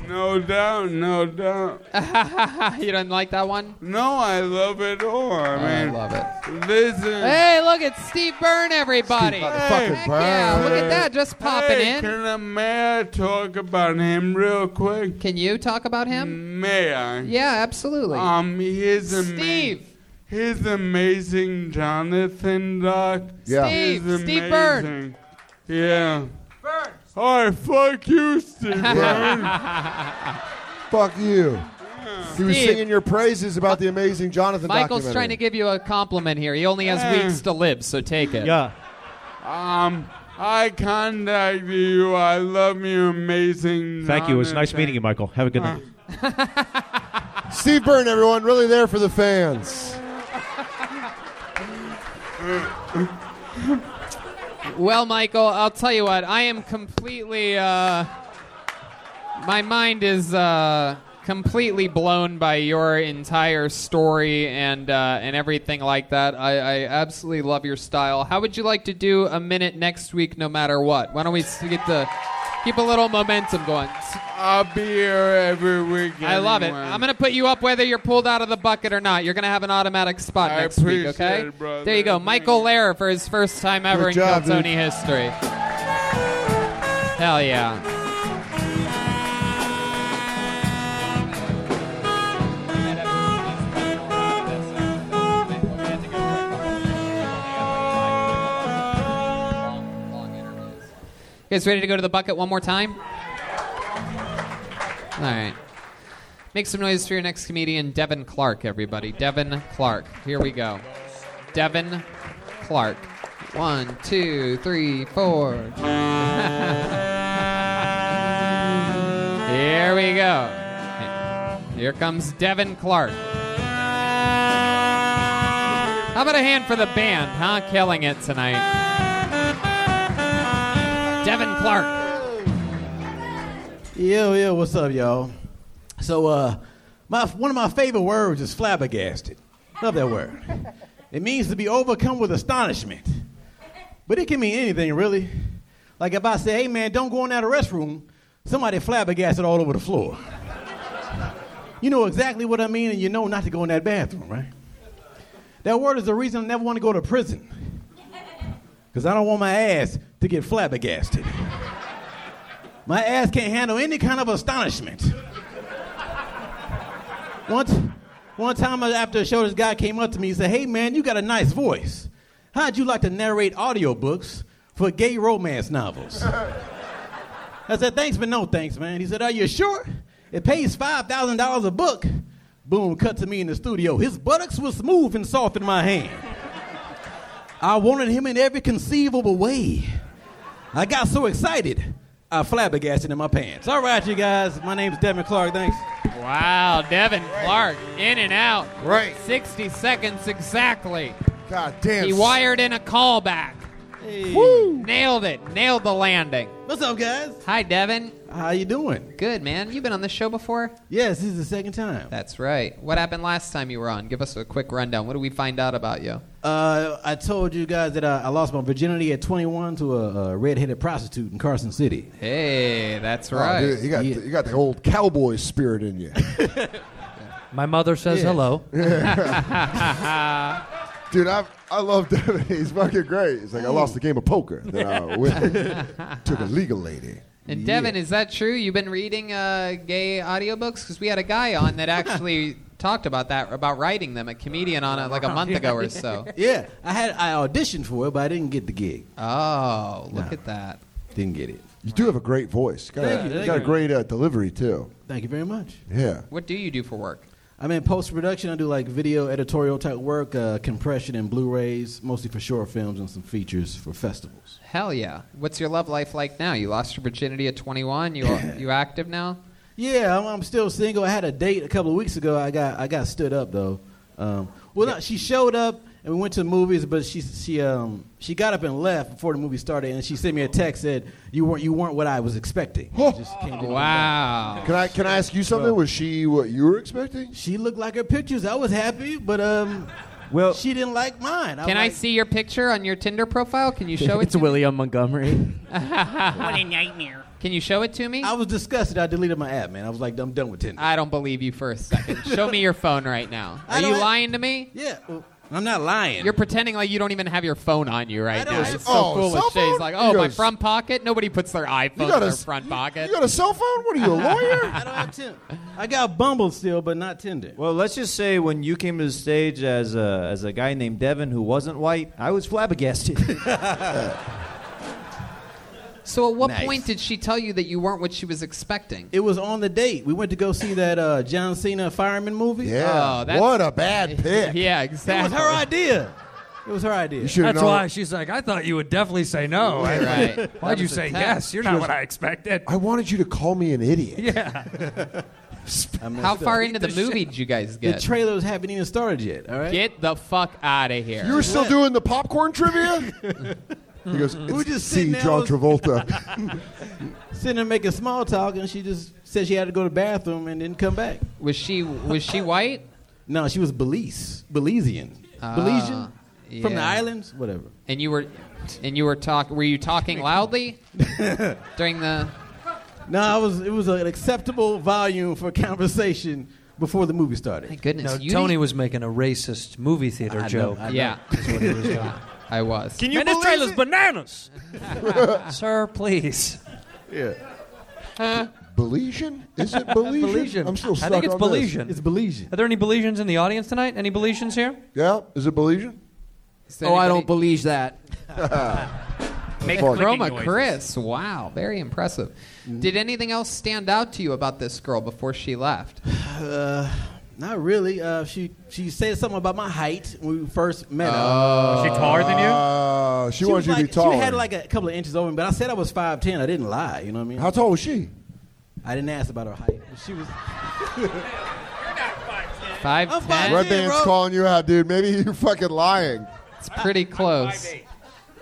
S19: No doubt, no doubt.
S3: you don't like that one?
S19: No, I love it all. I mean,
S3: love
S19: it. Listen.
S3: Hey, look, it's Steve Byrne, everybody.
S19: Hey,
S3: Yeah, look at that, just popping
S19: hey,
S3: in.
S19: Can I, may I talk about him real quick?
S3: Can you talk about him?
S19: May I?
S3: Yeah, absolutely.
S19: Um, his
S3: Steve.
S19: His amazing Jonathan Doc.
S3: Yeah. Steve,
S19: He's
S3: Steve Byrne.
S19: amazing. Yeah. Burn. All right, fuck you, Steve Burn.
S6: Fuck you. He was
S3: Steve.
S6: singing your praises about the amazing Jonathan
S3: Michael's
S6: documentary.
S3: trying to give you a compliment here. He only has
S19: Eh.
S3: weeks to live, so take it.
S19: Yeah. Um, I contacted you. I love you, amazing.
S21: Thank you. It was nice
S19: Jonathan.
S21: meeting you, Michael. Have a good night.
S6: Steve Byrne, everyone, really there for the fans.
S11: Uh,
S3: Well, Michael, I'll tell you what. I am completely. Uh, my mind is uh, completely blown by your entire story and uh, and everything like that. I, I absolutely love your style. How would you like to do a minute next week, no matter what? Why don't we s- get the keep a little momentum going?
S19: I'll be here every week.
S3: I love it.
S19: anyway.
S3: I'm gonna put you up whether you're pulled out of the bucket or not. You're gonna have an automatic spot
S19: I
S3: next week,
S19: appreciate
S3: okay?
S19: it, brother.
S3: There you go, Michael Lehrer for his first time ever
S19: Good
S3: in
S19: job,
S3: Calzone
S19: dude.
S3: history. Hell yeah! You guys ready to go to the bucket one more time? All right. Make some noise for your next comedian, Devin Clark, everybody. Devin Clark. Here we go. Devin Clark. One, two, three, four. Here we go. Here comes Devin Clark. How about a hand for the band, huh? Killing it tonight. Devin Clark.
S22: Yo, yo, what's up, y'all? So, uh, my one of my favorite words is flabbergasted. Love that word. It means to be overcome with astonishment, but it can mean anything, really. Like if I say, "Hey, man, don't go in that restroom," somebody flabbergasted all over the floor. you know exactly what I mean, and you know not to go in that bathroom, right? That word is the reason I never want to go to prison, because I don't want my ass to get flabbergasted. My ass can't handle any kind of astonishment. one, t- one time after a show, this guy came up to me and said, Hey man, you got a nice voice. How'd you like to narrate audiobooks for gay romance novels? I said, Thanks, but no thanks, man. He said, Are you sure? It pays $5,000 a book. Boom, cut to me in the studio. His buttocks were smooth and soft in my hand. I wanted him in every conceivable way. I got so excited, I uh, flabbergasted in my pants. All right, you guys. My name's Devin Clark. Thanks.
S3: Wow, Devin Clark, in and out.
S6: Right.
S3: 60 seconds exactly.
S6: God damn.
S3: He wired in a callback. Woo! Nailed it. Nailed the landing.
S22: What's up, guys?
S3: Hi, Devin.
S22: How you doing?
S3: Good, man. You been on this show before?
S22: Yes, this is the second time.
S3: That's right. What happened last time you were on? Give us a quick rundown. What did we find out about you?
S22: Uh, I told you guys that I, I lost my virginity at 21 to a, a red-headed prostitute in Carson City.
S3: Hey, that's
S22: Oh,
S3: right.
S22: dude, you got-
S6: You got the old cowboy spirit in you.
S3: My mother says
S6: Yeah.
S3: hello.
S6: Yeah. Dude, I I love Devin. He's fucking great. It's like I lost the game of poker that I went, took a legal lady.
S3: And Devin, is that true? You've been reading uh, gay audiobooks? Because we had a guy on that actually talked about that, about writing them, a comedian on it like a month ago or so.
S22: Oh, yeah, I had I auditioned for it, but I didn't get the gig.
S3: Oh, look at that.
S22: Didn't get it.
S6: You do have a great voice. Got
S22: Thank
S6: a,
S22: you, thank
S6: got a
S22: you.
S6: great uh, delivery too.
S22: Thank you very much.
S6: Yeah.
S3: What do you do for work?
S22: I'm in post production. I do like video editorial type work, uh, compression and Blu-rays, mostly for short films and some features for festivals.
S3: Hell yeah. What's your love life like now? You lost your virginity at 21. You you active now?
S22: Yeah, I'm, I'm still single. I had a date a couple of weeks ago. I got I got stood up though. Um, well, no, she showed up and we went to the movies, but she she um she got up and left before the movie started, and she sent me a text said you weren't you weren't what I was expecting. Just came to me.
S3: Wow.
S6: Can I can I ask you something? Was she what you were expecting?
S22: She looked like her pictures. I was happy, but um,
S5: well,
S22: she didn't like mine.
S3: Can I see your picture on your Tinder profile? Can you show it
S13: it's
S3: to me?
S13: William Montgomery.
S3: what a nightmare. Can you show it to me?
S22: I was disgusted. I deleted my app, man. I was like, I'm done with Tinder.
S3: I don't believe you for a second. show me your phone right now. Are you lying to me?
S22: Yeah. well, I'm not lying.
S3: You're pretending like you don't even have your phone on you right now. It's so
S22: Oh,
S3: foolish.
S22: cell phone?
S3: Jay's like,
S22: You
S3: oh,
S22: got
S3: my
S22: a s-
S3: front pocket. Nobody puts their iPhone in
S22: got a
S3: their
S22: s-
S3: front pocket.
S22: you got a
S6: cell phone? What
S22: are you, a
S6: lawyer?
S22: I don't have Tinder. I got Bumble still, but not Tinder.
S5: Well, let's just say when you came to the stage as a, as a guy named Devin who wasn't white, I was flabbergasted.
S3: So at what
S22: Nice.
S3: point did she tell you that you weren't what she was expecting?
S22: It was on the date. We went to go see that uh, John Cena fireman movie.
S3: Yeah. Oh, that's- What a bad pick. Yeah, exactly.
S22: It was her idea. It was her idea.
S10: That's why she's like, I thought you would definitely say no. I- Why'd you say yes? You're
S6: She
S10: not
S6: was-
S10: what I expected.
S6: I wanted you to call me an idiot.
S10: Yeah.
S3: How far into the movie did you guys get?
S22: The trailers haven't even started yet. All right.
S3: Get the fuck out of here.
S6: You were still doing the popcorn trivia? he goes,
S22: We
S3: Mm-hmm.
S6: it's
S22: were just
S6: C.
S22: sitting there, I
S6: John
S22: was-
S6: Travolta.
S22: Sitting there making small talk, and she just said she had to go to the bathroom and didn't come back.
S3: Was she was she white?
S22: no, she was Belize, Belizean,
S3: Ah,
S22: Belizean, from the
S3: yeah.
S22: islands, whatever.
S3: And you were and you were talk were you talking loudly during the
S22: No, it was it was an acceptable volume for conversation before the movie started. Thank
S3: goodness,
S10: No, Tony was making a racist movie theater
S22: I know,
S10: joke.
S22: I know.
S3: Yeah. I was.
S10: Can you Man, this trailer's bananas. Sir, please.
S6: Yeah. Belizean? Is it Belizean? I'm still
S10: I
S6: stuck
S10: think it's
S6: on this.
S10: Belizean.
S22: It's Belizean.
S10: Are there any Belizeans in the audience tonight? Any Belizeans here?
S6: Yeah, is it Belizean?
S3: there Oh, I anybody- don't
S22: believe that.
S3: Make
S6: Fuck.
S3: Chroma Chris. Wow, very impressive.
S22: Mm-hmm.
S3: Did anything else stand out to you about this girl before she left?
S22: Uh, not really. Uh, she she said something about my height when we first met.
S6: Oh.
S22: her.
S6: Was she taller than you? Oh, she wanted
S22: was
S6: you to be
S22: like-
S6: taller.
S22: She had like a couple of inches over me, but I said I was five ten. I didn't lie. You know what I mean? How
S6: tall was she?
S22: I didn't ask about her height. She was.
S3: Five
S22: I'm
S3: ten.
S6: Red Band's calling you out, dude. Maybe you're fucking lying.
S3: It's pretty close.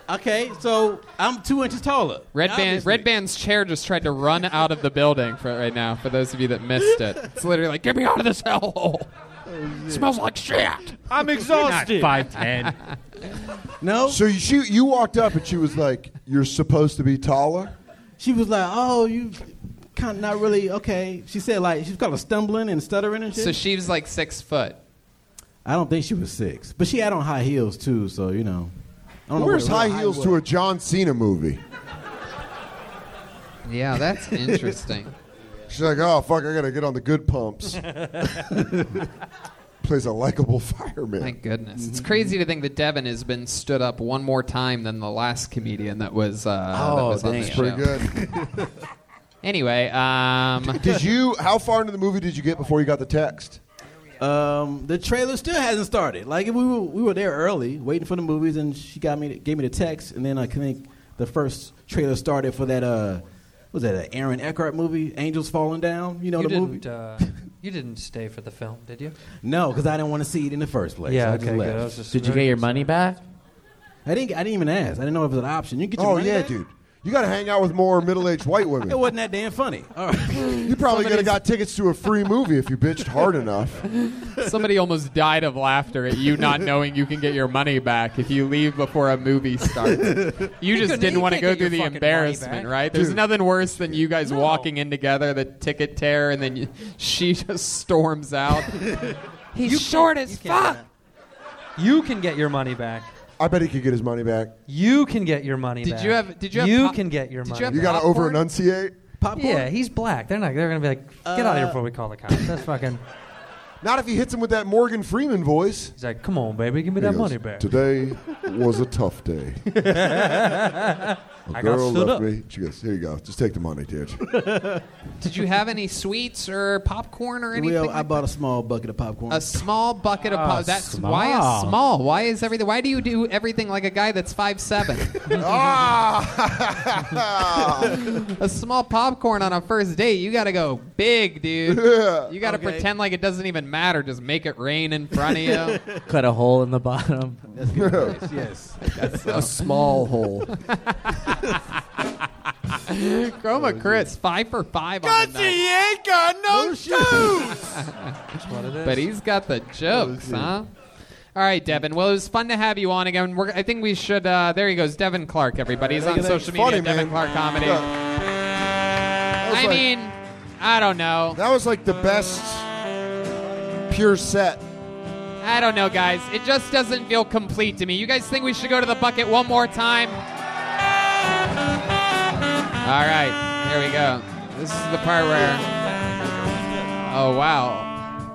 S22: Okay, so I'm two inches taller.
S3: Red band,
S22: Obviously.
S3: Red Band's chair just tried to run out of the building for right now. For those of you that missed it, it's literally like, get me out of this hellhole.
S6: Oh,
S3: It smells like shit.
S5: I'm exhausted.
S6: Five ten.
S22: no.
S6: So you she, you walked up and she was like, "You're supposed to be taller."
S22: She was like, "Oh, you kind of not really okay." She said like she's kind of stumbling and stuttering and shit.
S3: So she was like six foot.
S22: I don't think she was six, but she had on high heels too. So you know, I don't know
S6: Where's
S22: what real
S6: high heels to
S22: was.
S6: a John Cena movie?
S3: Yeah, that's interesting.
S6: She's like, "Oh fuck, I gotta get on the good pumps." Plays a likable fireman.
S3: Thank goodness. It's
S6: Mm-hmm.
S3: crazy to think that Devin has been stood up one more time than the last comedian that was. Uh, that
S6: Oh,
S3: was on the
S6: damn. Pretty
S3: show. anyway, um,
S6: Did you? How far into the movie did you get before you got the text?
S22: Um, the trailer still hasn't started. Like we were, we were there early, waiting for the movies, and she got me gave me the text, and then I think the first trailer started for that uh, what was that an Aaron Eckhart movie, Angels Falling Down? You know
S10: you
S22: the
S10: didn't,
S22: movie?
S10: Uh, you didn't stay for the film, did you?
S22: No, because I didn't want to see it in the first place.
S10: Yeah,
S22: I just
S10: okay,
S22: left.
S10: good. I was just
S22: Did you
S10: very
S22: get
S10: your
S22: money back? I didn't. I didn't even ask. I didn't know if it was an option. You can get your
S6: Oh
S22: money
S6: yeah,
S22: back?
S6: dude. You gotta hang out with more middle-aged white women.
S22: It wasn't that damn funny.
S10: Oh.
S22: All right.
S6: You probably could have got tickets to a free movie if you bitched hard enough.
S3: somebody almost died of laughter at you not knowing you can get your money back if you leave before a movie starts. You just
S6: couldn't-
S3: didn't
S6: you
S3: want to
S6: can't
S3: go through
S6: get your
S3: the
S6: fucking money
S3: embarrassment,
S6: back.
S3: right? There's
S6: Dude.
S3: nothing worse than you guys walking in together, the ticket tear, and then you, she just storms out. He's short as fuck.
S10: You can get your money back.
S6: I bet he could get his money back.
S10: You can get your money
S3: Did
S10: back.
S3: you have- did you have pop-
S10: can get your
S3: did you
S10: money.
S3: have
S10: back.
S6: You gotta over enunciate.
S22: Popcorn?
S10: Yeah, he's black. They're not. They're gonna be like, get out of here
S6: Uh,
S10: before we call the cops. That's fucking.
S6: Not if he hits him with that Morgan Freeman voice.
S10: He's like, "Come on, baby, give me that money back."
S6: Today was a tough day. A
S3: I got
S6: girl
S3: stood
S6: left
S3: up.
S6: me. She goes, "Here you go. Just take the money, dude."
S3: Did you have any sweets or popcorn or anything?
S22: Well, I bought a small bucket of popcorn.
S3: a small bucket of
S22: Ah,
S3: pop. That's
S22: small.
S3: why a small. Why is everything? Why do you do everything like a guy that's five seven?
S23: Ah!
S3: a small popcorn on a first date. You gotta go big, dude. You gotta
S22: Okay.
S3: pretend like it doesn't even matter. Just make it rain in front of you.
S13: Cut a hole in the bottom.
S3: yes.
S9: A small hole.
S3: Chroma Chris, five for five on the
S18: Oh, Gutsy,
S3: night.
S18: he ain't got no, shoes.
S3: But he's got the jokes, huh? All right, Devin. Well, it was fun to have you on again. We're, I think we should. Uh, there he goes, Devin Clark. Everybody, he's on
S18: Thank you,
S3: social
S18: thanks.
S3: media.
S18: Funny,
S3: Devin
S18: man.
S3: Clark comedy.
S18: Yeah.
S3: I mean, I don't know.
S6: That was like the best pure set.
S3: I don't know, guys. It just doesn't feel complete to me. You guys think we should go to the bucket one more time? All right, here we go. This is the part where. Oh wow!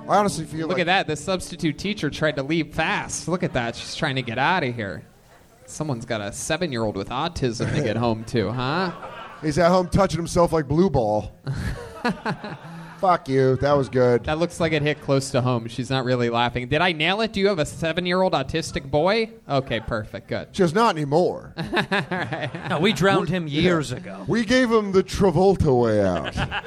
S6: I honestly feel.
S3: Look at that. The substitute teacher tried to leave fast. Look at that. She's trying to get out of here. Someone's got a seven-year-old with autism to get home to, huh?
S6: He's at home touching himself like blue ball. Fuck you. That was good.
S3: That looks like it hit close to home. She's not really laughing. Did I nail it? Do you have a seven-year-old autistic boy? Okay, perfect. Good.
S6: Just not anymore.
S3: No,
S10: we drowned him years
S6: Yeah.
S10: ago.
S6: We gave him the Travolta way out.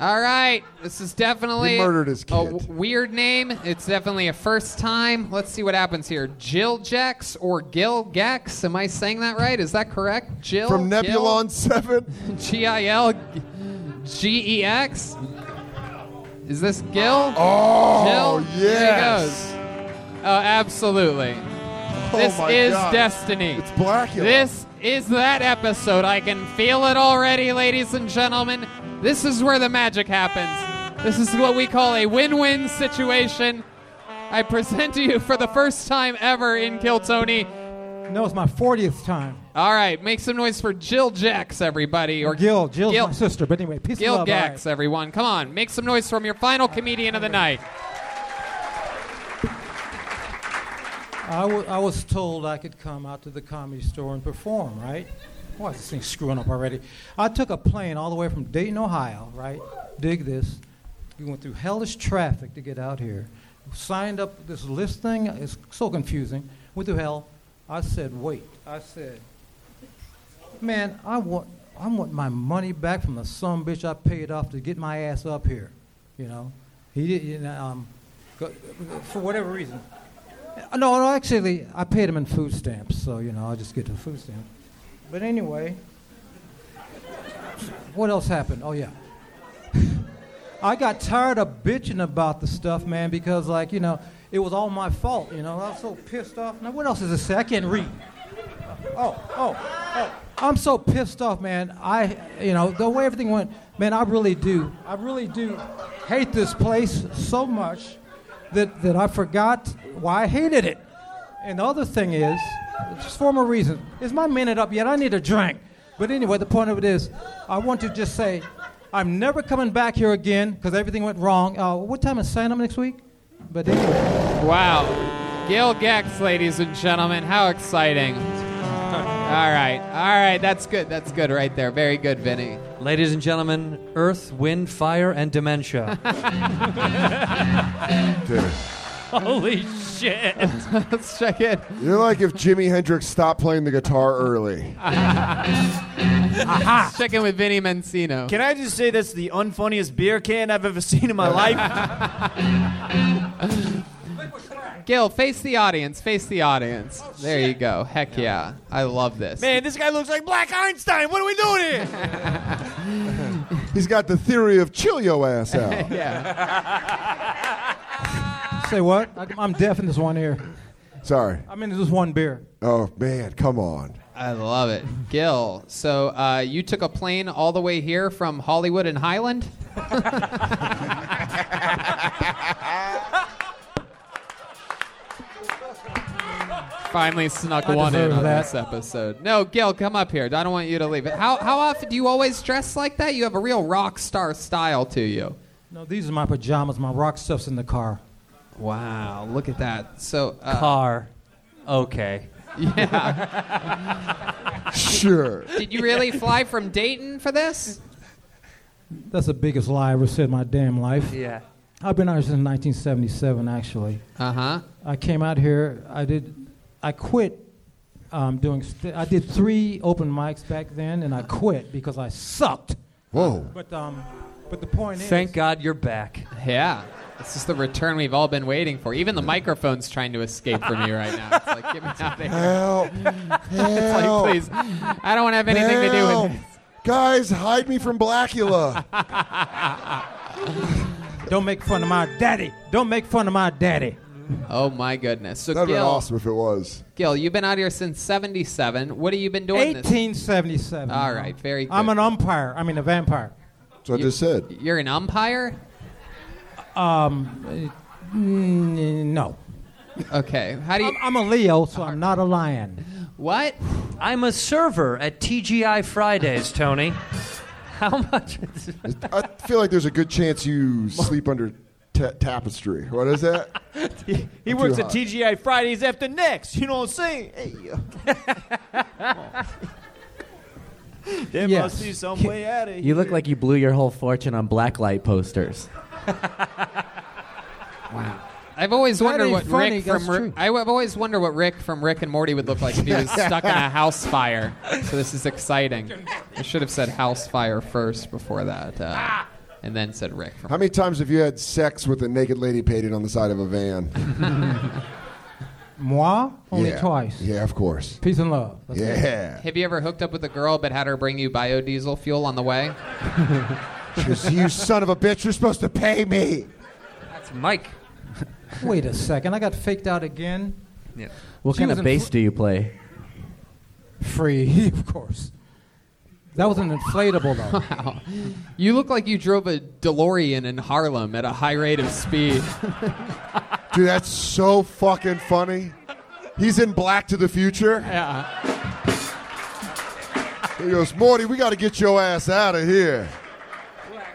S3: All right, this is definitely
S6: He murdered his
S3: a w- weird name. It's definitely a first time. Let's see what happens here. Jill Jex or Gil Gex? Am I saying that right? Is that correct? Jill
S6: From
S3: Gil?
S6: Nebulon 7.
S3: G I L G E X. Is this Gil?
S6: Oh,
S3: Jill?
S6: yes.
S3: There he goes. Oh, absolutely.
S6: Oh,
S3: this
S6: my
S3: is
S6: God.
S3: destiny. It's
S6: Blackula.
S3: This is that episode. I can feel it already, ladies and gentlemen. This is where the magic happens. This is what we call a win-win situation. I present to you for the first time ever in Kill Tony.
S23: No, it's my 40th time.
S3: All right, make some noise for Jill Jax, everybody, or
S23: Gil, Jill's
S3: Gil-
S23: my sister. But anyway, peace
S3: Gil
S23: and love. all
S3: Gax, everyone. Come on, make some noise from your final comedian of the night.
S23: right. I, w- I was told I could come out to the comedy store and perform, right? Why is this thing screwing up already? I took a plane all the way from Dayton, Ohio, right? Dig this. We went through hellish traffic to get out here. Signed up this list thing. It's so confusing. Went through hell. I said, wait. I said, Man, I want I want my money back from the some bitch I paid off to get my ass up here. You know, he did. You know, um, go- for whatever reason. Uh, No, no, actually, I paid him in food stamps, so you know, I'll just get the food stamps. But anyway, what else happened? Oh yeah. I got tired of bitching about the stuff, man, because like you know, it was all my fault. You know, I was so pissed off. Now, what else is this? say? I can't read. Oh, oh, oh. I'm so pissed off, man. I, you know, the way everything went, man, I really do. I really do hate this place so much that, that I forgot why I hated it. And the other thing is, just for more reasons, is my minute up yet? I need a drink. But anyway, the point of it is, I want to just say, I'm never coming back here again because everything went wrong. Uh, what time is Santa next week? But anyway.
S3: Wow. Gil Gex, ladies and gentlemen. How exciting. All right. All right. That's good. That's good right there. Very good, Vinny.
S10: Ladies and gentlemen, Earth, Wind, Fire, and Dementia.
S14: Holy shit.
S3: Let's check it.
S6: You're like if Jimi Hendrix stopped playing the guitar early.
S3: Let's check in with Vinny Mencino.
S5: Can I just say that's the unfunniest beer can I've ever seen in my life?
S3: Gil, face the audience. Face the audience.
S14: Oh,
S3: there you go. Heck yeah. I love this.
S5: Man, this guy looks like Black Einstein. What are we doing here?
S6: He's got the theory of chill your ass out.
S23: Say what? I, I'm deaf in this one ear.
S6: Sorry.
S23: I'm into this one beer.
S6: Oh man, come on.
S3: I love it. Gil, so uh, you took a plane all the way here from Hollywood and Highland? Finally snuck
S18: I
S3: one in
S18: deserve
S3: on
S18: that.
S3: this episode. No, Gil, come up here. I don't want you to leave. How, how often do you always dress like that? You have a real rock star style to you.
S23: No, these are my pajamas. My rock stuff's in the car.
S3: Wow, look at that. So uh,
S23: Car.
S3: Okay. Yeah.
S6: sure.
S3: Did you really fly from Dayton for this?
S23: That's the biggest lie I ever said in my damn life.
S3: Yeah.
S23: I've been out here since 1977, actually.
S3: Uh huh.
S23: I came out here. I did. I quit um, doing. St- I did three open mics back then, and I quit because I sucked.
S6: Whoa.
S23: But um, but the point is,
S3: Thank God you're back. Yeah. This is the return we've all been waiting for. Even the microphone's trying to escape from me right now. It's like, get me out of here.
S6: Help.
S3: It's like,
S6: Help.
S3: please. I don't want to have anything to do with
S6: Help. Guys, hide me from Blackula.
S3: ah,
S23: Don't make fun of my daddy. Don't make fun of my daddy.
S3: Oh my goodness. So
S6: That'd be
S3: Gil,
S6: awesome if it was.
S3: Gil, you've been out here since 77. What have you been doing this?
S23: 1877.
S3: All right, very good.
S23: I'm an umpire. I mean a vampire.
S6: That's what I just said.
S3: You're an umpire?
S23: Um, uh, mm, no.
S3: Okay. How do you?
S23: I'm, I'm a Leo, so I'm not a lion.
S3: What?
S10: I'm a server at TGI Fridays, Tony. How much?
S6: I feel like there's a good chance you sleep under ta- tapestry. What is that?
S5: He
S6: I'm
S5: works
S6: too
S5: at
S6: hot.
S5: TGI Fridays after next. You know what I'm saying? Hey, there must be some way out of here.
S13: You look like you blew your whole fortune on blacklight posters.
S3: I've always
S13: That
S3: wondered
S13: ain't
S3: what
S13: funny,
S3: Rick
S13: that's
S3: from Ri-
S13: true.
S3: I- I've always wondered what Rick from Rick and Morty would look like if he was stuck in a house fire. So this is exciting. I should have said house fire first before that, uh, and then said Rick. From
S6: How many times have you had sex with a naked lady painted on the side of a van?
S23: Moi? Only
S6: Yeah.
S23: twice.
S6: Yeah, of course.
S23: Peace and love. That's it.
S3: Have you ever hooked up with a girl but had her bring you biodiesel fuel on the way?
S6: She goes, you son of a bitch, you're supposed to pay me.
S10: That's Mike.
S23: Wait a second. I got faked out again.
S10: Yeah.
S13: What
S23: She
S13: kind
S23: was
S13: of
S23: in
S13: bass
S23: fl-
S13: do you play?
S23: Free, of course. That was an inflatable, though.
S3: Wow. You look like you drove a DeLorean in Harlem at a high rate of speed.
S6: Dude, that's so fucking funny. He's in Black to the Future.
S3: Yeah.
S6: He goes, Morty, we got to get your ass out of here.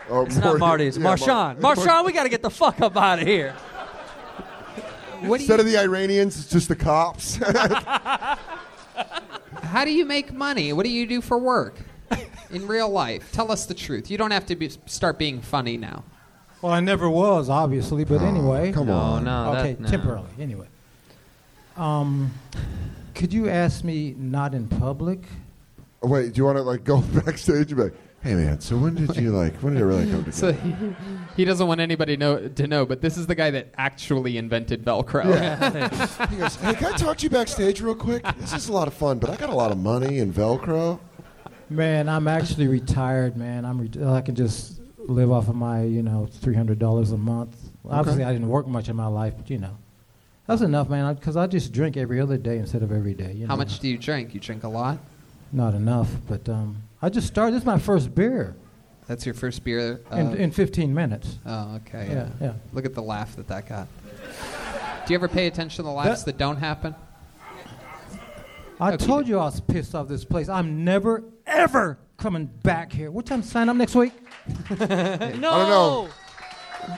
S6: Or
S10: It's not Marty. It's
S6: Yeah, Mar-
S10: Marshawn. Marshawn, we got to get the fuck up out of here.
S6: Instead of the Iranians, it's just the cops.
S3: How do you make money? What do you do for work? In real life, tell us the truth. You don't have to be, start being funny now.
S23: Well, I never was, obviously, but anyway.
S6: come No, on. no, that-
S23: Okay,
S6: no.
S23: temporarily. Anyway. Um, could you ask me not in public?
S6: Oh, Wait, do you want to like go backstage and be like, hey man, so when did you like, when did it really come together?
S3: So he, he doesn't want anybody know, to know, but this is the guy that actually invented Velcro.
S6: Yeah. he goes, hey, can I talk to you backstage real quick? This is a lot of fun, but I got a lot of money and Velcro.
S23: Man, I'm actually retired, man. I'm re- I can just live off of my, you know, $300 a month. Obviously, I didn't work much in my life, but, you know. That's enough, man, because I just drink every other day instead of every day. You
S3: How
S23: know?
S3: much do you drink? You drink a lot.
S23: Not enough, but um, I just started. This is my first beer
S3: That's your first beer. uh,
S23: in, in 15 minutes.
S3: oh, okay.
S23: Yeah,
S3: Yeah.
S23: yeah.
S3: Look at the laugh that that got. Do you ever pay attention to the laughs that, don't happen?
S23: I told you I was pissed off this place. I'm never, ever coming back here. What time sign up next week?
S3: No. I don't know.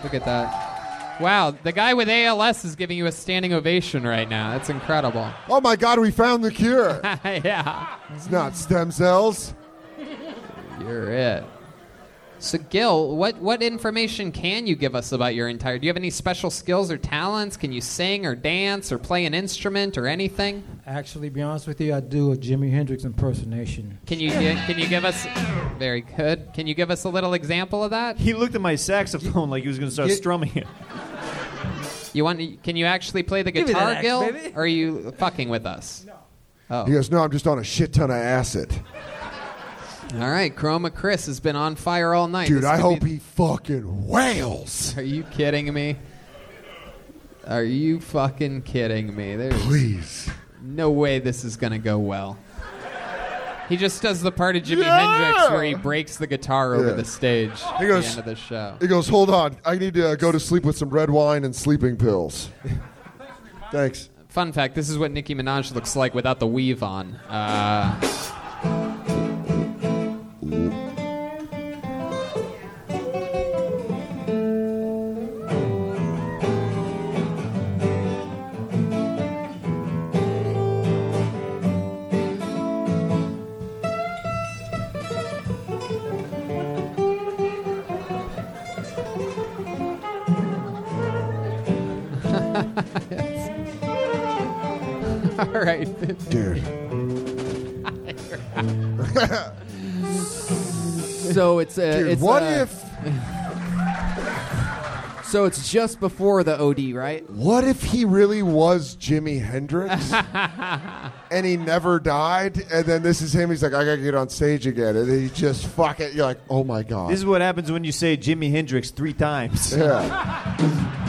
S3: Look at that. Wow, the guy with ALS is giving you a standing ovation right now. That's incredible.
S6: Oh my God, we found the cure.
S3: yeah.
S6: It's not stem cells.
S3: You're it. So, Gil, what, what information can you give us about your entire? Do you have any special skills or talents? Can you sing or dance or play an instrument or anything?
S23: Actually, be honest with you, I do a Jimi Hendrix impersonation.
S3: Can you gi- can you give us? Very good. Can you give us a little example of that?
S15: He looked at my saxophone like he was going to start strumming it.
S3: You want? to- Can you actually play the
S15: Give me that
S3: guitar,
S15: axe,
S3: Gil?
S15: baby.
S3: Or are you fucking with us? Oh.
S6: He goes, no, I'm just on a shit ton of acid.
S3: All right, Chroma Chris has been on fire all night.
S6: Dude,
S3: This
S6: I
S3: could be-
S6: hope he fucking wails.
S3: Are you kidding me? Are you fucking kidding me? There's
S6: Please.
S3: No way this is gonna go well. He just does the part of Jimi
S6: Yeah!
S3: Hendrix where he breaks the guitar over
S6: Yeah.
S3: the stage
S6: He
S3: at
S6: goes-
S3: the end of the show.
S6: He goes, hold on, I need to uh, go to sleep with some red wine and sleeping pills. Thanks.
S3: Fun fact: This is what Nicki Minaj looks like without the weave on. Uh,
S2: All right.
S6: Dude.
S7: So it's
S3: uh,
S7: a.
S6: Dude,
S7: it's
S6: what
S7: a- so it's just before the OD, right?
S6: What if he really was Jimi Hendrix and he never died? And then this is him. He's like, I gotta get on stage again. And then he just fuck it. You're like, oh my god.
S5: This is what happens when you say Jimi Hendrix three times.
S6: Yeah.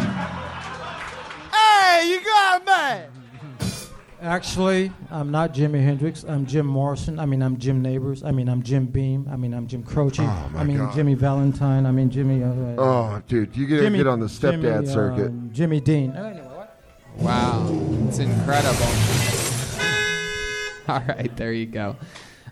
S8: Hey, you got me.
S23: Actually, I'm not Jimi Hendrix. I'm Jim Morrison. I mean, I'm Jim Neighbors. I mean, I'm Jim Beam. I mean, I'm Jim Croce.
S6: Oh, my
S23: I mean,
S6: God.
S23: Jimmy Valentine. I mean, Jimmy. Uh, uh,
S6: Oh, dude, you gotta
S23: Jimmy-
S6: get on the
S23: Jimmy,
S6: stepdad circuit.
S23: um, Jimmy Dean. Uh,
S3: Wow, it's incredible. All right, there you go.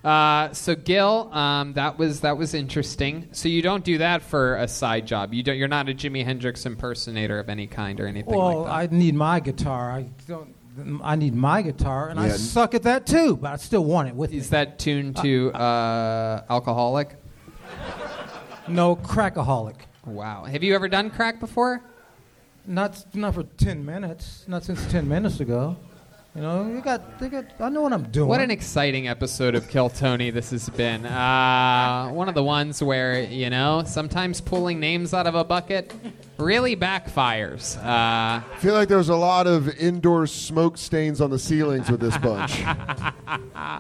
S3: Uh, so Gil, um, that was that was interesting. So you don't do that for a side job. You don't. You're not a Jimi Hendrix impersonator of any kind or anything.
S23: Well, I need my guitar. I don't. I need my guitar, and I
S3: Yeah.
S23: suck at that too. But I still want it with me.
S3: Is that tuned to uh, alcoholic?
S23: No, crackaholic.
S3: Wow. Have you ever done crack before?
S23: Not not for ten minutes. Not since ten minutes ago. You know, you got, they got. I know what I'm doing.
S3: What an exciting episode of Kill Tony this has been. Uh, one of the ones where, you know, sometimes pulling names out of a bucket really backfires. Uh,
S6: I feel like there's a lot of indoor smoke stains on the ceilings with this bunch.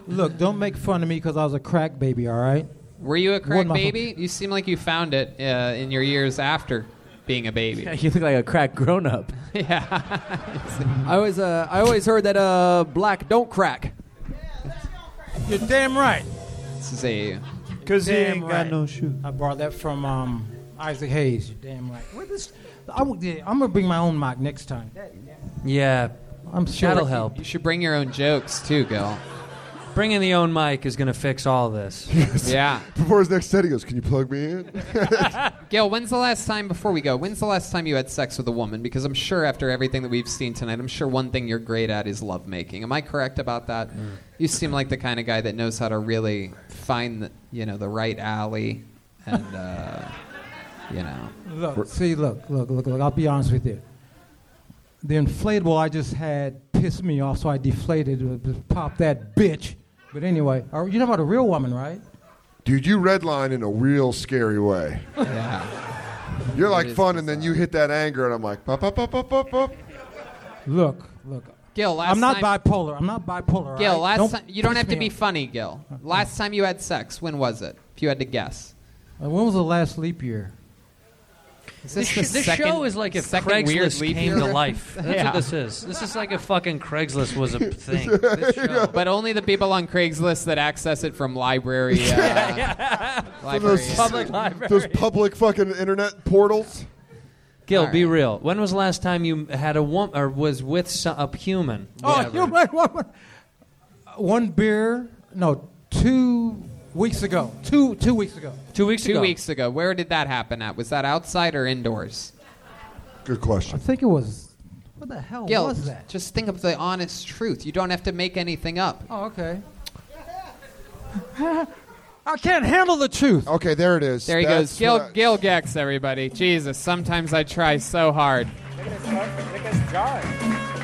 S23: Look, don't make fun of me because I was a crack baby. All right.
S3: were you a
S23: One
S3: crack
S23: muffin.
S3: baby? You seem like you found it uh, in your years after being a baby.
S13: you look like a crack grown up.
S7: I was. Uh, I always heard that uh, black don't crack.
S23: You're damn right.
S3: This is a.
S5: Cause he ain't got no shoe.
S23: I borrowed that from um, Isaac Hayes. You're damn right. Where this? I would, yeah, I'm gonna bring my own mic next time.
S10: Yeah,
S23: I'm
S10: sure that'll help.
S3: You should bring your own jokes too, Gil.
S10: Bringing the own mic is going to fix all this.
S3: Yeah.
S6: Before his next set, he goes, "Can you plug me in?"
S3: Gail, when's the last time, before we go, when's the last time you had sex with a woman? Because I'm sure after everything that we've seen tonight, I'm sure one thing you're great at is lovemaking. Am I correct about that?
S23: Mm.
S3: You seem like the kind of guy that knows how to really find, the, you know, the right alley and, uh, you know.
S23: Look, see, look, look, look, look. I'll be honest with you. The inflatable I just had pissed me off, so I deflated. it, uh, Pop that bitch. But anyway, uh, you know about a real woman, right?
S6: Dude, you redline in a real scary way.
S3: Yeah.
S6: You're like
S3: It is
S6: fun, and then you hit that anger, and I'm like, pop, pop, pop, pop, pop, pop.
S23: Look, look.
S3: Gil, last
S23: I'm not
S3: time-
S23: bipolar. I'm not bipolar.
S3: Gil,
S23: all
S3: last
S23: right?
S3: time, you don't
S23: piss
S3: have to
S23: me
S3: be
S23: Uh-huh. off.
S3: funny, Gil. Last time you had sex, when was it? If you had to guess.
S23: Uh, when was the last leap year?
S3: Is
S10: This,
S3: the
S10: sh- this
S3: second-
S10: show is like if
S3: second weird
S10: Craigslist
S3: leap
S10: came
S3: year?
S10: to life. That's
S3: Yeah.
S10: what this is. This is like if fucking Craigslist was a thing. This show.
S3: But only the people on Craigslist that access it from library. Uh,
S6: From
S3: library
S6: those,
S3: public
S6: Those public fucking internet portals.
S10: Gil,
S6: All
S10: be real. When was the last time you had a woman or was with so- a human?
S23: Oh,
S10: Whatever.
S23: you're right. One, one- one beer, no, two weeks ago. Two two weeks ago.
S10: Two weeks
S3: Two
S10: ago.
S3: weeks ago. Where did that happen at? Was that outside or indoors?
S6: Good question.
S23: I think it was. What the hell
S3: Gil,
S23: was that?
S3: just think of the honest truth. You don't have to make anything up.
S23: Oh, okay. I can't handle the truth.
S6: Okay, there it is.
S3: There he
S6: That's
S3: goes. Gil,
S6: what-
S3: Gil Gex, everybody. Jesus, sometimes I try so hard.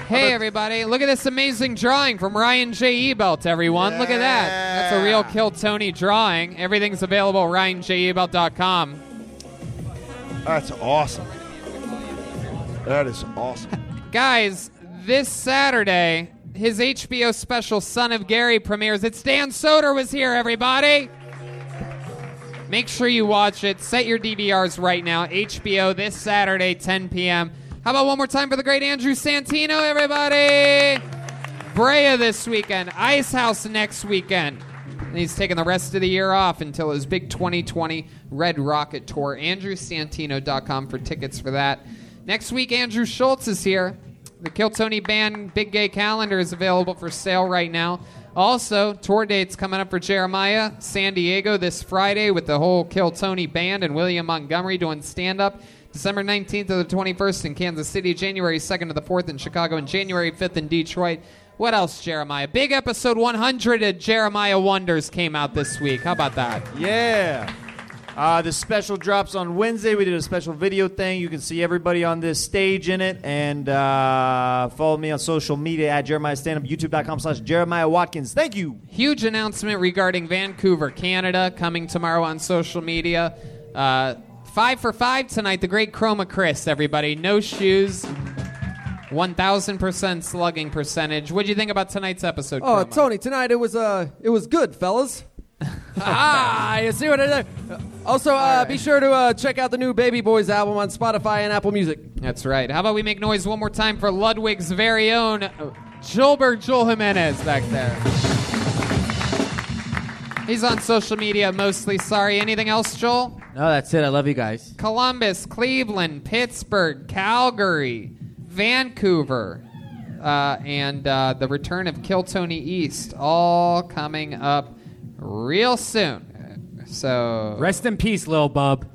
S3: Hey, everybody. Look at this amazing drawing from Ryan J. Ebelt, everyone. Look at that. That's a real Kill Tony drawing. Everything's available at ryanjebelt.com.
S6: That's awesome. That is awesome.
S3: Guys, this Saturday, his HBO special, Son of Gary, premieres. It's Dan Soder was here, everybody. Make sure you watch it. Set your DVRs right now. HBO this Saturday, 10 p.m. How about one more time for the great Andrew Santino, everybody? Brea this weekend, Ice House next weekend. And he's taking the rest of the year off until his big 2020 Red Rocket Tour. AndrewSantino.com for tickets for that. Next week, Andrew Schultz is here. The Kill Tony Band Big Gay Calendar is available for sale right now. Also, tour dates coming up for Jeremiah, San Diego this Friday with the whole Kill Tony Band and William Montgomery doing stand up. December 19th to the 21st in Kansas City, January 2nd to the 4th in Chicago, and January 5th in Detroit. What else, Jeremiah? Big episode 100 of Jeremiah Wonders came out this week. How about that?
S5: Yeah. Uh, the special drops on Wednesday. We did a special video thing. You can see everybody on this stage in it. And uh, follow me on social media at Jeremiah Standup, youtube.com slash Jeremiah Watkins. Thank you.
S3: Huge announcement regarding Vancouver, Canada, coming tomorrow on social media. Uh, five for five tonight, the great Chroma Chris, everybody. No shoes. 1,000% slugging percentage. What'd you think about tonight's episode?
S7: Oh,
S3: Chroma?
S7: Tony, tonight it was uh, it was good, fellas. ah, you see what I did? Also, uh, be sure to uh, check out the new Baby Boys album on Spotify and Apple Music.
S3: That's right. How about we make noise one more time for Ludwig's very own uh, Gilbert Joel Jimenez back there? He's on social media mostly. Sorry. Anything else, Joel?
S13: No, that's it. I love you guys.
S3: Columbus, Cleveland, Pittsburgh, Calgary, Vancouver, uh, and uh, the return of Kill Tony East, all coming up real soon. So
S2: Rest in peace, Lil Bub.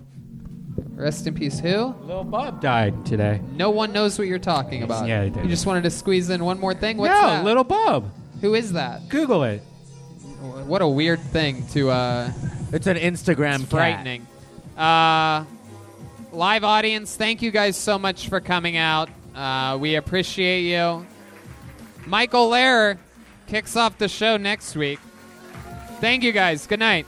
S3: Rest in peace, who?
S2: Lil Bub died today.
S3: No one knows what you're talking about.
S2: Yeah, they did.
S3: You just wanted to squeeze in one more thing. What's
S2: no,
S3: that?
S2: Little Bub.
S3: Who is that?
S2: Google it.
S3: What a weird thing to. Uh,
S13: it's an Instagram.
S3: It's frightening. Uh, live audience, thank you guys so much for coming out. Uh, we appreciate you. Michael Lehrer kicks off the show next week. Thank you guys. Good night.